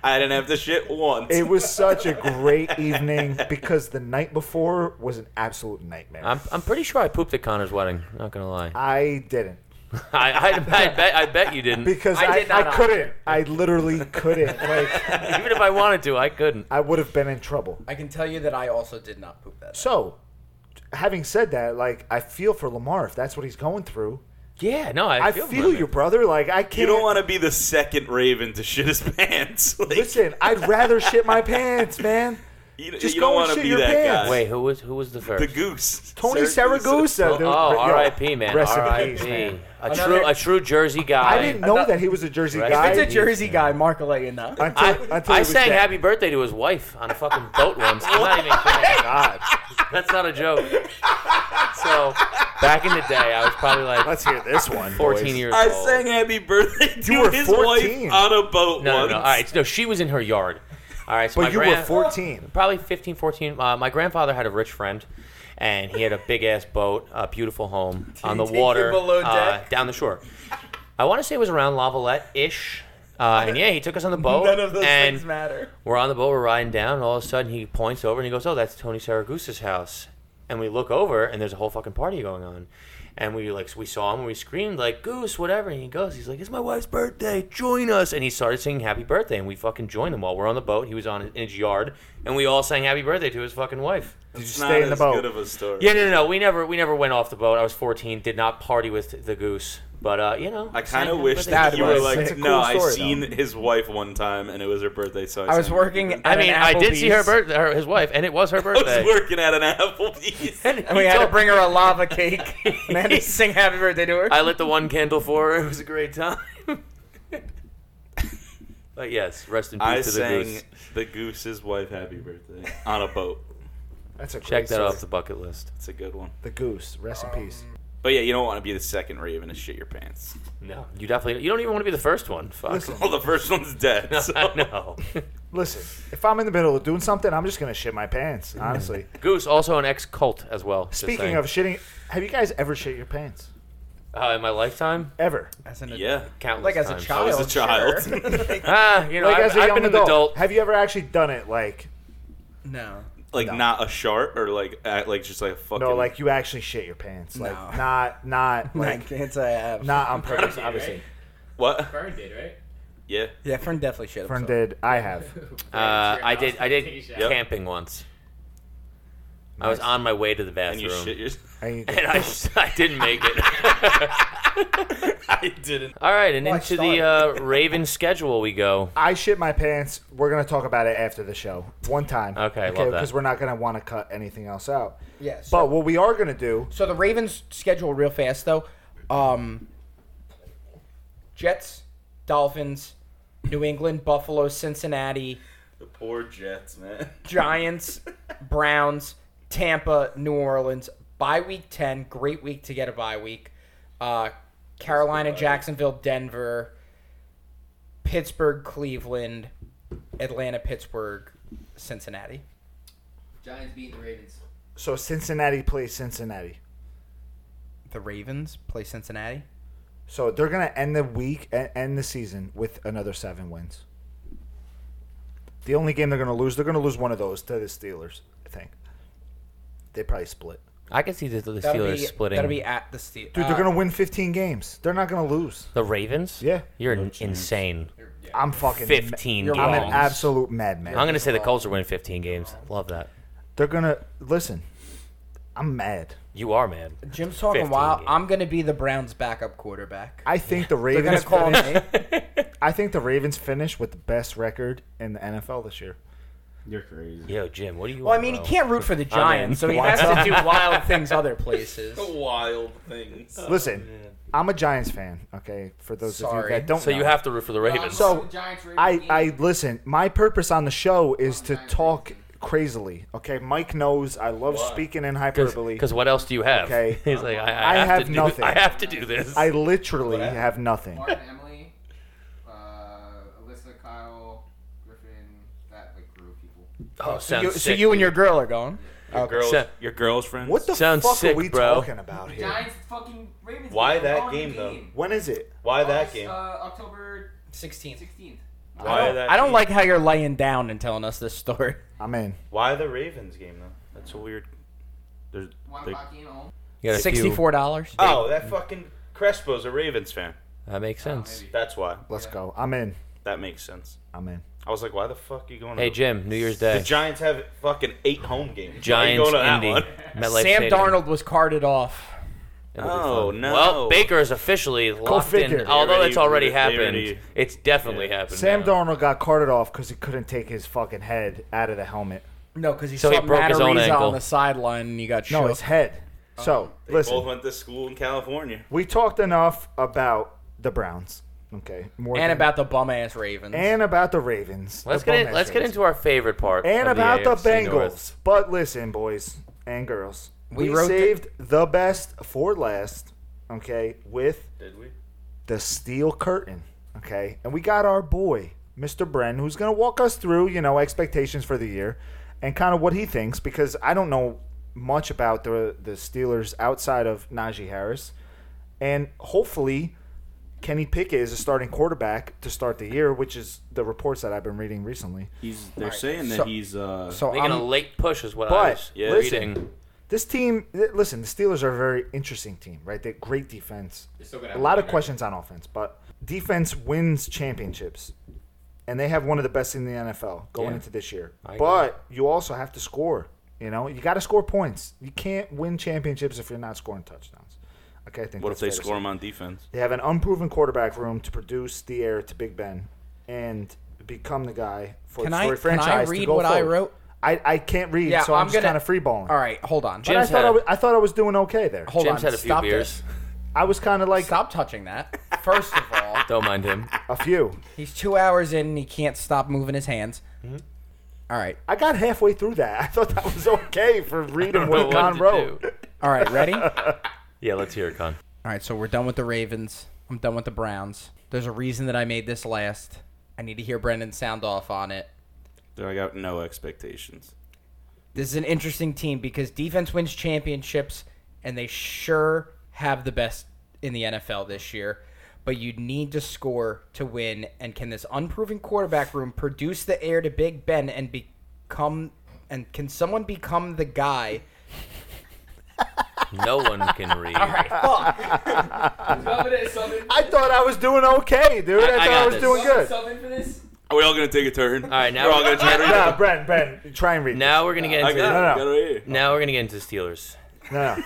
I didn't have to shit once. it was such a great evening because the night before was an absolute nightmare. I'm, I'm pretty sure I pooped at Connor's wedding. Not gonna lie. I didn't I, I, I bet I bet you didn't. because I I, did not I either. couldn't. I literally couldn't. Like Even if I wanted to, I couldn't. I would have been in trouble. I can tell you that I also did not poop that. So, having said that, like I feel for Lamar if that's what he's going through. Yeah, no, I, I feel, feel, for him. you, brother. Like I can't. you don't want to be the second Raven to shit his pants. Like, Listen, I'd rather shit my pants, man. you, just you go don't and want to shit be your that pants. guy. Wait, who was who was the the first? goose. Tony oh, Saragusa. dude. oh, Yo, R.I.P. Man, Rest in R.I.P. peace, man. A Another- true a true Jersey guy. I didn't know Another- that he was a Jersey Rest guy. in It's a peace. Jersey guy, Mark Alena. Until, I, until I he was sang dead. happy birthday to his wife on a fucking boat once. I'm not even kidding. God. That's not a joke. So back in the day, I was probably like Let's hear this one. 14 boys. years I old. sang happy birthday to You were his 14. wife on a boat no, no, once. no. All right, no, she was in her yard. All right, so my But you were grand- 14. probably 15 14 uh, my grandfather had a rich friend and he had a big ass boat a beautiful home on the take you water below uh, deck? down the shore i want to say it was around lavalette ish uh, and yeah he took us on the boat None of those and things matter. we're on the boat we're riding down and all of a sudden he points over and he goes oh that's tony saragusa's house and we look over and there's a whole fucking party going on and we like we saw him and we screamed like goose whatever and he goes he's like it's my wife's birthday join us and he started singing happy birthday and we fucking joined him while we're on the boat he was on in his yard and we all sang happy birthday to his fucking wife Did you It's stay not in the as boat? good of a story. yeah no no no we never we never went off the boat i was 14 did not party with the goose but uh you know I kind sang of happy wish birthday that to you his were wife. like, It's a cool no, I story, seen his wife one time and it was her birthday, so I, I was sang- working. At i mean an i did see her, Applebee's, birth- her his wife and it was her I was birthday working at an Applebee's. and we had to bring her a lava cake, and I had to sing happy birthday to her. I lit the one candle for her. It was a great time. but yes, rest in peace I to the sang goose. the goose's wife happy birthday on a boat. That's a Check great that story. off the bucket list. It's a good one. The goose. Rest in peace. But yeah, you don't want to be the second Raven to shit your pants. No, you definitely you don't even want to be the first one. Fuck. Listen. Well, the first one's dead. So. I know. Listen, if I'm in the middle of doing something, I'm just gonna shit my pants. Honestly. Goose also an ex cult as well. just Speaking saying. of shitting, have you guys ever shit your pants? Oh, in my lifetime, ever. As an Yeah. countless like as a times. child. was a child. sure. Like, Ah, you know, like I've, as a I've young been an adult, adult. have you ever actually done it? Like no. Like No. not a shark or like at, like just like a fucking no, like you actually shit your pants. Like No. not, not Like, like can't say I have. not on purpose. did, Obviously, right? what? Fern did, right? Yeah. Yeah, Fern definitely should. Fern did. I have. Uh, I did. I did Yep. camping once. I was on my way to the And you bathroom, shit your And you- and I, I didn't make it. I didn't. All right, and Well, I into the uh, started. Raven schedule we go. I shit my pants. We're gonna talk about it after the show, one time. Okay, I love that. Because we're not gonna want to cut anything else out. Yes. But what we are gonna do? So the Ravens schedule real fast though. Um, Jets, Dolphins, New England, Buffalo, Cincinnati, The poor Jets, man. Giants, Browns, Tampa, New Orleans. Bye week ten, great week to get a bye week. Uh, Carolina, Jacksonville, Denver, Pittsburgh, Cleveland, Atlanta, Pittsburgh, Cincinnati. Giants beating the Ravens. So Cincinnati plays Cincinnati. The Ravens play Cincinnati. So they're gonna end the week, e- end the season with another seven wins. The only game they're gonna lose, they're gonna lose one of those to the Steelers. I think they probably split. I can see the, the That'll Steelers be, splitting. That'll be at the Uh, Steelers. Dude, Uh, they're gonna win 15 games. They're not gonna lose. the Ravens. Yeah. you're insane. I'm fucking. Fifteen. You're I'm games. an absolute madman. I'm gonna say the Colts are winning 15 games. Love that. They're gonna listen. I'm mad. You are mad. Jim's talking 15 wild. games. I'm going to be the Browns' backup quarterback. I think the They're going Ravens. to call finish- me. I think the Ravens finish with the best record in the NFL this year. You're crazy. Yo, Jim, what do you? Well, I want, mean, he bro? can't root for the Giants, so he has to do wild things other places. Wild things. Listen, I'm a Giants fan. Okay, for those of Sorry. you that don't So know, you have to root for the Um, Ravens. So, the Giants, Ravens I game. I listen. My purpose on the show is to Giants talk crazily. Okay, Mike knows I love speaking in hyperbole. because what else do you have? Okay. He's like, I, I, I have, have to do, nothing. I have to do this. I literally have nothing. Martin, Emily, uh, Alyssa, Kyle, Griffin, that like group of people. So oh, sounds you, sick. so you and your girl are going. Your girls, So- your girlfriend. What the Sounds fuck sick, are we bro. talking about here? Giants, fucking Ravens. Why game. that We're going game, to though? When is it? Why that August, game? Uh, October 16th. 16th. Why that? I don't game? like how you're laying down and telling us this story. I'm in. Why the Ravens game though? That's a weird. There's. One they- o'clock game at home. You got a few- Sixty-four dollars. Oh, that fucking Crespo's a Ravens fan. That makes sense. That's why. Let's go. I'm in. That makes sense. I'm in. I was like, why the fuck are you going? Hey, to Jim, New Year's The Day. Giants have fucking eight home games. Giants, Why are you Indy, going to MetLife Sam Stadium. Darnold was carted off. That would be Oh, fun. no. Well, Baker is officially locked figure. in. They Although already- it's already they happened, already- it's definitely Yeah. happened. Sam now. Darnold got carted off because he couldn't take his fucking head out of the helmet. No, because he So he saw broke his own Matariza ankle. on the sideline and he got No, shook. his head. So They both listen, went to school in California. we talked enough about the Browns. Okay, more and than- about the bum ass Ravens. and about the Ravens. Let's the get bum in, let's ass get Ravens. into our favorite part. and of about the, AFC Bengals. North. But listen, boys and girls, we, We wrote the- saved the best for last. Okay, with Did we? the steel curtain. Okay, and we got our boy, Mr. Bren, who's going to walk us through, you know, expectations for the year and kind of what he thinks because I don't know much about the the Steelers outside of Najee Harris, and hopefully. Kenny Pickett is a starting quarterback to start the year, which is the reports that I've been reading recently. He's. They're saying so- he's. Uh, so Making a I'm, late push is what I But, was yeah. reading. This team, th- listen, the Steelers are a very interesting team, right? They're great defense. They're still A gonna have lot to of win, questions on offense, but defense wins championships. And they have one of the best in the NFL going Yeah. into this year. I But you also have to score. You know, you got to score points. You can't win championships if you're not scoring touchdowns. Okay, I think. what that's if they fair to score say. him on defense? They have an unproven quarterback room to produce the air to Big Ben and become the guy for, Can for I- a can I franchise. to read go what I forward. wrote? I, I can't read, Yeah, so I'm, I'm just gonna- kind of freeballing. all right, hold on. But I Jim's thought had- I, was, I thought I was doing okay there. hold Jim's on. had a few Stop beers. this. I was kind of like Stop touching that. First of all, Don't mind him. a few. he's two hours in and he can't stop moving his hands. Mm-hmm. All right. I got halfway througee that. I thought that was okay for But reading what what Con to wrote. do? All right, ready? All Yeah, let's hear it, Con. right, so we're done with the Ravens. I'm done with the Browns. There's a reason that I made this last. I need to hear Brendan sound off on it. I got no expectations. This is an interesting team because defense wins championships and they sure have the best in the NFL this year, but you need to score to win. And can this unproven quarterback room produce the heir to Big Ben and become and can someone become the guy? No one can read. All right. I thought I was doing okay, dude. I, I- I thought I, got was this. doing good. Something for this? Are we all gonna take a turn? All right, now we're all we- gonna try to read. Nah, it. Brent, Brent, try and read. Now we're gonna get I into got it. No, Got no. it right here. now we're gonna get into Steelers. this. No,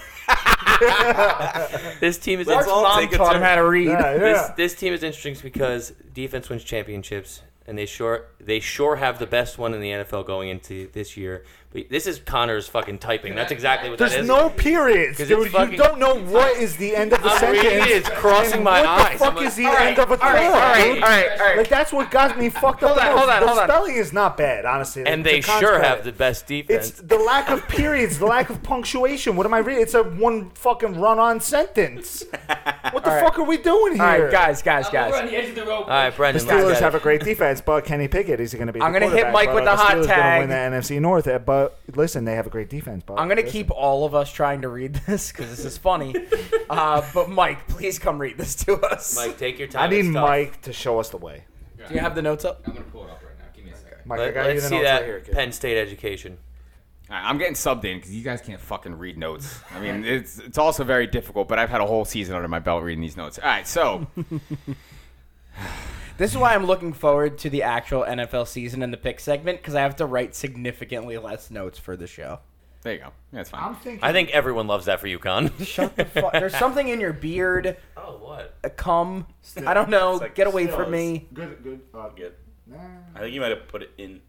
This team is Let's interesting- all take a turn. to read. yeah, this yeah. this team is interesting because defense wins championships, and they sure they sure have the best one in the NFL going into this year. But this is Connor's fucking typing. That's exactly what that There's is. no periods, 'Cause it's dude. fucking- you don't know what is the end of the I'm sentence. reading it, it's crossing and my what eyes. the fuck I'm is the like, all end of a right, all right, thought, all right, dude? all right, all right. Like that's what got me fucked Hold up. on, the most. hold on, the hold on. spelling is not bad, honestly. and To they Khan's sure have credit. the best defense. It's the lack of periods, the lack of punctuation. What am I reading? It's a one fucking run-on sentence. What the fuck are we doing here? All right, guys, guys, We're on guys. the edge of the rope. all right, Brendan. The Steelers let's have have a great defense, but Kenny Pickett is going to be. I'm going gonna to hit Mike with the hot Steelers tag. Going to win the NFC North, uh, but listen, they have a great defense. But I'm gonna listen. keep all of us trying to read this because this is funny. Uh, but Mike, please come read this to us. Mike, take your time. I need It's tough. Mike to show us the way. do you have the notes up? I'm gonna pull it up right now. Give me a second. Mike, I Let, got you us the see notes that right here, kid. Penn State education. Alright, I'm getting subbed in because you guys can't fucking read notes. I mean, it's it's also very difficult, but I've had a whole season under my belt reading these notes. All right, so This is why I'm looking forward to the actual NFL season and the pick segment because I have to write significantly less notes for the show. there you go. That's fine. I'm thinking. I think everyone loves that for you, Con. Shut the fuck. There's something in your beard. oh, what? A cum. I don't know. It's like Get away still, from me. Good, good. Uh, Good. Nah, I think you might have put it in.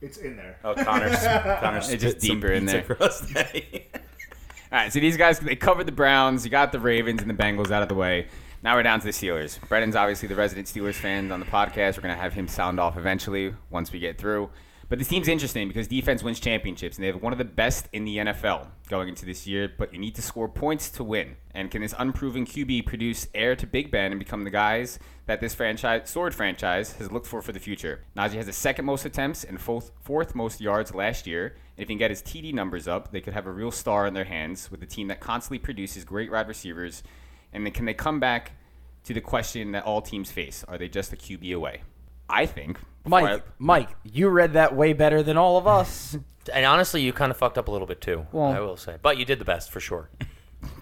it's in there. Oh, Connor's. Connor's It's just deeper in there. Across that. All right, so these guys they covered the Browns, you got the Ravens and the Bengals out of the way. Now we're down to the Steelers. Brennan's obviously the resident Steelers fan on the podcast. We're gonna have him sound off eventually once we get through. But this team's interesting because defense wins championships, and they have one of the best in the NFL going into this year. But you need to score points to win. And can this unproven QB produce heir to Big Ben and become the guys that this franchise, sword franchise, has looked for for the future? Najee has the second most attempts and fourth, fourth most yards last year. And if he can get his TD numbers up, they could have a real star in their hands with a team that constantly produces great wide receivers. And then can they come back to the question that all teams face? Are they just a QB away? I think. before Mike, I- Mike, you read that way better than all of us. And honestly, you kind of fucked up a little bit too. Well- I will say, but you did the best for sure.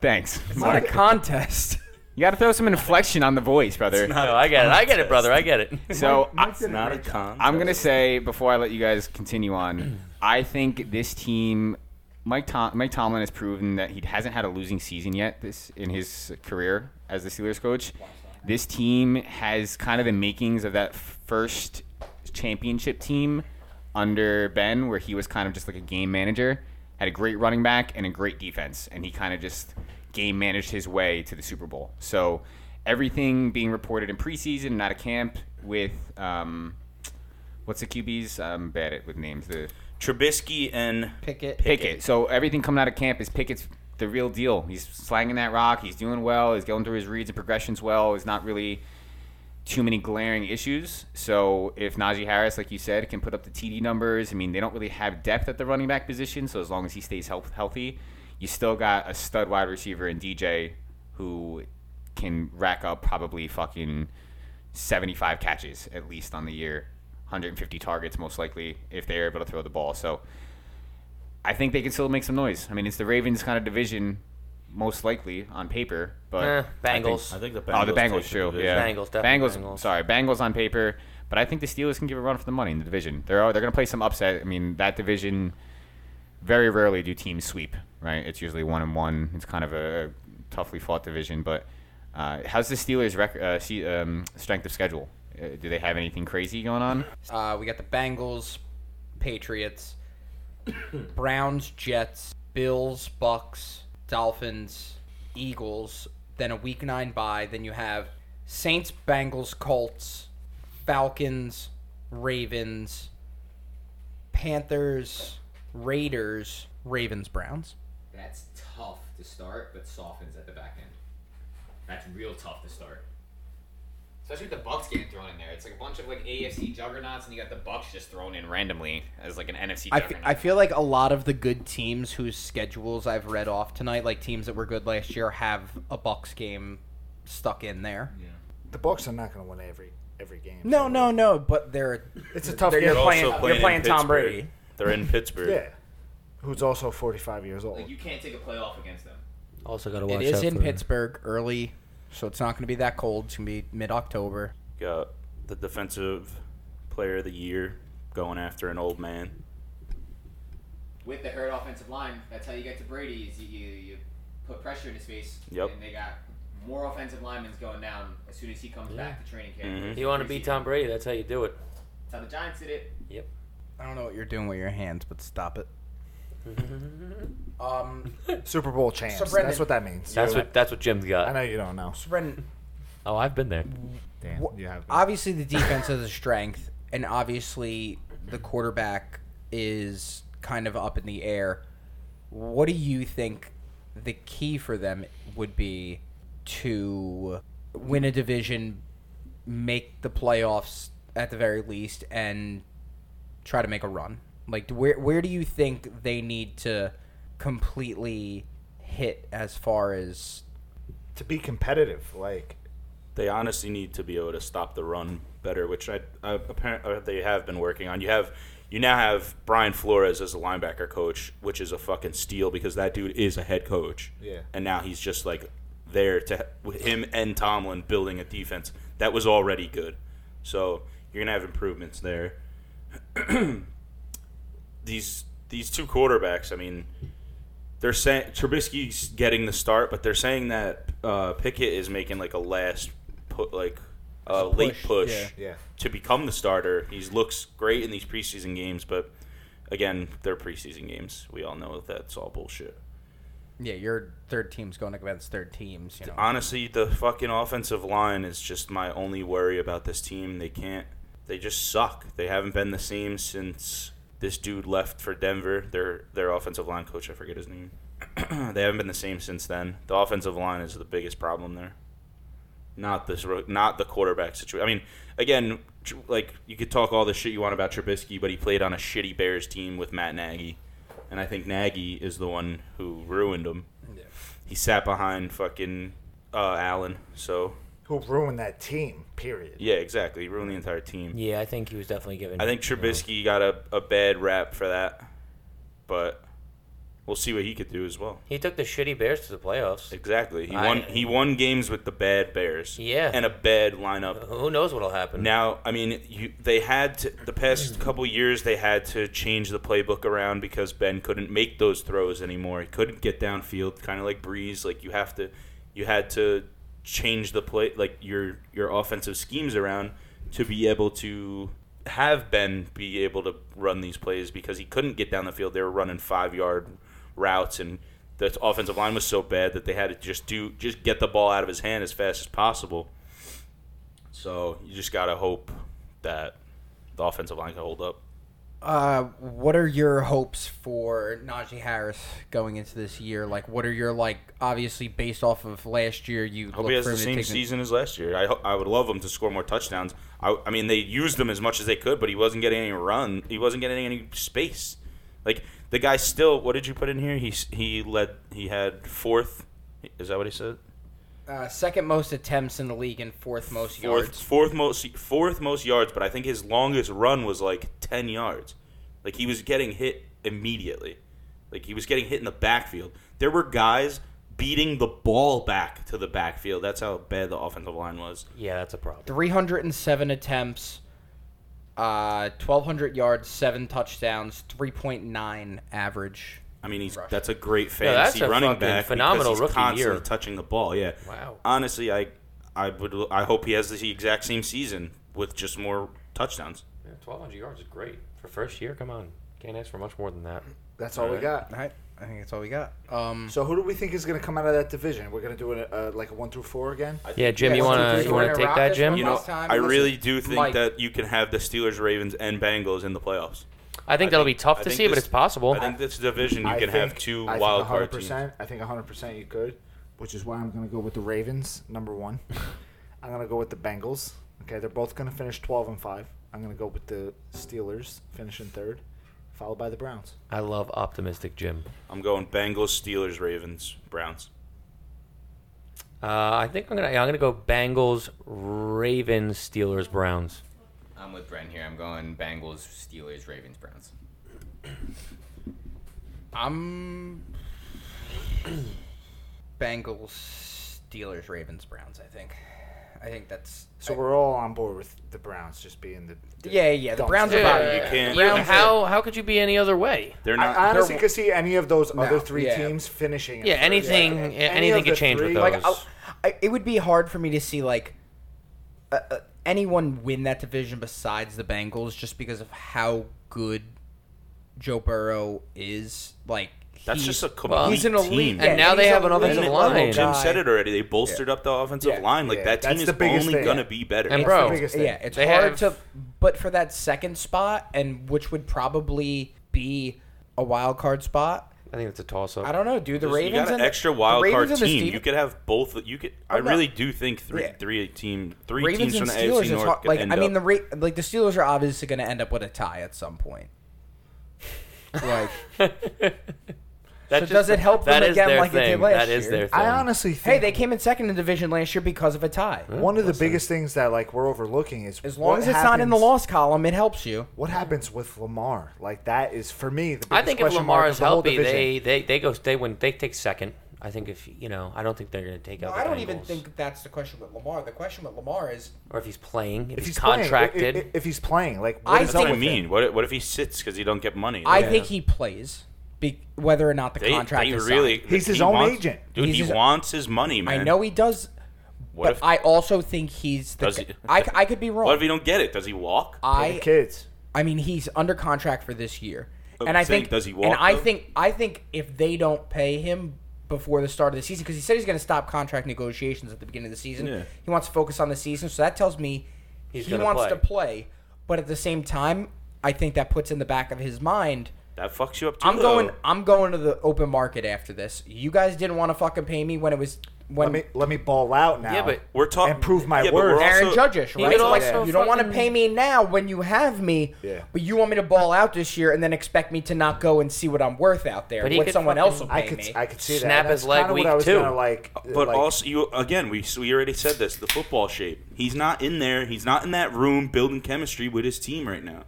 thanks. What a Mark. contest. You got to throw some inflection on the voice, brother. No, I get it. I get it, brother. I get it. so I- It's not a con. I'm gonna say before I let you guys continue on, I think this team, Mike Tom, Mike Tomlin has proven that he hasn't had a losing season yet this in his career as the Steelers coach. This team has kind of the makings of that first championship team under Ben, where he was kind of just like a game manager, had a great running back and a great defense, and he kind of just game managed his way to the Super Bowl. So everything being reported in preseason, not a camp with um, what's the QBs? I'm bad at with names. The Trubisky and Pickett. Pickett. So everything coming out of camp is Pickett's the real deal. He's slanging that rock. He's doing well. He's going through his reads and progressions well. He's not really too many glaring issues. So if Najee Harris, like you said, can put up the TD numbers, I mean, they don't really have depth at the running back position. So as long as he stays health- healthy, you still got a stud wide receiver in DJ who can rack up probably fucking 75 catches at least on the year, 150 targets most likely if they're able to throw the ball. So I think they can still make some noise. I mean, it's the Ravens kind of division most likely on paper, but Eh, I think- Bengals. I think the Bengals. Oh, the Bengals, take true. division. Yeah, Bengals, definitely Bengals. Sorry, Bengals on paper, but I think the Steelers can give a run for the money in the division. They're they're going to play some upset. I mean, that division very rarely do teams sweep. Right? It's usually one and one. It's kind of a toughly fought division. But uh, how's the Steelers' rec- uh, se- um, strength of schedule? Uh, do they have anything crazy going on? Uh, we got the Bengals, Patriots, Browns, Jets, Bills, Bucks, Dolphins, Eagles. Then a Week Nine bye. Then you have Saints, Bengals, Colts, Falcons, Ravens, Panthers, Raiders, Ravens, Browns. That's tough to start, but softens at the back end. That's real tough to start. Especially with the Bucks getting thrown in there, it's like a bunch of like AFC juggernauts, and you got the Bucks just thrown in randomly as like an NFC I, f- I feel like a lot of the good teams whose schedules I've read off tonight, like teams that were good last year, have a Bucks game stuck in there. The Bucks are not going to win every every game. No, so- no, no. But they're It's a tough they're, game. You're They're also playing, playing you're in playing Tom Pittsburgh. Brady. They're in Pittsburgh. Yeah, who's also 45 years old. Like you can't take a playoff against them. Also got to It watch. is out in for- Pittsburgh early, so it's not going to be that cold. It's going to be mid October. Got the defensive player of the year going after an old man. With the hurt offensive line, that's how you get to Brady. Is you, you, you put pressure in his face. Yep. And they got more offensive linemen going down as soon as he comes Yeah. back to training camp. Mhm. You want to beat Tom Brady? That's how you do it. That's how the Giants did it. I don't know what you're doing with your hands, but stop it. Um, Super Bowl champs. So, Brendan- that's what that means. That's what that's what Jim's I got. know you don't know. so Brendan, Oh, I've been there. Damn, Wha- you have. obviously the defense is a strength, and obviously the quarterback is kind of up in the air. What do you think the key for them would be to win a division, make the playoffs at the very least, and try to make a run? Like where where do you think they need to completely hit as far as to be competitive, like They honestly need to be able to stop the run better, which I, I apparently they have been working on. You have you now have Brian Flores as a linebacker coach, which is a fucking steal because that dude is a head coach. Yeah. And now he's just like there to with him and Tomlin building a defense that was already good. So you're gonna have improvements there. these these two quarterbacks, I mean, they're saying Trubisky's getting the start, but they're saying that uh, Pickett is making like a last put like uh, Push, late push yeah. yeah, to become the starter. He looks great in these preseason games, but again, they're preseason games. We all know that's all bullshit. yeah, your third team's going against third teams, you know. Honestly, the fucking offensive line is just my only worry about this team. They can't. They just suck. They haven't been the same since this dude left for Denver. Their their offensive line coach, I forget his name. they haven't been the same since then. The offensive line is the biggest problem there. Not this, ro- not the quarterback situation. I mean, again, tr- like you could talk all the shit you want about Trubisky, but he played on a shitty Bears team with Matt Nagy, and I think Nagy is the one who ruined him he sat behind fucking uh, Allen. So who ruined that team? Period. yeah, exactly, he ruined the entire team. Yeah, I think he was definitely given. I think Trubisky got a, a bad rap for that, but we'll see what he could do as well. he took the shitty Bears to the playoffs. Exactly, he I- won he won games with the bad Bears. Yeah. and a bad lineup. Who knows what'll happen? Now, I mean, you, they had to, the past couple years they had to change the playbook around because Ben couldn't make those throws anymore. He couldn't get downfield, kind of like Breeze. Like you have to, you had to change the play, like your your offensive schemes around to be able to have Ben be able to run these plays because he couldn't get down the field. They were running five yard routes and. The offensive line was so bad that they had to just do just get the ball out of his hand as fast as possible. So you just gotta hope that the offensive line can hold up. Uh, what are your hopes for Najee Harris going into this year? Like, what are your like? Obviously, based off of last year, you I hope look he has for the him to same take the- season as last year. I ho- I would love him to score more touchdowns. I, I mean they used him as much as they could, but he wasn't getting any run. He wasn't getting any space. Like the guy still. What did you put in here? He s- he led. He had fourth. Is that what he said? uh, second most attempts in the league and fourth most Fourth, yards. fourth most fourth most yards, but I think his longest run was like ten yards. Like he was getting hit immediately. Like he was getting hit in the backfield. There were guys beating the ball back to the backfield. That's how bad the offensive line was. Yeah, that's a problem. Three hundred and seven attempts. Uh, twelve hundred yards, seven touchdowns, three point nine average. I mean, he's Rush. that's a great that's fantasy a running fucking back. phenomenal because he's rookie constantly year. touching the ball. Yeah. Wow. Honestly, I I would I hope he has the exact same season with just more touchdowns. Twelve hundred yards is great for first year. Come on, can't ask for much more than that. That's Uh-huh. all we got. All right, I think that's all we got. Um, So who do we think is going to come out of that division? We're going to do it uh, like a one through four again. Yeah, Jim, Yeah, you so wanna do you wanna wanna take wrap that, this Jim? one You know, Last time, I listen, really do think Mike. that you can have the Steelers, Ravens, and Bengals in the playoffs. I think that'll be tough I to think see, but this- it's possible. I think this division you I can have think- two I think wild card teams. 100%, I think 100% you could, which is why I'm going to go with the Ravens, number one. I'm going to go with the Bengals. Okay, they're both going to finish 12 and 5. I'm going to go with the Steelers, finishing third, followed by the Browns. I love optimistic Jim. I'm going Bengals, Steelers, Ravens, Browns. Uh, I think I'm gonna yeah, I'm gonna go Bengals, Ravens, Steelers, Browns. I'm with Brent here. I'm going Bengals, Steelers, Ravens, Browns. I'm Bengals, Steelers, Ravens, Browns. I think. I think that's So we're all on board with the Browns just being the. the yeah, yeah. The dumpster Browns are Yeah, about you can't- Browns You- are- how how could you be any other way? They're not. I honestly They're- could see any of those other three yeah. teams finishing. in Yeah, third. anything Like, yeah, any of anything the could change with three- those. like, I'll- I, it would be hard for me to see like uh, uh, anyone win that division besides the Bengals, just because of how good Joe Burrow is. Like that's he's- just a complete well, he's an elite- team. yeah, and now they he's have a an offensive really And level guy. line. Jim said it already. They bolstered up the offensive Yeah. line. Like Yeah, that team that's is the biggest only thing. gonna be better. And That's bro, the biggest thing. Yeah, it's They hard have- to. But for that second spot, and which would probably be a wild card spot, I think it's a toss up. I don't know, dude. The you Ravens got an and extra the wild Ravens card and the team. Steelers- You could have both. You could. I I'm not- really do think three, Yeah. three team, three Ravens teams and from the Steelers AFC is North. hard. could Like end I mean, the up. Ra- like the Steelers are obviously going to end up with a tie at some point. Like So does it help them that is again their like it thing. did last That is year? their thing. I honestly think Hey, they came in second in division last year because of a tie. one of the biggest things that like we're overlooking is As long what as it's not in the happens- loss column, it helps you. What happens with Lamar? Like that is for me. The biggest I think if question Lamar mark is the whole healthy, division. they, they they go they win. They take second. I think if you know, I don't think they're going to take out. the I don't even Bengals. think that's the question with Lamar. The question with Lamar is or if he's playing, if, if he's, he's playing, i- i- contracted. i- if he's playing, like I what is That's up what I with him? mean. What, what if he sits because he don't get money? I Like, think he plays, be, whether or not the they, contract they is really. signed. He's he his own wants- agent. dude. He's he his- wants his money, man. I know he does, What but if- I also think he's the. Does he- I, I could be wrong. What if he don't get it? Does he walk? I kids. I mean, he's under contract for this year, But and I'm I saying, think does he and walk, I though? think I think if they don't pay him before the start of the season, because he said he's going to stop contract negotiations at the beginning of the season, Yeah. he wants to focus on the season. So that tells me He's he gonna wants play. to play, but at the same time, I think that puts in the back of his mind. that fucks you up too. I'm going. though. I'm going to the open market after this. You guys didn't want to fucking pay me when it was when Let me let me ball out now. Yeah, but We're talking. and prove my yeah, but we're worth. Aaron also- Judges, He right? would Like, also you don't want to fucking- pay me now when you have me, Yeah. but you want me to ball out this year and then expect me to not go and see what I'm worth out there But he when could someone fucking- else will pay I could me. I could see that. Snap That's his leg kinda week what I was two. Gonna, like, But like, also, you again, we we already said this. The football shape. He's not in there. He's not in that room building chemistry with his team right now.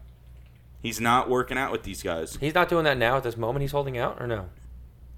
He's not working out with these guys. he's not doing that now at this moment. He's holding out or no?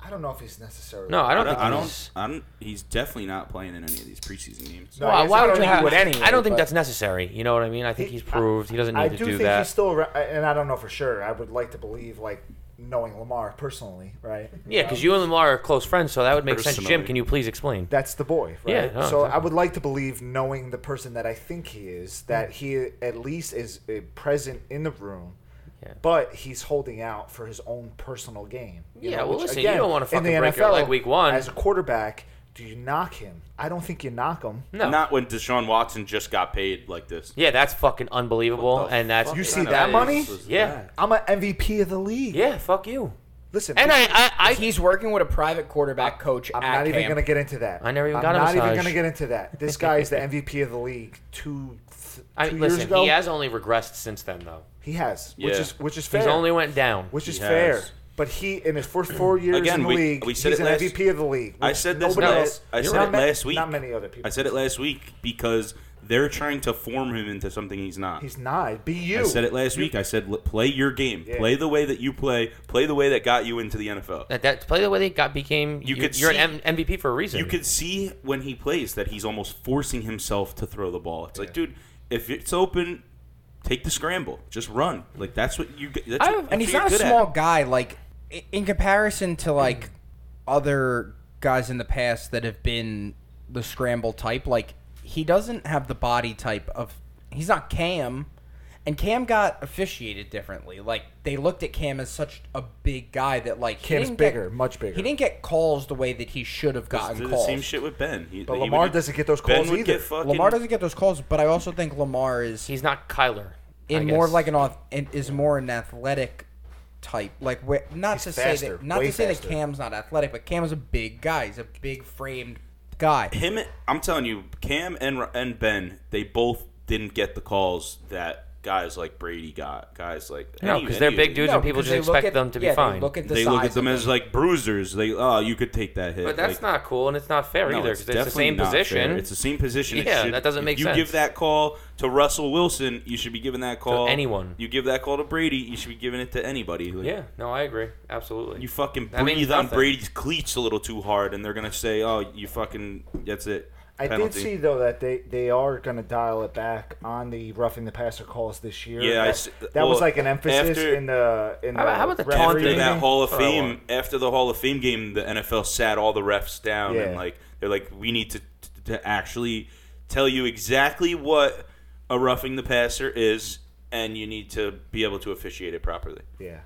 I don't know if he's necessarily. No, I I don't don't. think I don't, he's. I don't. He's definitely not playing in any of these preseason games. No, Well, I guess I don't would think you- he would anyway, I don't think but- that's necessary. You know what I mean? I think he's proved he doesn't need I to do do think that. he's still, ar- and I don't know for sure. I would like to believe, like knowing Lamar personally, right? yeah, because you and Lamar are close friends, so that would make sense. Jim, Personally. can you please explain? That's the boy, right? Yeah, no, so I exactly. would like to believe, knowing the person that I think he is, Mm. that he at least is uh, present in the room. Yeah. But he's holding out for his own personal game. you Yeah, know, well, which, listen, you don't wanna in the fucking break your NFL, leg week one. As a quarterback, do you knock him? I don't think you knock him. No. Not when Deshaun Watson just got paid like this. yeah, that's fucking unbelievable, What the and that's fuck You is see that money? Was yeah, I'm an MVP of the league. yeah. Fuck you. Listen, And I, I, I He's working with a private quarterback coach. I'm at not even camp. going to get into that. I never even I'm got a not even massage. going to get into that. This guy is the MVP of the league two, th- I two mean, years listen, ago. he has only regressed since then, though. He has, which Yeah. is which is fair. He's only went down. which is He fair. has. But he in his first four years Again, in the we- league, we said he's it an last- MVP of the league. I said this Nobody last- else- I said not it ma- last week. Not many other people. I said it last week because they're trying to form him into something he's not. He's not. Be you. I said it last week. I said, "L- play your game. Yeah. Play the way that you play. Play the way that got you into the NFL. That, that play the way they got became. You You you, could you're see- an M- MVP for a reason. You could see when he plays that he's almost forcing himself to throw the ball. It's like, dude, if it's open, take the scramble. Just run. Like that's what you. That's I- what, and that's he's what not a you're good at. small guy. Like i- in comparison to like other guys in the past that have been the scramble type, like he doesn't have the body type of. He's not Cam, and Cam got officiated differently. Like they looked at Cam as such a big guy that like he Cam's didn't bigger, much bigger. He didn't get calls the way that he should have Did gotten the calls. same shit with Ben. He, But he Lamar would doesn't get those Ben calls would either. Get fucking, Lamar doesn't get those calls, but I also think Lamar is He's not Kyler. I in more of guess. like an auth- and is more an athletic type. Like where, not He's to say faster, that not way to say faster. that Cam's not athletic, but Cam is a big guy. He's a big framed guy. him. I'm telling you, Cam and and Ben, they both didn't get the calls that guys like Brady got guys like No, any- because any they're of big these. dudes No, and people because just they look expect at- them to yeah, be fine. They look at the they size look at them of as like bruisers. They oh, you could take that hit. but that's Like, not cool, and it's not fair no, either. Because it's it's the definitely same not position. fair. It's the same position. It Yeah, should- that doesn't if make you sense. You give that call to Russell Wilson, you should be giving that call anyone. You give that call to Brady, you should be giving it to anybody. Like, yeah, no, I agree. Absolutely. You fucking That means breathe on nothing. Brady's cleats a little too hard, and they're gonna say, "Oh, you fucking that's it." I did Penalty. see though that they, they are going to dial it back on the roughing the passer calls this year. Yeah, I that, s- that well, was like an emphasis after- in the in the. How about- how about the referee taunting? after meeting. that Hall of Oh, Fame, after the Hall of Fame game, the NFL sat all the refs down Yeah. and like they're like, we need to to actually tell you exactly what a roughing the passer is, and you need to be able to officiate it properly. Yeah,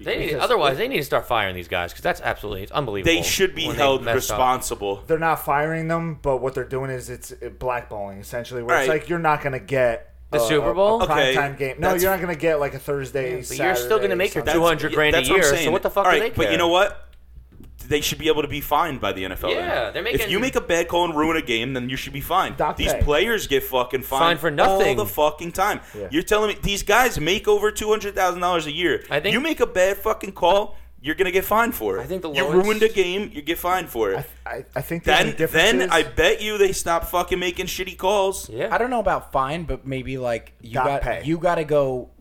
they need, because- otherwise, they need to start firing these guys because that's absolutely it's unbelievable. They should be when they held mess up. responsible. they're not firing them, but what they're doing is it's uh, blackballing essentially, where it's Alright. like you're not going to get. The Super Bowl? a Okay, primetime game. No, that's- you're not going to get like a Thursday. but you're still gonna Saturday, make your Sunday. That's- 200 grand a that's what I'm year, so saying. what the fuck All do right, they But care? you know what? They should be able to be fined by the NFL. Yeah, now. they're If making- you make a bad call and ruin a game, then you should be fined. Doc these pay. players get fucking fined Fined for nothing. all the fucking time. Yeah. You're telling me these guys make over two hundred thousand dollars a year. I think- you make a bad fucking call, you're gonna get fined for it. I think the you lowest- ruined a game, you get fined for it. I, I, I think the then, only difference then is I bet you they stop fucking making shitty calls. Yeah, I don't know about fine, but maybe like you Got got pay. you got to go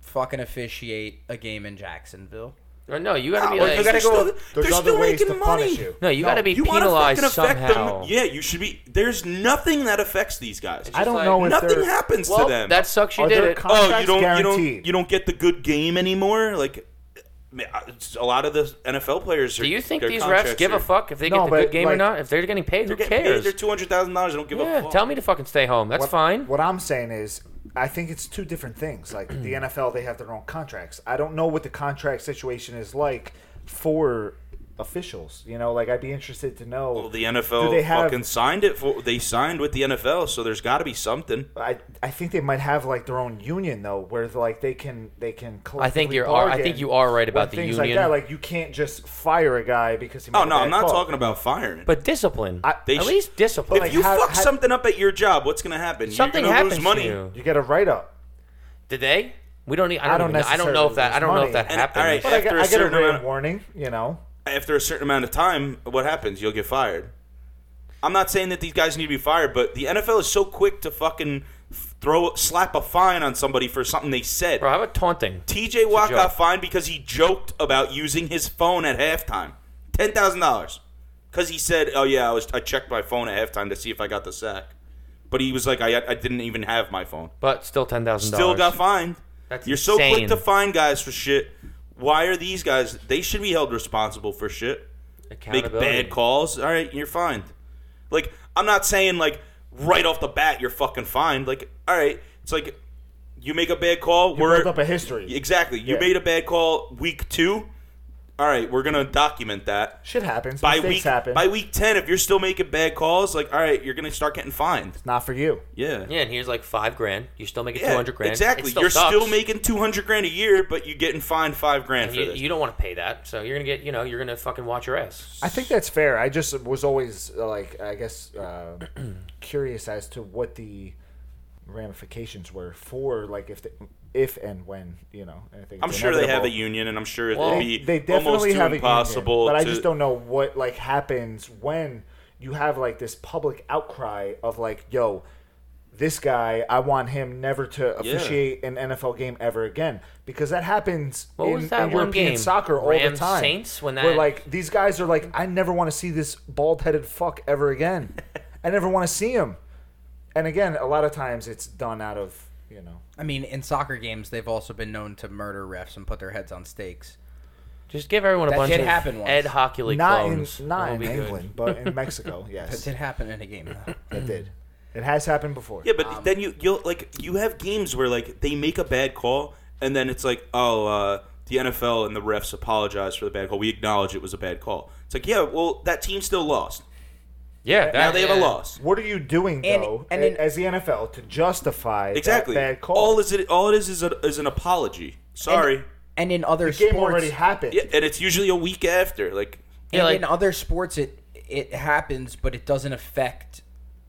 fucking officiate a game in Jacksonville. Or no, you got to be Because like, they're gotta go- still, they're there's other still ways making to money. punish you. no, you got to be wanna penalized affect somehow. them. Yeah, you should be. There's nothing that affects these guys. I Just don't like- know if nothing they're, happens Well, to them. that sucks. You Are did there it. con- oh, you contract's don't you don't guaranteed. you don't get the good game anymore. Like uh, a lot of the NFL players. Are, Do you think their these contracts refs give are- a fuck if they No, get the but, good game or like, not? If they're getting paid, They're who getting paid cares? their two hundred thousand dollars. I don't give a Yeah, fuck. tell me to fucking stay home. That's What- fine. What I'm saying is, I think it's two different things. Like the NFL, they have their own contracts. I don't know what the contract situation is like for officials. You know, like I'd be interested to know. Well, the NFL Do they have- fucking signed it for. They signed with the NFL, so there's got to be something. I, I think they might have like their own union though, where like they can they can. I think collectively you're are- I bargain think you are right when about the things union. Like that, like you can't just fire a guy because he. Made Oh a no, bad I'm not call. talking about firing. But discipline. I- They At sh- least discipline. if like, you how- fuck how- something up at your job, what's gonna happen? Something You're gonna happens lose money. to you. You get a write up. Did they? We don't need. I I don't. don't even know- I don't, know if that. I don't know if that And- happened. alright, But I get, After a I get a certain written amount- warning. You know. after a certain amount of time, what happens? You'll get fired. I'm not saying that these guys need to be fired, but the NFL is so quick to fucking throw slap a fine on somebody for something they said. Bro, how about taunting? TJ Watt joke. got fined because he joked about using his phone at halftime. Ten thousand dollars. Cause he said, Oh yeah, I was I checked my phone at halftime to see if I got the sack. But he was like, I, I didn't even have my phone. But still ten thousand dollars. Still got fined. That's You're so quick insane. to fine guys for shit. Why are these guys they should be held responsible for shit make bad calls, all right, you're fined. Like I'm not saying like right off the bat you're fucking fined. Like all right, it's like you make a bad call. You we're build up a history. exactly. You Yeah. made a bad call week two. All right, we're gonna document that. Shit happens. By Mistakes week happen. by week ten, if you're still making bad calls, like all right, you're gonna start getting fined. not for you. Yeah. Yeah, and here's like five grand. You still make it Yeah, two hundred grand. Exactly. It still you're sucks. still making two hundred grand a year, but you're getting fined five grand And for You, this. you don't want to pay that, so you're gonna get. You know, you're gonna fucking watch your ass. I think that's fair. I just was always uh, like, I guess, uh, curious as to what the ramifications were for, like, if the, if and when, you know. I think I'm it's sure they have a inevitable. union, and I'm sure Well, it'd Oh, They, be they almost definitely too have impossible. a union, but I to- just don't know what like happens when you have like this public outcry of like, yo, this guy, I want him never to Yeah. officiate an NFL game ever again because that happens What in, was that one in European game? soccer all Rams the time. Saints, when where that- like these guys are like, I never want to see this bald headed fuck ever again. I never want to see him. And again, a lot of times it's done out of you know. I mean, in soccer games, they've also been known to murder refs and put their heads on stakes. Just give everyone a That bunch did of happen once. Ed Hockey League Not in, clones. not It'll in be good. England, but in Mexico, That yes. did happen in a game. though. It did. It has happened before. Yeah, Um, but then you you'll like you have games where like they make a bad call and then it's like, oh, uh, the NFL and the refs apologize for the bad call. We acknowledge it was a bad call. It's like, yeah, well, that team still lost. Yeah, that, Now they have a yeah. loss. What are you doing And- though, and a- in- as the NFL, to justify that Exactly. bad call? All is it all it is is, a, is an apology. Sorry. And in other the game sports, already happened. yeah, and it's usually a week after. Like, Yeah, and like- in other sports, it it happens, but it doesn't affect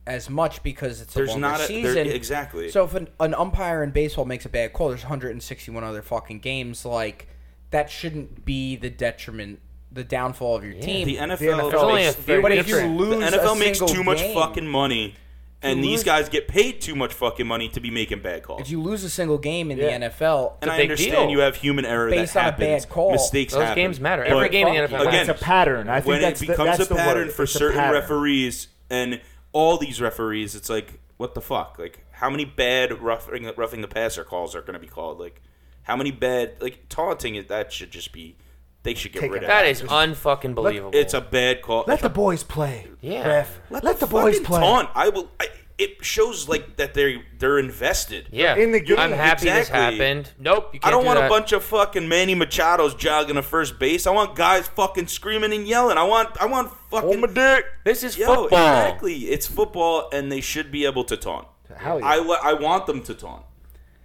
as much because it's a There's longer not a- there- season. exactly. So if an, an umpire in baseball makes a bad call, there's 161 other fucking games. Like that shouldn't be the detriment, the downfall of your team. The NFL, NFL There's only a makes- few but if you different- the lose, a NFL makes single too much game- fucking money, and you these lose- guys get paid too much fucking money to be making bad calls. If you lose a single game in Yeah. the NFL, and a I big understand deal. you have human error Based that on a happens. bad call. Mistakes Those happen. games matter. But Every game in fuck the NFL you. matters. Again, It's a pattern. I think when that's it becomes the, that's a the pattern word. for It's a certain pattern. referees and all these referees, it's like what the fuck? Like how many bad roughing roughing the passer calls are going to be called? Like how many bad like taunting? it- That should just be they should get Take rid it of That is unfucking believable. It's a bad call. Let the boys play. Yeah. Ref. Let, the, boys fucking play. taunt. I will. I, it shows like that they they're invested. yeah. in the game, I'm happy this exactly. happened. Nope. You can't I don't do want that. a bunch of fucking Manny Machado's jogging to first base. I want guys fucking screaming and yelling. I want I want fucking dick. This is Yo, football. Exactly. It's football, and they should be able to taunt. Hell yeah. I, wa- I want them to taunt.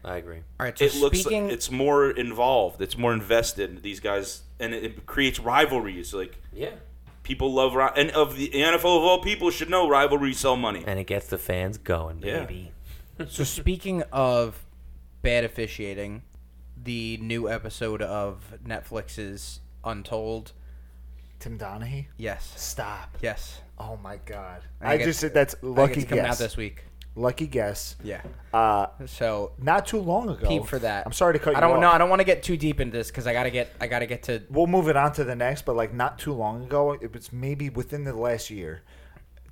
I agree. all right. So It looks speaking, like it's more involved. It's more invested. These guys, and it, it creates rivalries. Like Yeah. people love, ri- and of the NFL of all people should know rivalries sell money. And it gets the fans going, Yeah. baby. So speaking of bad officiating, the new episode of Netflix's Untold. Tim Donahue. Yes. Stop. Yes. Oh my god. I I think just it- said that's I think lucky it's coming out guess. this week. Lucky guess. Yeah. Uh, So not too long ago. peep for that. I'm sorry to cut I you don't off. know. I don't want to get too deep into this because I gotta get. I gotta get to. we'll move it on to the next, but like not too long ago, it was maybe within the last year.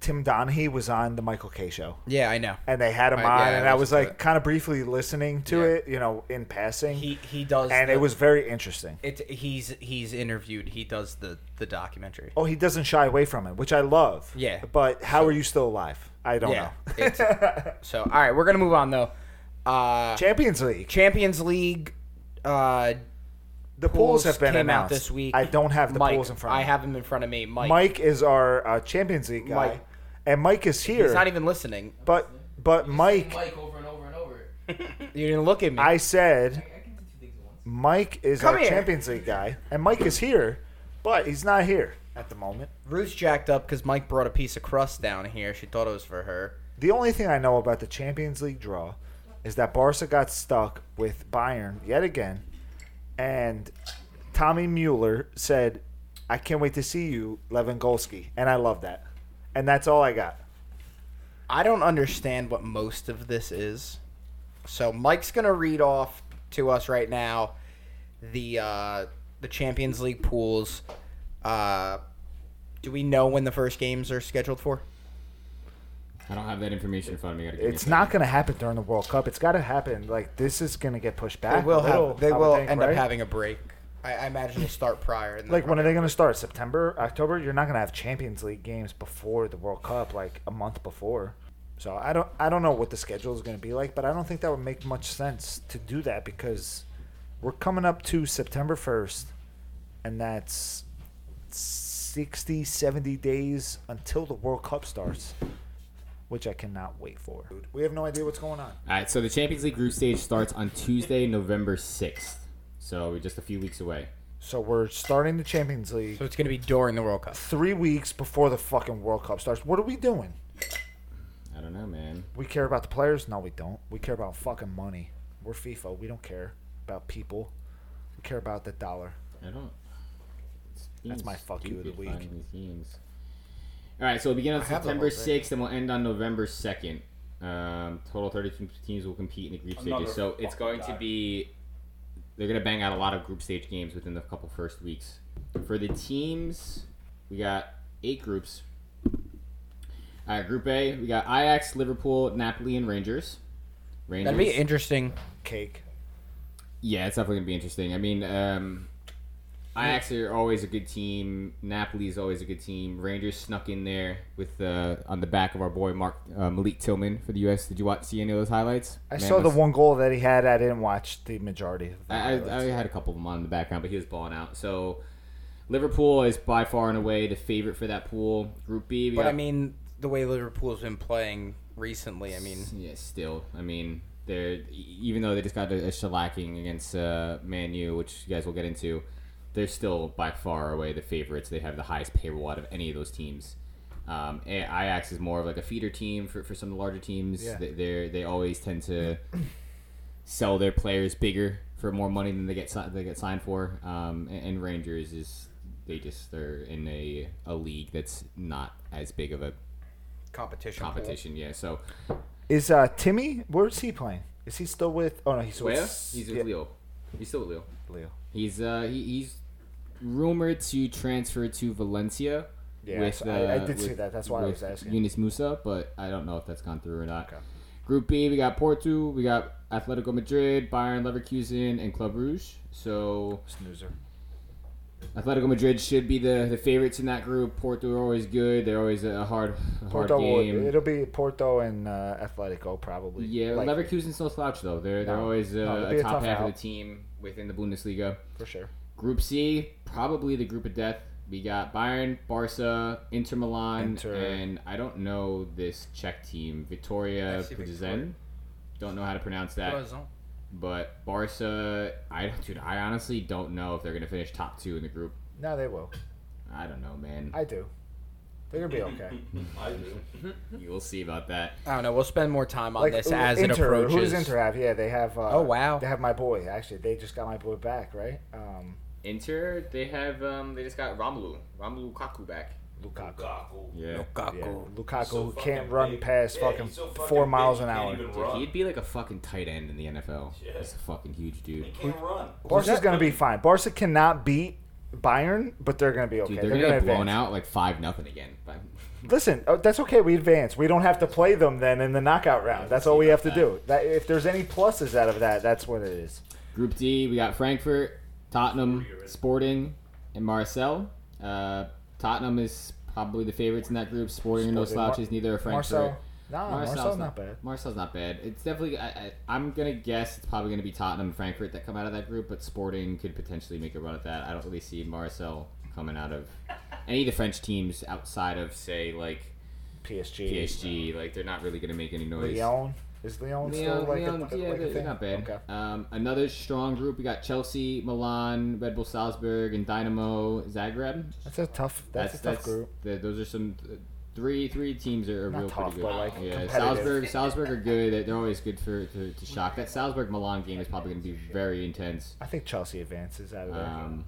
Tim Donahue was on the Michael K show, Yeah, I know. and they had him I- on, yeah, I and I was listened to like kind of briefly listening to Yeah. it, you know, in passing, He he does. and the- it was very interesting. It, he's he's interviewed. He does the the documentary. Oh, he doesn't shy away from it, which I love. Yeah. but how are you still alive? I don't yeah. know. it's- so all right, we're gonna move on though. Uh, Champions League. Champions League. Uh, The pools pools, have been came announced out this week. I don't have the Mike, pools in front. I of me. have them in front of me. Mike. Mike is our uh, Champions League guy, Mike. and Mike is here. He's not even listening. but but Mike, Mike over and over and over. You didn't look at me. I said I can do two things at once. Mike is Come our here. Champions League guy, and Mike is here, but he's not here at the moment. Ruth's jacked up because Mike brought a piece of crust down here. She thought it was for her. The only thing I know about the Champions League draw is that Barca got stuck with Bayern yet again, and Tommy Mueller said, "I can't wait to see you, Lewandowski," and I love that, and that's all I got. I don't understand what most of this is. So Mike's gonna read off to us right now the uh, the Champions League pools. Uh, do we know when the first games are scheduled for? I don't have that information in front of me. Gotta give me a It's second. not going to happen during the World Cup. It's got to happen. Like this is going to get pushed They back. Ah, a will little, have. They I would will think, end up right? having a break. I, I imagine they'll start prior. And then Like when are they going to start? September, October? You're not going to have Champions League games before the World Cup, like a month before. So I don't, I don't know what the schedule is going to be like, but I don't think that would make much sense to do that because we're coming up to September 1st, and that's 60, 70 days until the World Cup starts, which I cannot wait for. We have no idea what's going on. All right, so the Champions League group stage starts on Tuesday, November 6th. So we're just a few weeks away. So we're starting the Champions League. so it's gonna be during the World Cup. three weeks before the fucking World Cup starts. What are we doing? I don't know, man. We care about the players? No, we don't. We care about fucking money. We're FIFA. We don't care about people. We care about the dollar. I don't. it's That's being my fuck you of the stupid week. finding these games. All right, so we'll begin on have the September whole thing. 6th and we'll end on November 2nd. Um, total 32 teams will compete in the group Another stages. So it's fucking going to guy. be. They're going to bang out a lot of group stage games within the couple first weeks. For the teams, we got eight groups. All right, Group A, we got Ajax, Liverpool, Napoli, and Rangers. Rangers. That'd be interesting. Cake. Yeah, it's definitely gonna be interesting. I mean, um, Ajax are always a good team. Napoli is always a good team. Rangers snuck in there with uh, on the back of our boy Mark uh, Malik Tillman for the U.S. Did you watch see any of those highlights? I Man saw the was- one goal that he had. I didn't watch the majority of the I, I, I highlights. had a couple of them on in the background, but he was balling out. So Liverpool is by far and away the favorite for that pool. Group B, we But got, I mean, the way Liverpool's been playing recently, I mean, yeah, still, I mean, they're e- even though they just got a, a shellacking against uh, Man U, which you guys will get into, they're still by far away the favorites. They have the highest payroll out of any of those teams. Um, A- Ajax is more of like a feeder team for, for some of the larger teams. Yeah. They they're- they always tend to sell their players bigger for more money than they get si- they get signed for. Um, and, and Rangers is they just they're in a, a league that's not as big of a competition. pool. competition. Yeah, so Is uh, Timmy? Where's he playing? Is he still with? Oh no, he's with. Leo, he's with yeah, Leo. He's still with Leo. Leo. He's uh he, he's rumored to transfer to Valencia. Yeah, so I- I did see that. That's why I was uh, with asking. Yunus Musa, but I don't know if that's gone through or not. Group B, we got Porto, we got Atletico Madrid, Bayern Leverkusen, and Club Rouge. So Snoozer. Atletico Madrid should be the, the favorites in that group. Porto are always good. They're always a hard a hard Porto. will- game. It'll be Porto and uh, Atletico probably. yeah, Likely, Leverkusen's no slouch though. They're they're No. always uh, No, it'll be a a top tough half out. of the team within the Bundesliga. for sure. Group C, probably the group of death. We got Bayern, Barca, Inter Milan, Inter. and I don't know uh, this Czech team, Victoria FC Victoria. Plzeň. Don't know how to pronounce that. Well, But Barca, I dude, I honestly don't know if they're gonna finish top two in the group. No, they will. I don't know, man. I do. They're gonna be okay. I do. You'll see about that. I don't know. We'll spend more time on this as uh, Inter, it approaches. Who does Inter have? Yeah, they have. Uh, Oh, wow. They have my boy. Actually, they just got my boy back, right? Um, Inter, they have um, they just got Romelu, Romelu Kaku back. Lukaku. Yeah, Yeah, Lukaku. Lukaku So who fucking can't run big. past Yeah, fucking, he's so four fucking miles big, an he can't hour. even Dude, run. he'd be like a fucking tight end in the NFL. Yeah. He's a fucking huge dude. He can't run. Barca's that- gonna be fine. Barca cannot beat Bayern, but they're gonna be okay. Dude, they're, gonna, get blown out like five nothing again. But out. Listen, oh, that's okay. We advance. We don't have to play them then in the knockout round. that's all we have to do. That, if there's any pluses out of that, that's what it is. Group D, we got Frankfurt, Tottenham, Sporting, and Marcel. Uh, Tottenham is probably the favorites in that group. Sporting are no Sporting, Mar- slouches. Neither are Frankfurt. Marcel, nah, Marcel's, not bad. Marcel's not bad. It's definitely. I, I, I'm gonna guess it's probably gonna be Tottenham and Frankfurt that come out of that group, but Sporting could potentially make a run at that. I don't really see Marcel coming out of any of the French teams outside of say like PSG, PSG. Like they're not really gonna make any noise. Leon. Is Leon, Leon, still like, Leon, a, yeah, like a they're thing? not bad. Okay. Um, another strong group. We got Chelsea, Milan, Red Bull Salzburg, and Dynamo Zagreb. That's a tough. That's, a tough group. th- those are some th- three three teams are, are Not real tough, pretty good. but, like, yeah, competitive. Salzburg, Salzburg are good. They're- They're always good for to, to shock. That Salzburg Milan game is probably going to be very intense. I think Chelsea advances out of there. Um,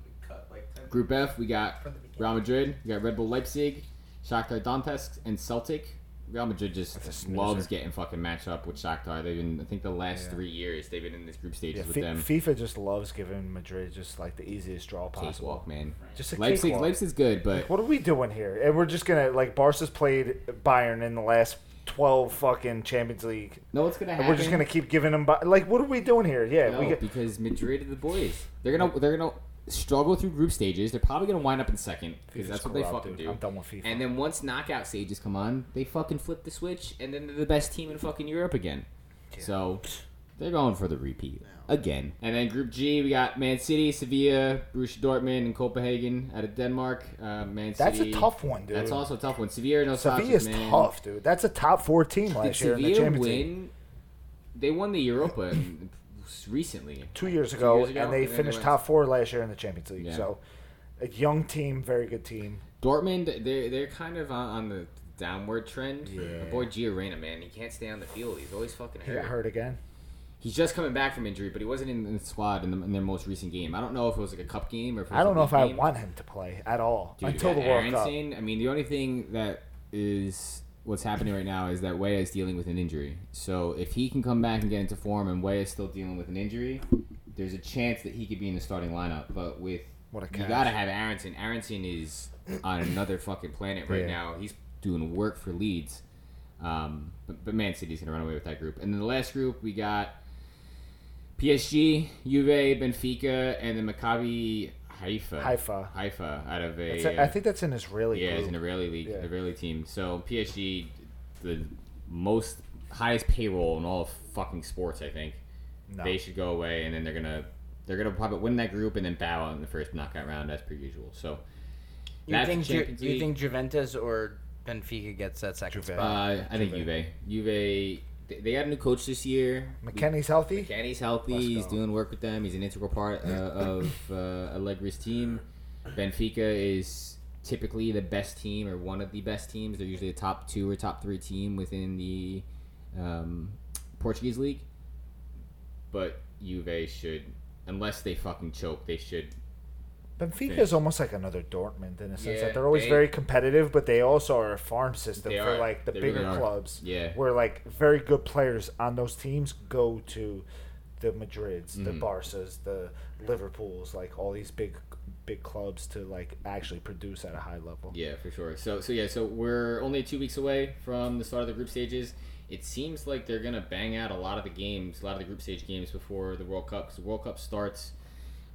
group F, we got Real Madrid, we got Red Bull Leipzig, Shakhtar Donetsk, and Celtic. Real Madrid That's just a loves snoozer. getting fucking matched up with Shakhtar. They've been, I think, the last Yeah. three years they've been in this group stages yeah, with Fi- them. FIFA just loves giving Madrid just like the easiest draw possible. Cakewalk, man. Just a Leipzig, cakewalk. Leipzig's good, but What are we doing here? And we're just gonna like Barca's played Bayern in the last twelve fucking Champions League, no, what's gonna and happen? we're just gonna keep giving them. By- like, what are we doing here? Yeah, No, we get because Madrid are the boys. They're gonna they're gonna struggle through group stages. They're probably gonna wind up in second because that's what they corrupt, fucking dude. do. I'm done with FIFA. And then once knockout stages come on, they fucking flip the switch, and then they're the best team in fucking Europe again. So they're going for the repeat again. And then Group G, we got Man City, Sevilla, Borussia Dortmund, and Copenhagen out of Denmark. Uh, Man that's City. a tough one, dude. That's also a tough one. Sevilla, are no Sevilla's slouches, man. tough, dude. That's a top four team Did last year in the Sevilla Champions win? League. They won the Europa in- recently. Two years ago, years ago, and they and then they finished went- top four last year in the Champions League. Yeah. So, a young team, very good team. Dortmund, they're they're kind of on, on the downward trend. My Yeah. boy Giorena, man, he can't stay on the field. He's always fucking He hurt. got hurt again. He's just coming back from injury, but he wasn't in, in the squad in, the, in their most recent game. I don't know if it was like a cup game or. If it was I don't a know league if I game. want him to play at all Dude, until you the got World Cup. Aronson. I mean, the only thing that is what's happening right now is that Way is dealing with an injury. So if he can come back and get into form, and Way is still dealing with an injury, there's a chance that he could be in the starting lineup. But with What a you catch. gotta have Aronson. Aronson is on another fucking planet right Yeah. now. He's doing work for Leeds. Um, but, but Man City's gonna run away with that group. And then the last group we got PSG, Juve, Benfica, and then Maccabi Haifa. Haifa. Haifa out of a. uh, It's a- I think that's an Israeli yeah, group. it's an Israeli league, Yeah. Israeli team. So PSG, the most highest payroll in all of fucking sports, I think. No. They should go away, and then they're gonna they're gonna probably win that group and then bow out in the first knockout round as per usual. So You think, the Ju- Champions you League. think Juventus or Benfica gets that second Juve. spot? Uh, I think Juve. Juve. They they got a new coach this year. McKennie's healthy. Kenny's healthy. Let's He's go. doing work with them. He's an integral part uh, of uh, Allegri's team. Benfica is typically the best team or one of the best teams. They're usually a top two or top three team within the um, Portuguese league. But Juve should, unless they fucking choke, they should. Benfica is almost like another Dortmund in a sense Yeah, that they're always they- very competitive, but they also are a farm system They for are. like the They bigger really are. clubs. Yeah. where like very good players on those teams go to the Madrids, the Mm-hmm. Barcas, the Liverpools, like all these big big clubs to like actually produce at a high level. Yeah, for sure. So so yeah, so we're only two weeks away from the start of the group stages. It seems like they're gonna bang out a lot of the games, a lot of the group stage games before the World Cup. 'cause the World Cup starts.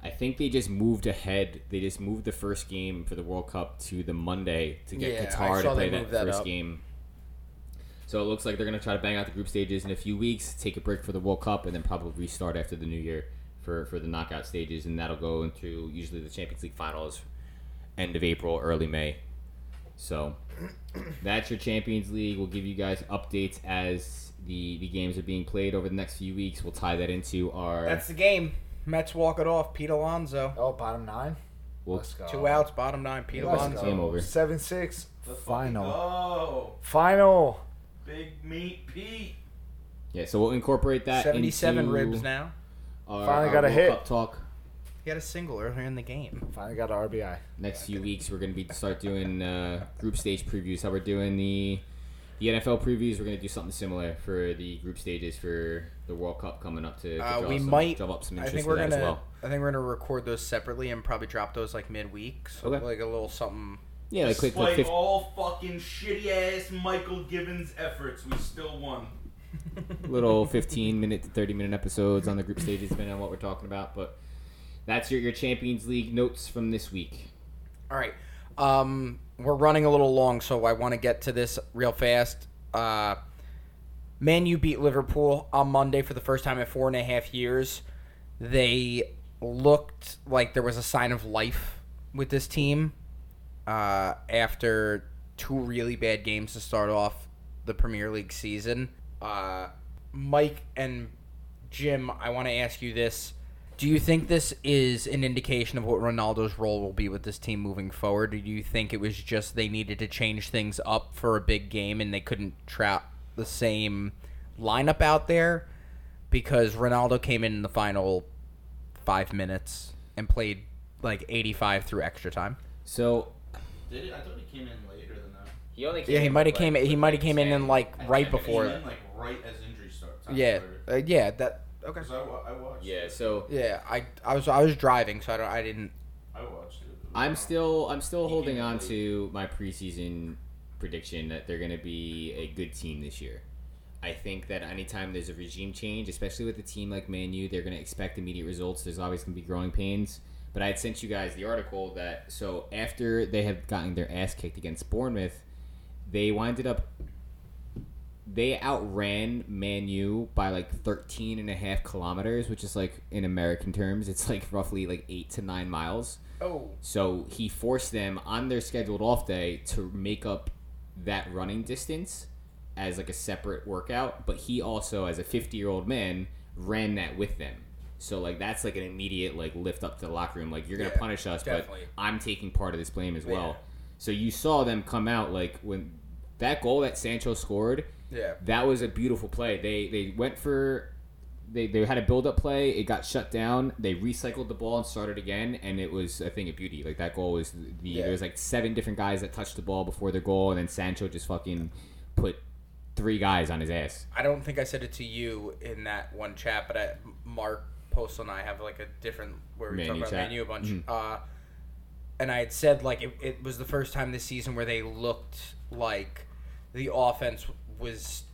I think they just moved ahead. They just moved the first game for the World Cup to the Monday to get Yeah, I Qatar to saw they play that, moved that first up. game. So it looks like they're gonna try to bang out the group stages in a few weeks, take a break for the World Cup, and then probably restart after the New Year for for the knockout stages, and that'll go into usually the Champions League finals, end of April, early May. So that's your Champions League. We'll give you guys updates as the the games are being played over the next few weeks. We'll tie that into our That's the game. Mets walk it off. Pete Alonso. Oh, bottom nine. Well, Let's go. Two outs, bottom nine. Pete Let's Alonso. go. Game over. Seven six. Final. Oh, Final. big meat Pete. yeah. So we'll incorporate that. 77 into ribs now. Our, Finally our got a World hit. Cup talk. He had a single earlier in the game. Finally got a RBI. Next few weeks, we're going to be start doing uh, group stage previews. How we're doing the the NFL previews. We're going to do something similar for the group stages for the World Cup coming up to, to Uh, draw we some, might. draw up some I interest think we're for that gonna. as well. I think we're gonna record those separately and probably drop those like midweek, so Okay. like a little something. Yeah, like quick, like Despite 15, all fucking shitty ass Michael Gibbons efforts, we still won. little 15 minute to 30 minute episodes on the group stages depending on what we're talking about but that's your, your champions league notes from this week All right, um, we're running a little long, so I want to get to this real fast. Uh, Man, you beat Liverpool on Monday for the first time in four and a half years. They looked like there was a sign of life with this team uh, after two really bad games to start off the Premier League season. Uh, Mike and Jim, I want to ask you this. Do you think this is an indication of what Ronaldo's role will be with this team moving forward? Or do you think it was just they needed to change things up for a big game and they couldn't trap the same lineup out there? Because Ronaldo came in, in the final five minutes and played like 85 through extra time. so Did it? I thought he came in later than that. he only Yeah, he might have came. He might have came in in like right before. in like right as injury starts. Yeah, uh, yeah. That okay. I, wa- I watched. yeah so Yeah, I, I was I was driving, so I don't I didn't. I watched it. i'm still i'm still He holding came on late. to my preseason prediction that they're going to be a good team this year I think that anytime there's a regime change, especially with a team like Man U, they're going to expect immediate results. There's always going to be growing pains. But I had sent you guys the article that so after they had gotten their ass kicked against Bournemouth, they winded up they outran Man U by like 13 and a half kilometers, which is like in American terms, it's like roughly like 8 to 9 miles. Oh, So he forced them on their scheduled off day to make up that running distance as like a separate workout, but he also as a 50-year-old man ran that with them. So like that's like an immediate like lift up to the locker room like you're going to Yeah, punish us definitely. but I'm taking part of this blame as well. Yeah. So you saw them come out like when that goal that Sancho scored, yeah. that was a beautiful play. They they went for they, they had a build up play. It got shut down. They recycled the ball and started again, and it was a thing of beauty. Like that goal was the Yeah. there was like seven different guys that touched the ball before their goal, and then Sancho just fucking put three guys on his ass. I don't think I said it to you in that one chat, but I, Mark Postal and I have like a different where we Man talk U about chat. menu a bunch. Uh, and I had said like it, it was the first time this season where they looked like the offense was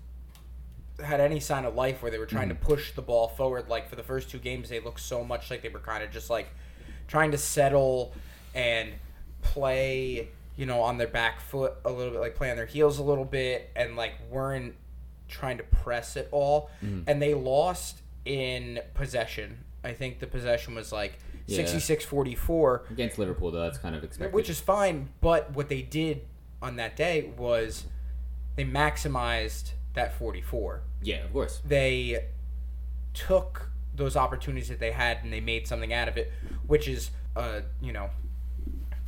had any sign of life where they were trying to push the ball forward. Like for the first two games, they looked so much like they were kind of just like trying to settle and play, you know, on their back foot a little bit, like play on their heels a little bit, and like weren't trying to press at all. And they lost in possession. I think the possession was like Yeah. 66 44 Against Liverpool, though, that's kind of expected. which is fine. But what they did on that day was they maximized that 44. yeah, of course. They took those opportunities that they had and they made something out of it, which is, uh, you know,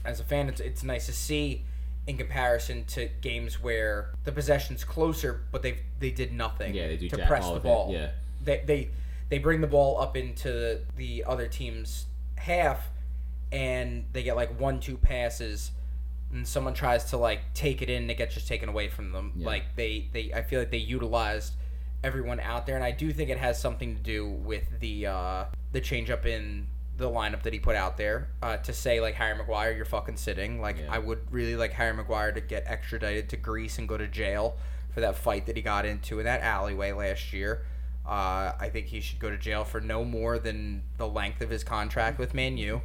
as a fan, it's, it's nice to see in comparison to games where the possession's closer, but they they did nothing. Yeah, they do to jack press all the of it, ball. yeah. they they they bring the ball up into the other team's half, and they get like one two passes, and someone tries to like take it in, and it gets just taken away from them. Yeah. Like they they I feel like they utilized everyone out there, and I do think it has something to do with the uh, the change up in the lineup that he put out there uh, to say like Harry Maguire, you're fucking sitting. Like Yeah. I would really like Harry Maguire to get extradited to Greece and go to jail for that fight that he got into in that alleyway last year. Uh, I think he should go to jail for no more than the length of his contract with Man U.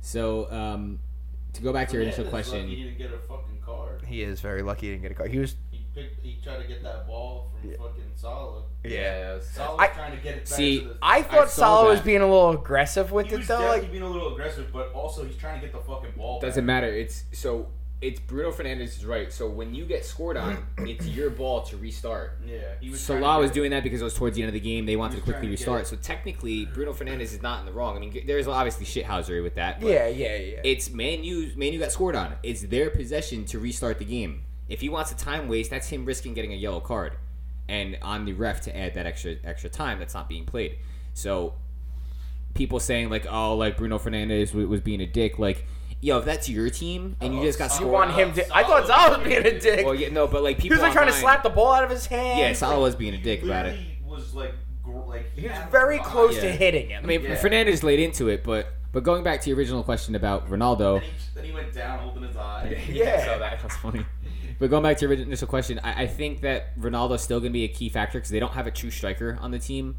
So um, to go back to your initial question, He didn't get a fucking card. He is very lucky he didn't get a card. He was He picked. He tried to get that ball from fucking Salah. yeah. Salah's I- trying to get it back See, to the. I thought saw Salah was that. being a little aggressive with he it was though. definitely Like being a little aggressive, but also he's trying to get the fucking ball. doesn't back. matter. It's so it's Bruno Fernandez is right. So when you get scored on, it's your ball to restart. Yeah, he was. trying to Salah get was doing that because it was towards the end of the game. They wanted to was quickly trying to get restart. it. So technically, Bruno Fernandez is not in the wrong. I mean, there's obviously shithousery with that. But yeah, yeah, yeah. It's Man U's Man U got scored on. It's their possession to restart the game. If he wants a time waste, that's him risking getting a yellow card, and on the ref to add that extra extra time that's not being played. So people saying like, oh, like Bruno Fernandez w- was being a dick. Like, yo, if that's your team and you just got you scored, want on- him to? I thought Salah was being a dick. Well, yeah, no, but like he people was like trying to online- slap the ball out of his hand. Yeah, Salah was being a dick Literally about it. Was like, gr- like He was had very it behind close him, to Yeah. hitting him. I mean, Yeah. Fernandez laid into it, but but going back to your original question about Ronaldo. and he- Then he went down, holding his eye. Yeah. So that was funny. But going back to your orig- initial question, I, I think that Ronaldo's still going to be a key factor because they don't have a true striker on the team.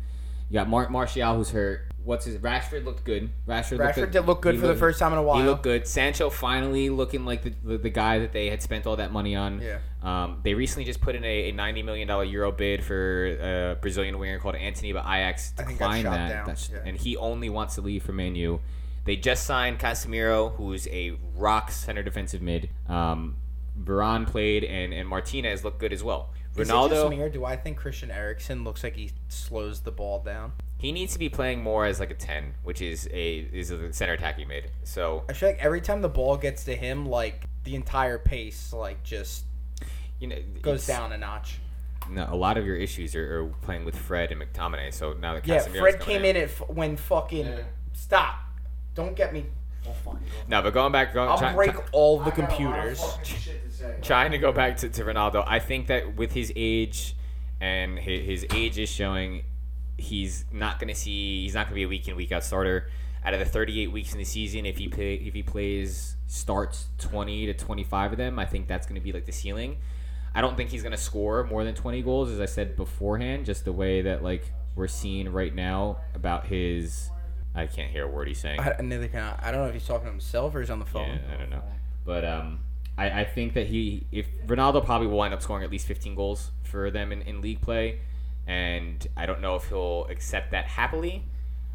You got Mar- Martial, who's hurt. What's his? Rashford looked good. Rashford, looked Rashford did look good he for the looked- first time in a while. He looked good. Sancho finally looking like the, the, the guy that they had spent all that money on. Yeah. Um, they recently just put in a, a ninety million dollar euro bid for a Brazilian winger called Anthony, but Ajax I think got declined shot that. down, That's- yeah. And he only wants to leave for Man U. They just signed Casemiro, who's a rock center defensive mid. Um, Varane played, and, and Martinez looked good as well. Is it just Ronaldo, me, or do I think Christian Eriksen looks like he slows the ball down? he needs to be playing more as like a ten, which is a is a center attacking mid. So I feel like every time the ball gets to him, like the entire pace, like just you know goes it's- down a notch. No, a lot of your issues are, are playing with Fred and McTominay. So now that Yeah, Casemiro's Fred coming came in, at f- when fucking stop. Don't get me. No, but going back, going, I'll try- break try- all I the got a lot of computers. fucking shit to say. trying to go back to, to Ronaldo. I think that with his age, and his, his age is showing, he's not going to see. He's not going to be a week in week out starter. Out of the 38 weeks in the season, if he play, if he plays starts 20 to 25 of them, I think that's going to be like the ceiling. I don't think he's going to score more than 20 goals, as I said beforehand. Just the way that like we're seeing right now about his, I can't hear a word he's saying. I, I neither can I. I don't know if he's talking to himself or he's on the phone. Yeah, I don't know. But um, I, I think that he, if Ronaldo probably will end up scoring at least 15 goals for them in, in league play. And I don't know if he'll accept that happily.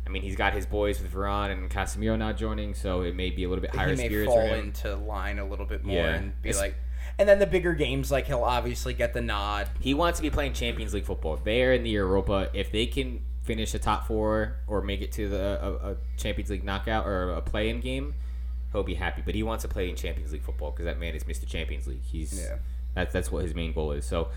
I mean, he's got his boys with Varane and Casemiro now joining, so it may be a little bit higher he may spirits for fall him. into line a little bit more Yeah. and be It's- like. And then the bigger games, like he'll obviously get the nod. He wants to be playing Champions League football. They're in the Europa. If they can finish the top four or make it to the a, a Champions League knockout or a play-in game, he'll be happy. But he wants to play in Champions League football because that man is Mr. Champions League. He's Yeah. that's that's what his main goal is. So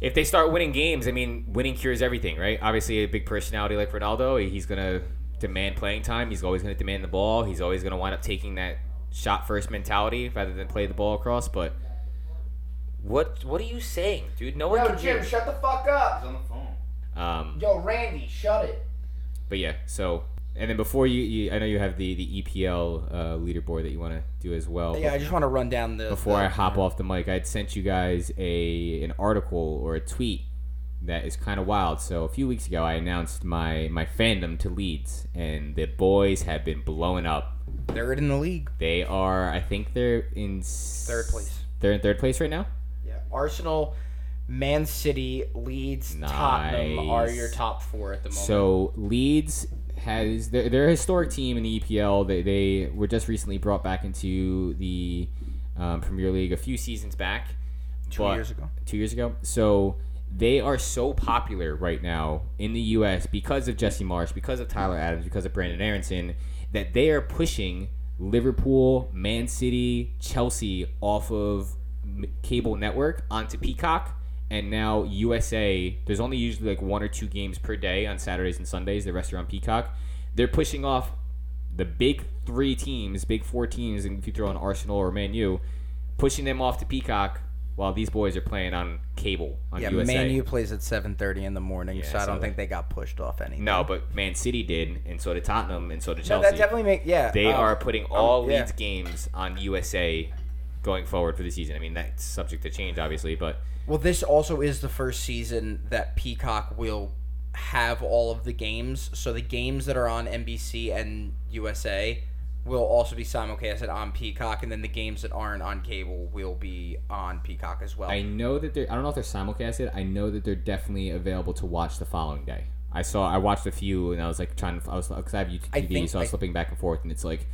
if they start winning games, I mean, winning cures everything, right? Obviously, a big personality like Ronaldo, he's gonna demand playing time. He's always gonna demand the ball. He's always gonna wind up taking that shot first mentality rather than play the ball across. But what what are you saying, dude? No one can hear. Oh, shut the fuck up. He's on the phone. Um, Yo, Randy, shut it. but yeah, so and then before you, you I know you have the the EPL uh, leaderboard that you want to do as well. Yeah, I just want to run down the. before the- I hop off the mic, I had sent you guys a an article or a tweet that is kind of wild. So a few weeks ago, I announced my my fandom to Leeds, and the boys have been blowing up. Third in the league. They are, I think they're in s- Third place. They're in third place right now. Yeah. Arsenal, Man City, Leeds, Tottenham are Nice. your top four at the moment. So Leeds has they're, they're a historic team in the EPL. They, they were just recently brought back into the um, Premier League a few seasons back. Two but- years ago. Two years ago. So they are so popular right now in the U.S. because of Jesse Marsh, because of Tyler Adams, because of Brandon Aronson, that they are pushing Liverpool, Man City, Chelsea off of m- cable network onto Peacock, and now USA. There's only usually like one or two games per day on Saturdays and Sundays. The rest are on Peacock. They're pushing off the big three teams, big four teams, and if you throw in Arsenal or Man U, pushing them off to Peacock while these boys are playing on cable on Yeah, USA. Man U plays at 7:30 in the morning, Yeah, so I so don't they- think they got pushed off any. No, but Man City did, and so did Tottenham, and so did No, Chelsea. that definitely make yeah. they uh, are putting all yeah. Leeds games on USA going forward for the season. I mean, that's subject to change, obviously, but Well, this also is the first season that Peacock will have all of the games. So the games that are on NBC and USA will also be simulcasted on Peacock, and then the games that aren't on cable will be on Peacock as well. I know that they're. I don't know if they're simulcasted. I know that they're definitely available to watch the following day. I saw. I watched a few, and I was like trying to. I was because I have YouTube I TV, think so I was I- flipping back and forth, and it's like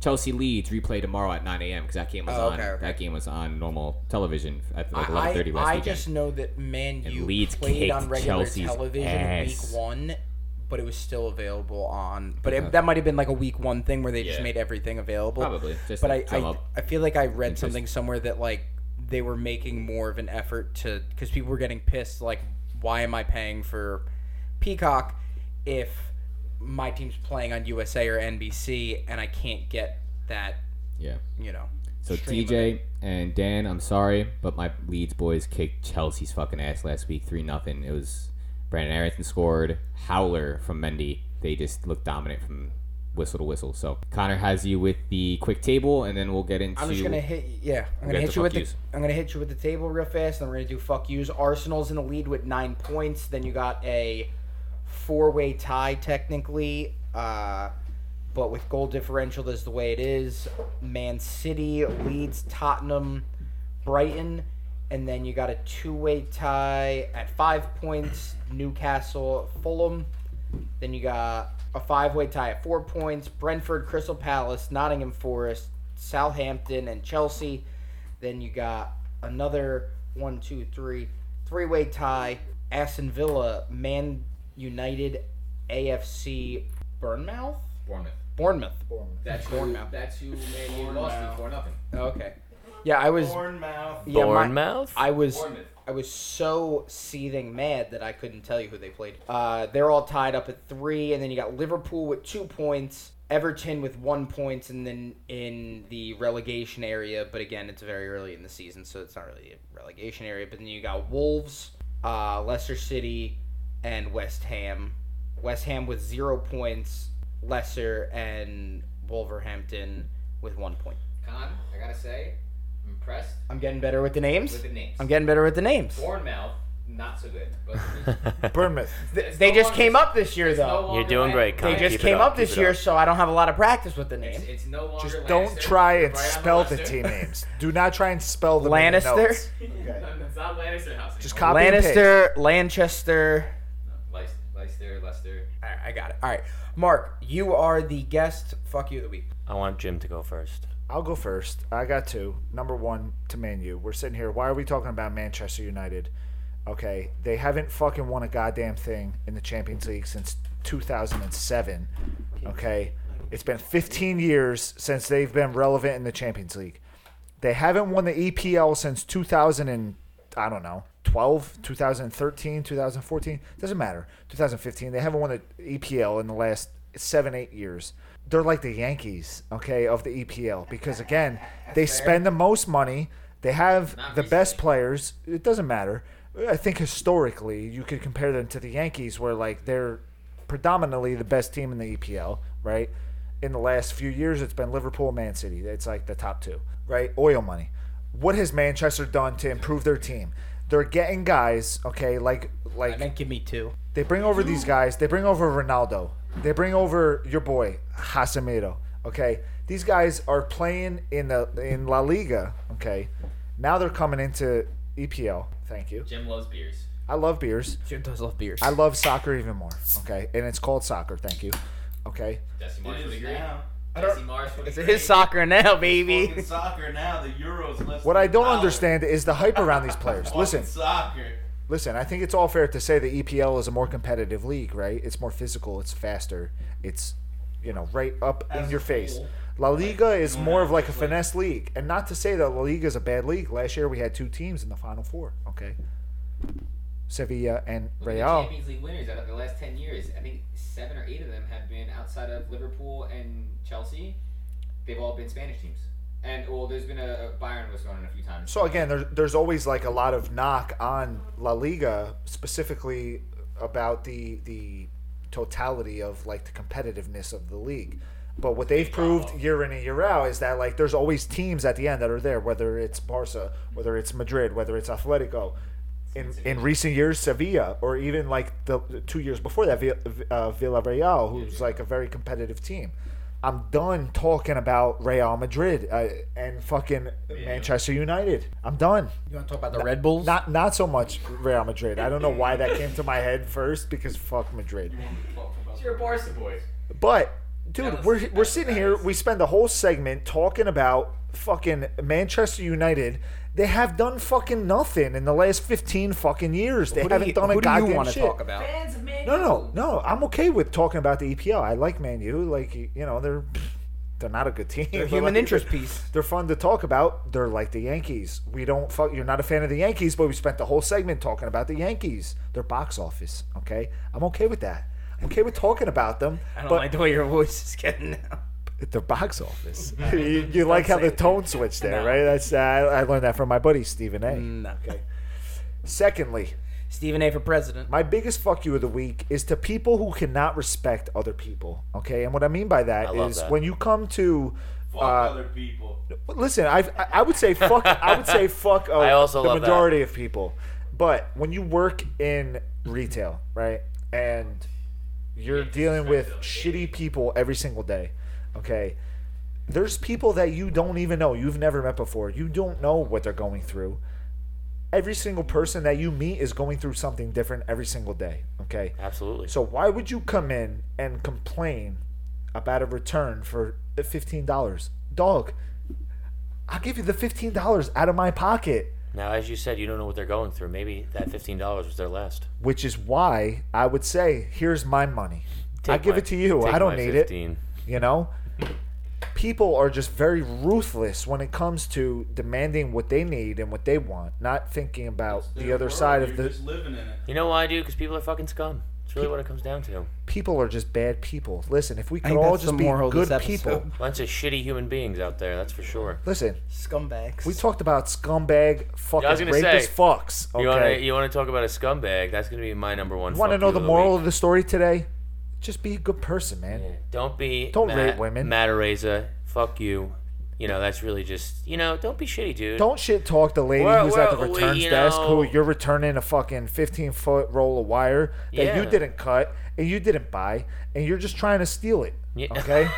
Chelsea Leeds replay tomorrow at 9 a.m. because that game was Oh, on. okay, okay. That game was on normal television at like 11:30 I, last I, I weekend. just know that Man And U Leeds played on kicked regular Chelsea's television ass. week one, but it was still available on. But it, that might have been like a week one thing where they just Yeah. made everything available. Probably, just but to I, drum I, up I feel like I read interest. something somewhere that like they were making more of an effort to because people were getting pissed like why am I paying for Peacock if my team's playing on USA or NBC and I can't get that yeah. you know. So stream of it. DJ and Dan, I'm sorry, but my Leeds boys kicked Chelsea's fucking ass last week, three nothing. It was Brandon Aronson scored, howler from Mendy. They just looked dominant from whistle to whistle. So Connor has you with the quick table, and then we'll get into. I'm just gonna hit. Yeah, I'm get gonna hit to you with fuck the. yous. I'm gonna hit you with the table real fast, and we're gonna do fuck yous. Arsenal's in the lead with nine points. Then you got a four-way tie technically, uh, but with goal differential, that's the way it is. Man City leads Tottenham, Brighton, and then you got a two-way tie at five points. Newcastle, Fulham. Then you got a five-way tie at four points: Brentford, Crystal Palace, Nottingham Forest, Southampton, and Chelsea. Then you got another one, two, three, three-way tie: Aston Villa, Man United, AFC, Bournemouth, Bournemouth. Bournemouth. That's who. Bournemouth. That's who. Man, You lost it for nothing. Okay. Yeah, I was. Bournemouth. Yeah, my- Bournemouth? I was. Bournemouth. I was so seething mad that I couldn't tell you who they played. Uh, they're all tied up at three, and then you got Liverpool with two points, Everton with one point, and then in the relegation area. But again, it's very early in the season, so it's not really a relegation area. But then you got Wolves, uh, Leicester City, and West Ham. West Ham with zero points, Leicester and Wolverhampton with one point. Con, I gotta say, I'm impressed I'm getting better with the names. with the names. I'm getting better with the names. Bournemouth, not so good. But Bournemouth. Th- They just came up this year, It's no though. You're longer doing Lan- great, Con. They Keep just it came up, up this keep it year, up. so I don't have a lot of practice with the It's, name. it's no longer. Just don't Lannister. try and Right on spell the Lannister. team names. Do not try and spell the Lannister? Okay. It's not Lannister house. Just anymore. copy and paste. Lannister, Lanchester. Leicester, Leicester, Leicester. All right, I got it. All right, Mark, you are the guest. Fuck you of the week. I want Jim to go first. I'll go first. I got two. Number one to Man U. We're sitting here. Why are we talking about Manchester United? Okay, they haven't fucking won a goddamn thing in the Champions League since 2007. Okay, it's been 15 years since they've been relevant in the Champions League. They haven't won the EPL since 2000 and I don't know 12, 2013, 2014. Doesn't matter. 2015. They haven't won the EPL in the last seven, eight years. They're like the Yankees, okay, of the EPL because again, they spend the most money. They have Not the recently. best players. It doesn't matter. I think historically, you could compare them to the Yankees, where like they're predominantly the best team in the EPL, right? In the last few years, it's been Liverpool, and Man City. It's like the top two, right? Oil money. What has Manchester done to improve their team? They're getting guys, okay, like I like meant give me two. they bring over these guys. They bring over Ronaldo. They bring over your boy Casemiro. Okay, these guys are playing in the in La Liga. Okay, now they're coming into EPL. Thank you. Jim loves beers. I love beers. Jim does love beers. I love soccer even more. Okay, and it's called soccer. Thank you. Okay, Jesse Marsh It would is agree. now. Jesse Marsh would it's agree. his soccer now, baby. Fucking soccer now. The Euros less. what than I don't a dollar. understand is the hype around these players. Fucking Listen, Soccer. Listen, I think it's E all fair to say the EPL is a more competitive league, right? It's more physical, it's faster, it's you know, right up in As your a face. whole, La Liga is you more know, of like a like- finesse league, and not to say that La Liga is a bad league. Last year we had two teams in the final four. Okay, Sevilla and Look at the Real. Champions League winners out of the last ten years, I think seven or eight of them have been outside of Liverpool and Chelsea. They've all been Spanish teams, and well, there's been a, a Bayern was thrown in a few times. So again, there's there's always like a lot of knock on La Liga specifically about the the totality of like the competitiveness of the league. But what they've proved year in and year out is that like there's always teams at the end that are there, whether it's Barca, whether it's Madrid, whether it's Atletico. In, in recent years, Sevilla, or even like the the two years before that, Vi- uh, Villarreal, who's like a very competitive team. I'm done talking about Real Madrid uh, and fucking Manchester United. I'm done. You want to talk about the Red Bulls? Not not so much Real Madrid. I don't know why that came to my head first because fuck Madrid. you're a Barca boy. But That dude, was- we're that we're was sitting here. nice. We spend the whole segment talking about fucking Manchester United. They have done fucking nothing in the last fifteen fucking years. They Who do haven't you- done a who do goddamn you wanna shit. talk about? Fans of Man No, no, U. no. I'm okay with talking about the EPL. I like Man U. Like you know, they're they're not a good team. The but, human like, interest piece. They're fun to talk about. They're like the Yankees. We don't fuck. You're not a fan of the Yankees, but we spent the whole segment talking about the Yankees. Their box office. Okay, I'm okay with that. I'm okay with talking about them. I don't but like the way your voice is getting now. their box office. you you like how the tone switched there, No. right? That's uh, I I learned that from my buddy Stephen A. No. Okay. Secondly, Stephen A. for president. my biggest fuck you of the week is to people who cannot respect other people. Okay, and what I mean by that I is love that. when you come to. Fuck Uh, other people. listen, I I I would say fuck. I would say fuck uh, I also the love that. majority of people, but when you work in retail, right, and you're dealing with shitty people every single day, okay. There's people that you don't even know, you've never met before. You don't know what they're going through. Every single person that you meet is going through something different every single day, okay? Absolutely. So why would you come in and complain about a return for fifteen dollars, dog? I'll give you the fifteen dollars out of my pocket, now, as you said, you don't know what they're going through. Maybe that fifteen dollars was their last. which is why I would say, here's my money. I Take give my- it to you. take I don't my need it. 15. You know, people are just very ruthless when it comes to demanding what they need and what they want, not thinking about It's the their other world, side of you're the. Just living in it. You know why I do? Because people are fucking scum. It's really what it comes down to. People are just bad people. Listen, if we I could think all that's the just be moral of this good people. episode. Bunch of shitty human beings out there. That's for sure. Listen, Scumbags. We talked about scumbag fucking Yeah, I was gonna rapist say, fucks. You want to Okay. you want to talk about a scumbag? That's gonna be my number one. Want to fuck know you the of moral week. of the story today? Just be a good person, man. Yeah. Don't be Don't Ma- rape women. Matareza, fuck you. You know that's really just you know don't be shitty, dude. Don't shit talk the lady Well, who's at the well, we- returns you desk who know- you're returning a fucking 15 foot roll of wire that you Yeah. didn't cut and you didn't buy and you're just trying to steal it. Yeah. Okay?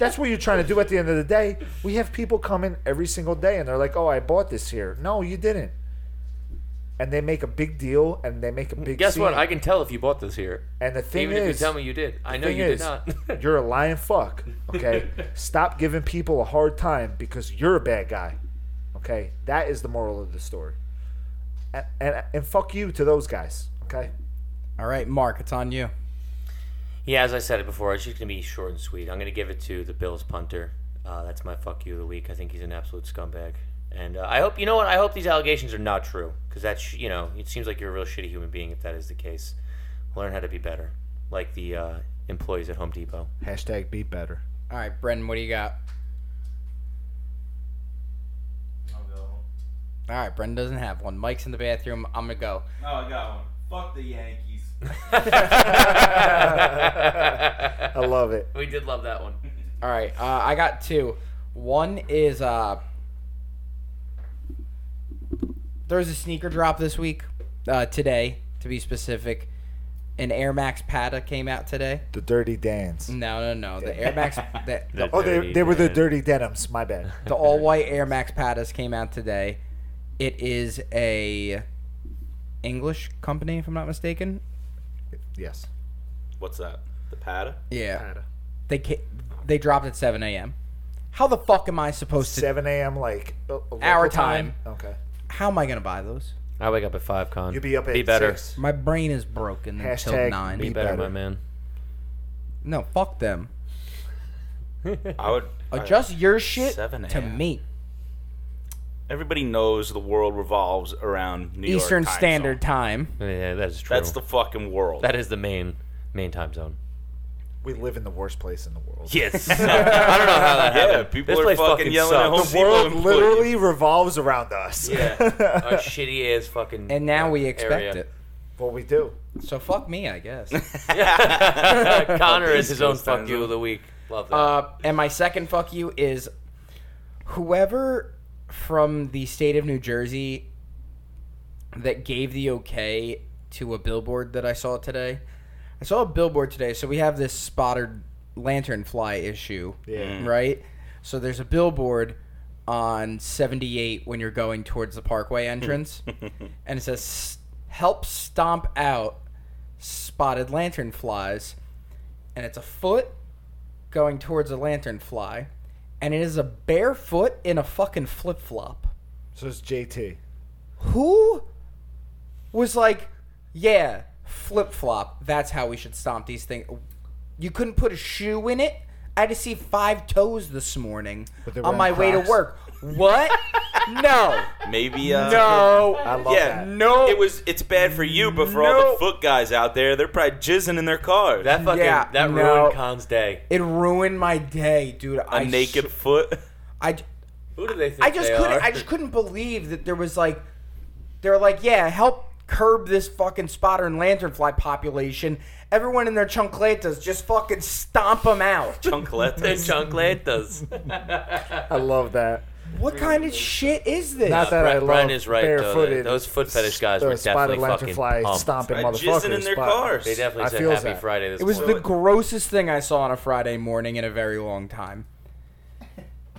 That's what you're trying to do at the end of the day. We have people come in every single day and they're like, oh, I bought this here. No, you didn't. And they make a big deal and they make a big Guess what? scene. I can tell if you bought this here. and the thing Even is, if you tell me you did, I know thing you is, did not. you're a lying fuck. Okay, stop giving people a hard time because you're a bad guy. Okay, that is the moral of the story. And and, and fuck you to those guys. Okay, All right, Mark, it's on you. yeah, as I said it before, it's just gonna be short and sweet. I'm gonna give it to the Bills punter. Uh, that's my fuck you of the week. I think he's an absolute scumbag. And uh, I hope you know what. I hope these allegations are not true because that's you know it seems like you're a real shitty human being if that is the case. Learn how to be better, like the uh, employees at Home Depot. hashtag be better. All right, Brendan, what do you got? I'll go home. All right, Brendan doesn't have one. Mike's in the bathroom. I'm gonna go. No, I got one. Fuck the Yankees. I love it. We did love that one. All right, uh, I got two. One is uh, there was a sneaker drop this week, uh, today to be specific. An Air Max Pata came out today. The dirty dance. No, no, no. The Air Max, the, the, Oh, they, Dirty they were the Dan. dirty denims. My bad. the all white Air Max Patas came out today. It is a English company, if I'm not mistaken. Yes. What's that? The pad? Yeah. Uh, They ca- they dropped at 7 a.m. How the fuck am I supposed to? 7 a.m. like uh, local Our Okay. How am I gonna buy those? I wake up at five, Con. You'll be up at be better. six. My brain is broken until Hashtag nine. Be, Be better, better. my man. No, fuck them. I would I- Adjust your shit 7 to a.m. me. everybody knows the world revolves around New York Eastern time Standard zone. Time. Yeah, that is true. That's the fucking world. that is the main main time zone. We live in the worst place in the world. Yes. I don't know how that Yeah, happened. people This are place fucking yelling at sucks. The Home world People employ literally revolves around us. Yeah. a shitty ass fucking. And now uh, we expect area. it. What we do. So fuck me, I guess. Connor is East his own Coast time fuck you zone. of the week. Love that. Uh, and my second fuck you is whoever from the state of New Jersey that gave the okay to a billboard that I saw today. I saw a billboard today, so we have this spotted lantern fly issue, Yeah. right? So there's a billboard on 78 when you're going towards the parkway entrance, and it says, "Help stomp out spotted lantern flies," and it's a foot going towards a lantern fly, and it is a barefoot in a fucking flip flop. So it's JT. Who was like, yeah, flip flop, that's how we should stomp these things. You couldn't put a shoe in it? I had to see five toes this morning But they were on in my way to Crocs. work. What? no. Maybe uh, I love Yeah, that. no. It was. It's bad for you, but for all No. the foot guys out there, they're probably jizzing in their cars. that fucking yeah, that no. ruined Khan's day. It ruined my day, dude. a I naked s- foot. I Who do they think I just they couldn't. Are? I just couldn't believe that there was like, they were like, yeah, help curb this fucking spotter and lanternfly population. Everyone in their chunkletas, just fucking stomp them out. the Chunkletas. chocolatas. I love that. What kind of shit is this? Not that I Brent- love Brent is right, though, that barefooted. those foot fetish guys uh, were spotted definitely fucking lanternfly pumped. stomping Right, motherfuckers. jizzing in their but- cars. they definitely I said feels Happy that. Friday this it was morning. the grossest thing I saw on a Friday morning in a very long time.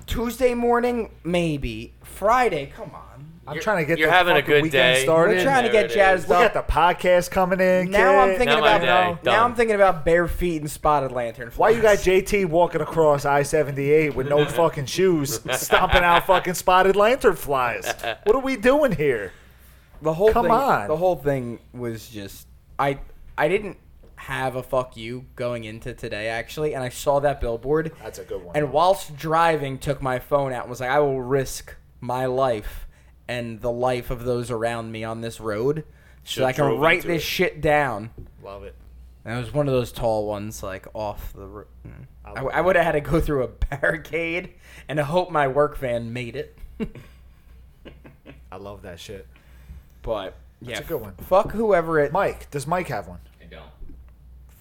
Tuesday morning, maybe. Friday, come on. I'm You're- trying to get you're the having a fucking good weekend day. started. We're trying to There get it jazzed is. We got up. the podcast coming in. now I'm kid. thinking Now my about now, day. Done. I'm thinking about bare feet and spotted lanternflies. Why you got JT walking across I seventy eight with no fucking shoes, stomping out fucking spotted lantern flies? What are we doing here? The whole Come thing, on. The whole thing was just I I didn't have a fuck you going into today actually, and I saw that billboard. That's a good one. And whilst driving, took my phone out and was like, I will risk my life and the life of those around me on this road so Should've I can drove write into this it. shit down. Love it. And it was one of those tall ones, like off the. Ro- mm. I, love I would have had to go through a barricade and hope my work van made it. I love that shit. but yeah, That's a good one. fuck whoever it. Mike, does Mike have one? I don't.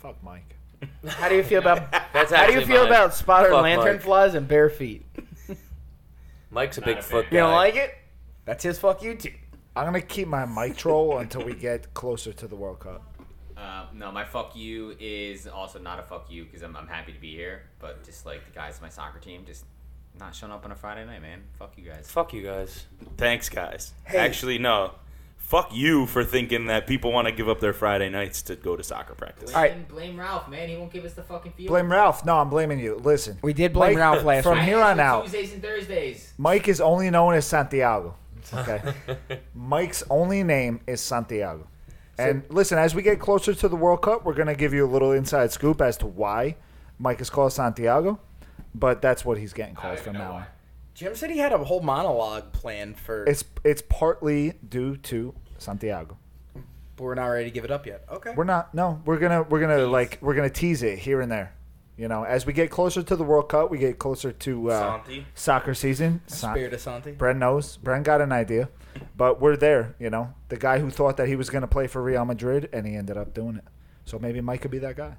Fuck Mike. How do you feel about That's How do you actually feel mine. about spotter Fuck lantern Mike. flies and bare feet? You Mike's a Not big a foot fan. guy. You don't like it? That's his fuck you too. I'm gonna keep my mic troll until we get closer to the World Cup. Uh, no, my fuck you is also not a fuck you because I'm, I'm happy to be here, but just like the guys on my soccer team, just not showing up on a Friday night, man. Fuck you guys. Fuck you guys. Thanks, guys. Actually, no. Fuck you for thinking that people want to give up their Friday nights to go to soccer practice. All right. Blame Ralph, man. He won't give us the fucking field. Blame Ralph. No, I'm blaming you. Listen, We did blame Mike, Ralph last from week. here on out. Tuesdays and Thursdays. Mike is only known as Santiago. Okay. Mike's only name is Santiago. And listen, as we get closer to the World Cup, we're going to give you a little inside scoop as to why Mike is called Santiago, but that's what he's getting called from now on. Jim said he had a whole monologue planned for. It's it's partly due to Santiago. but we're not ready to give it up yet. Okay. We're not. No, we're gonna we're gonna like we're gonna tease it here and there. You know, as we get closer to the World Cup, we get closer to uh, Santi? soccer season. San- Spirit of Santi. Bren knows. Bren got an idea, but we're there. You know, the guy who thought that he was going to play for Real Madrid and he ended up doing it. So maybe Mike could be that guy.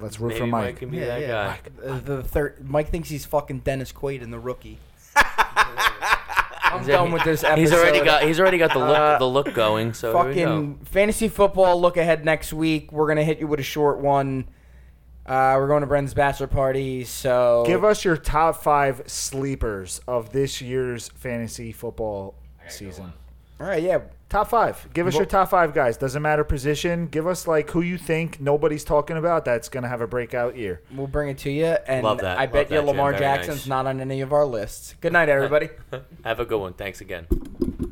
Let's root Maybe for Mike. Mike. can be that guy. Uh, the third Mike thinks he's fucking Dennis Quaid in the rookie. I'm He's- done with this episode. He's already got. He's already got the look. Uh, the look going. So here we go. fucking fantasy football look ahead next week. We're gonna hit you with a short one. Uh, we're going to Bren's bachelor party, so Give us your top five sleepers of this year's fantasy football season. all right. Yeah, Top five. Give us your top five guys. Doesn't matter position. Give us like who you think nobody's talking about that's going to have a breakout year. We'll bring it to you, and Love that. I Love bet you that, Jim. Lamar Very Jackson's nice. not on any of our lists. Good night, everybody. Have a good one. Thanks again.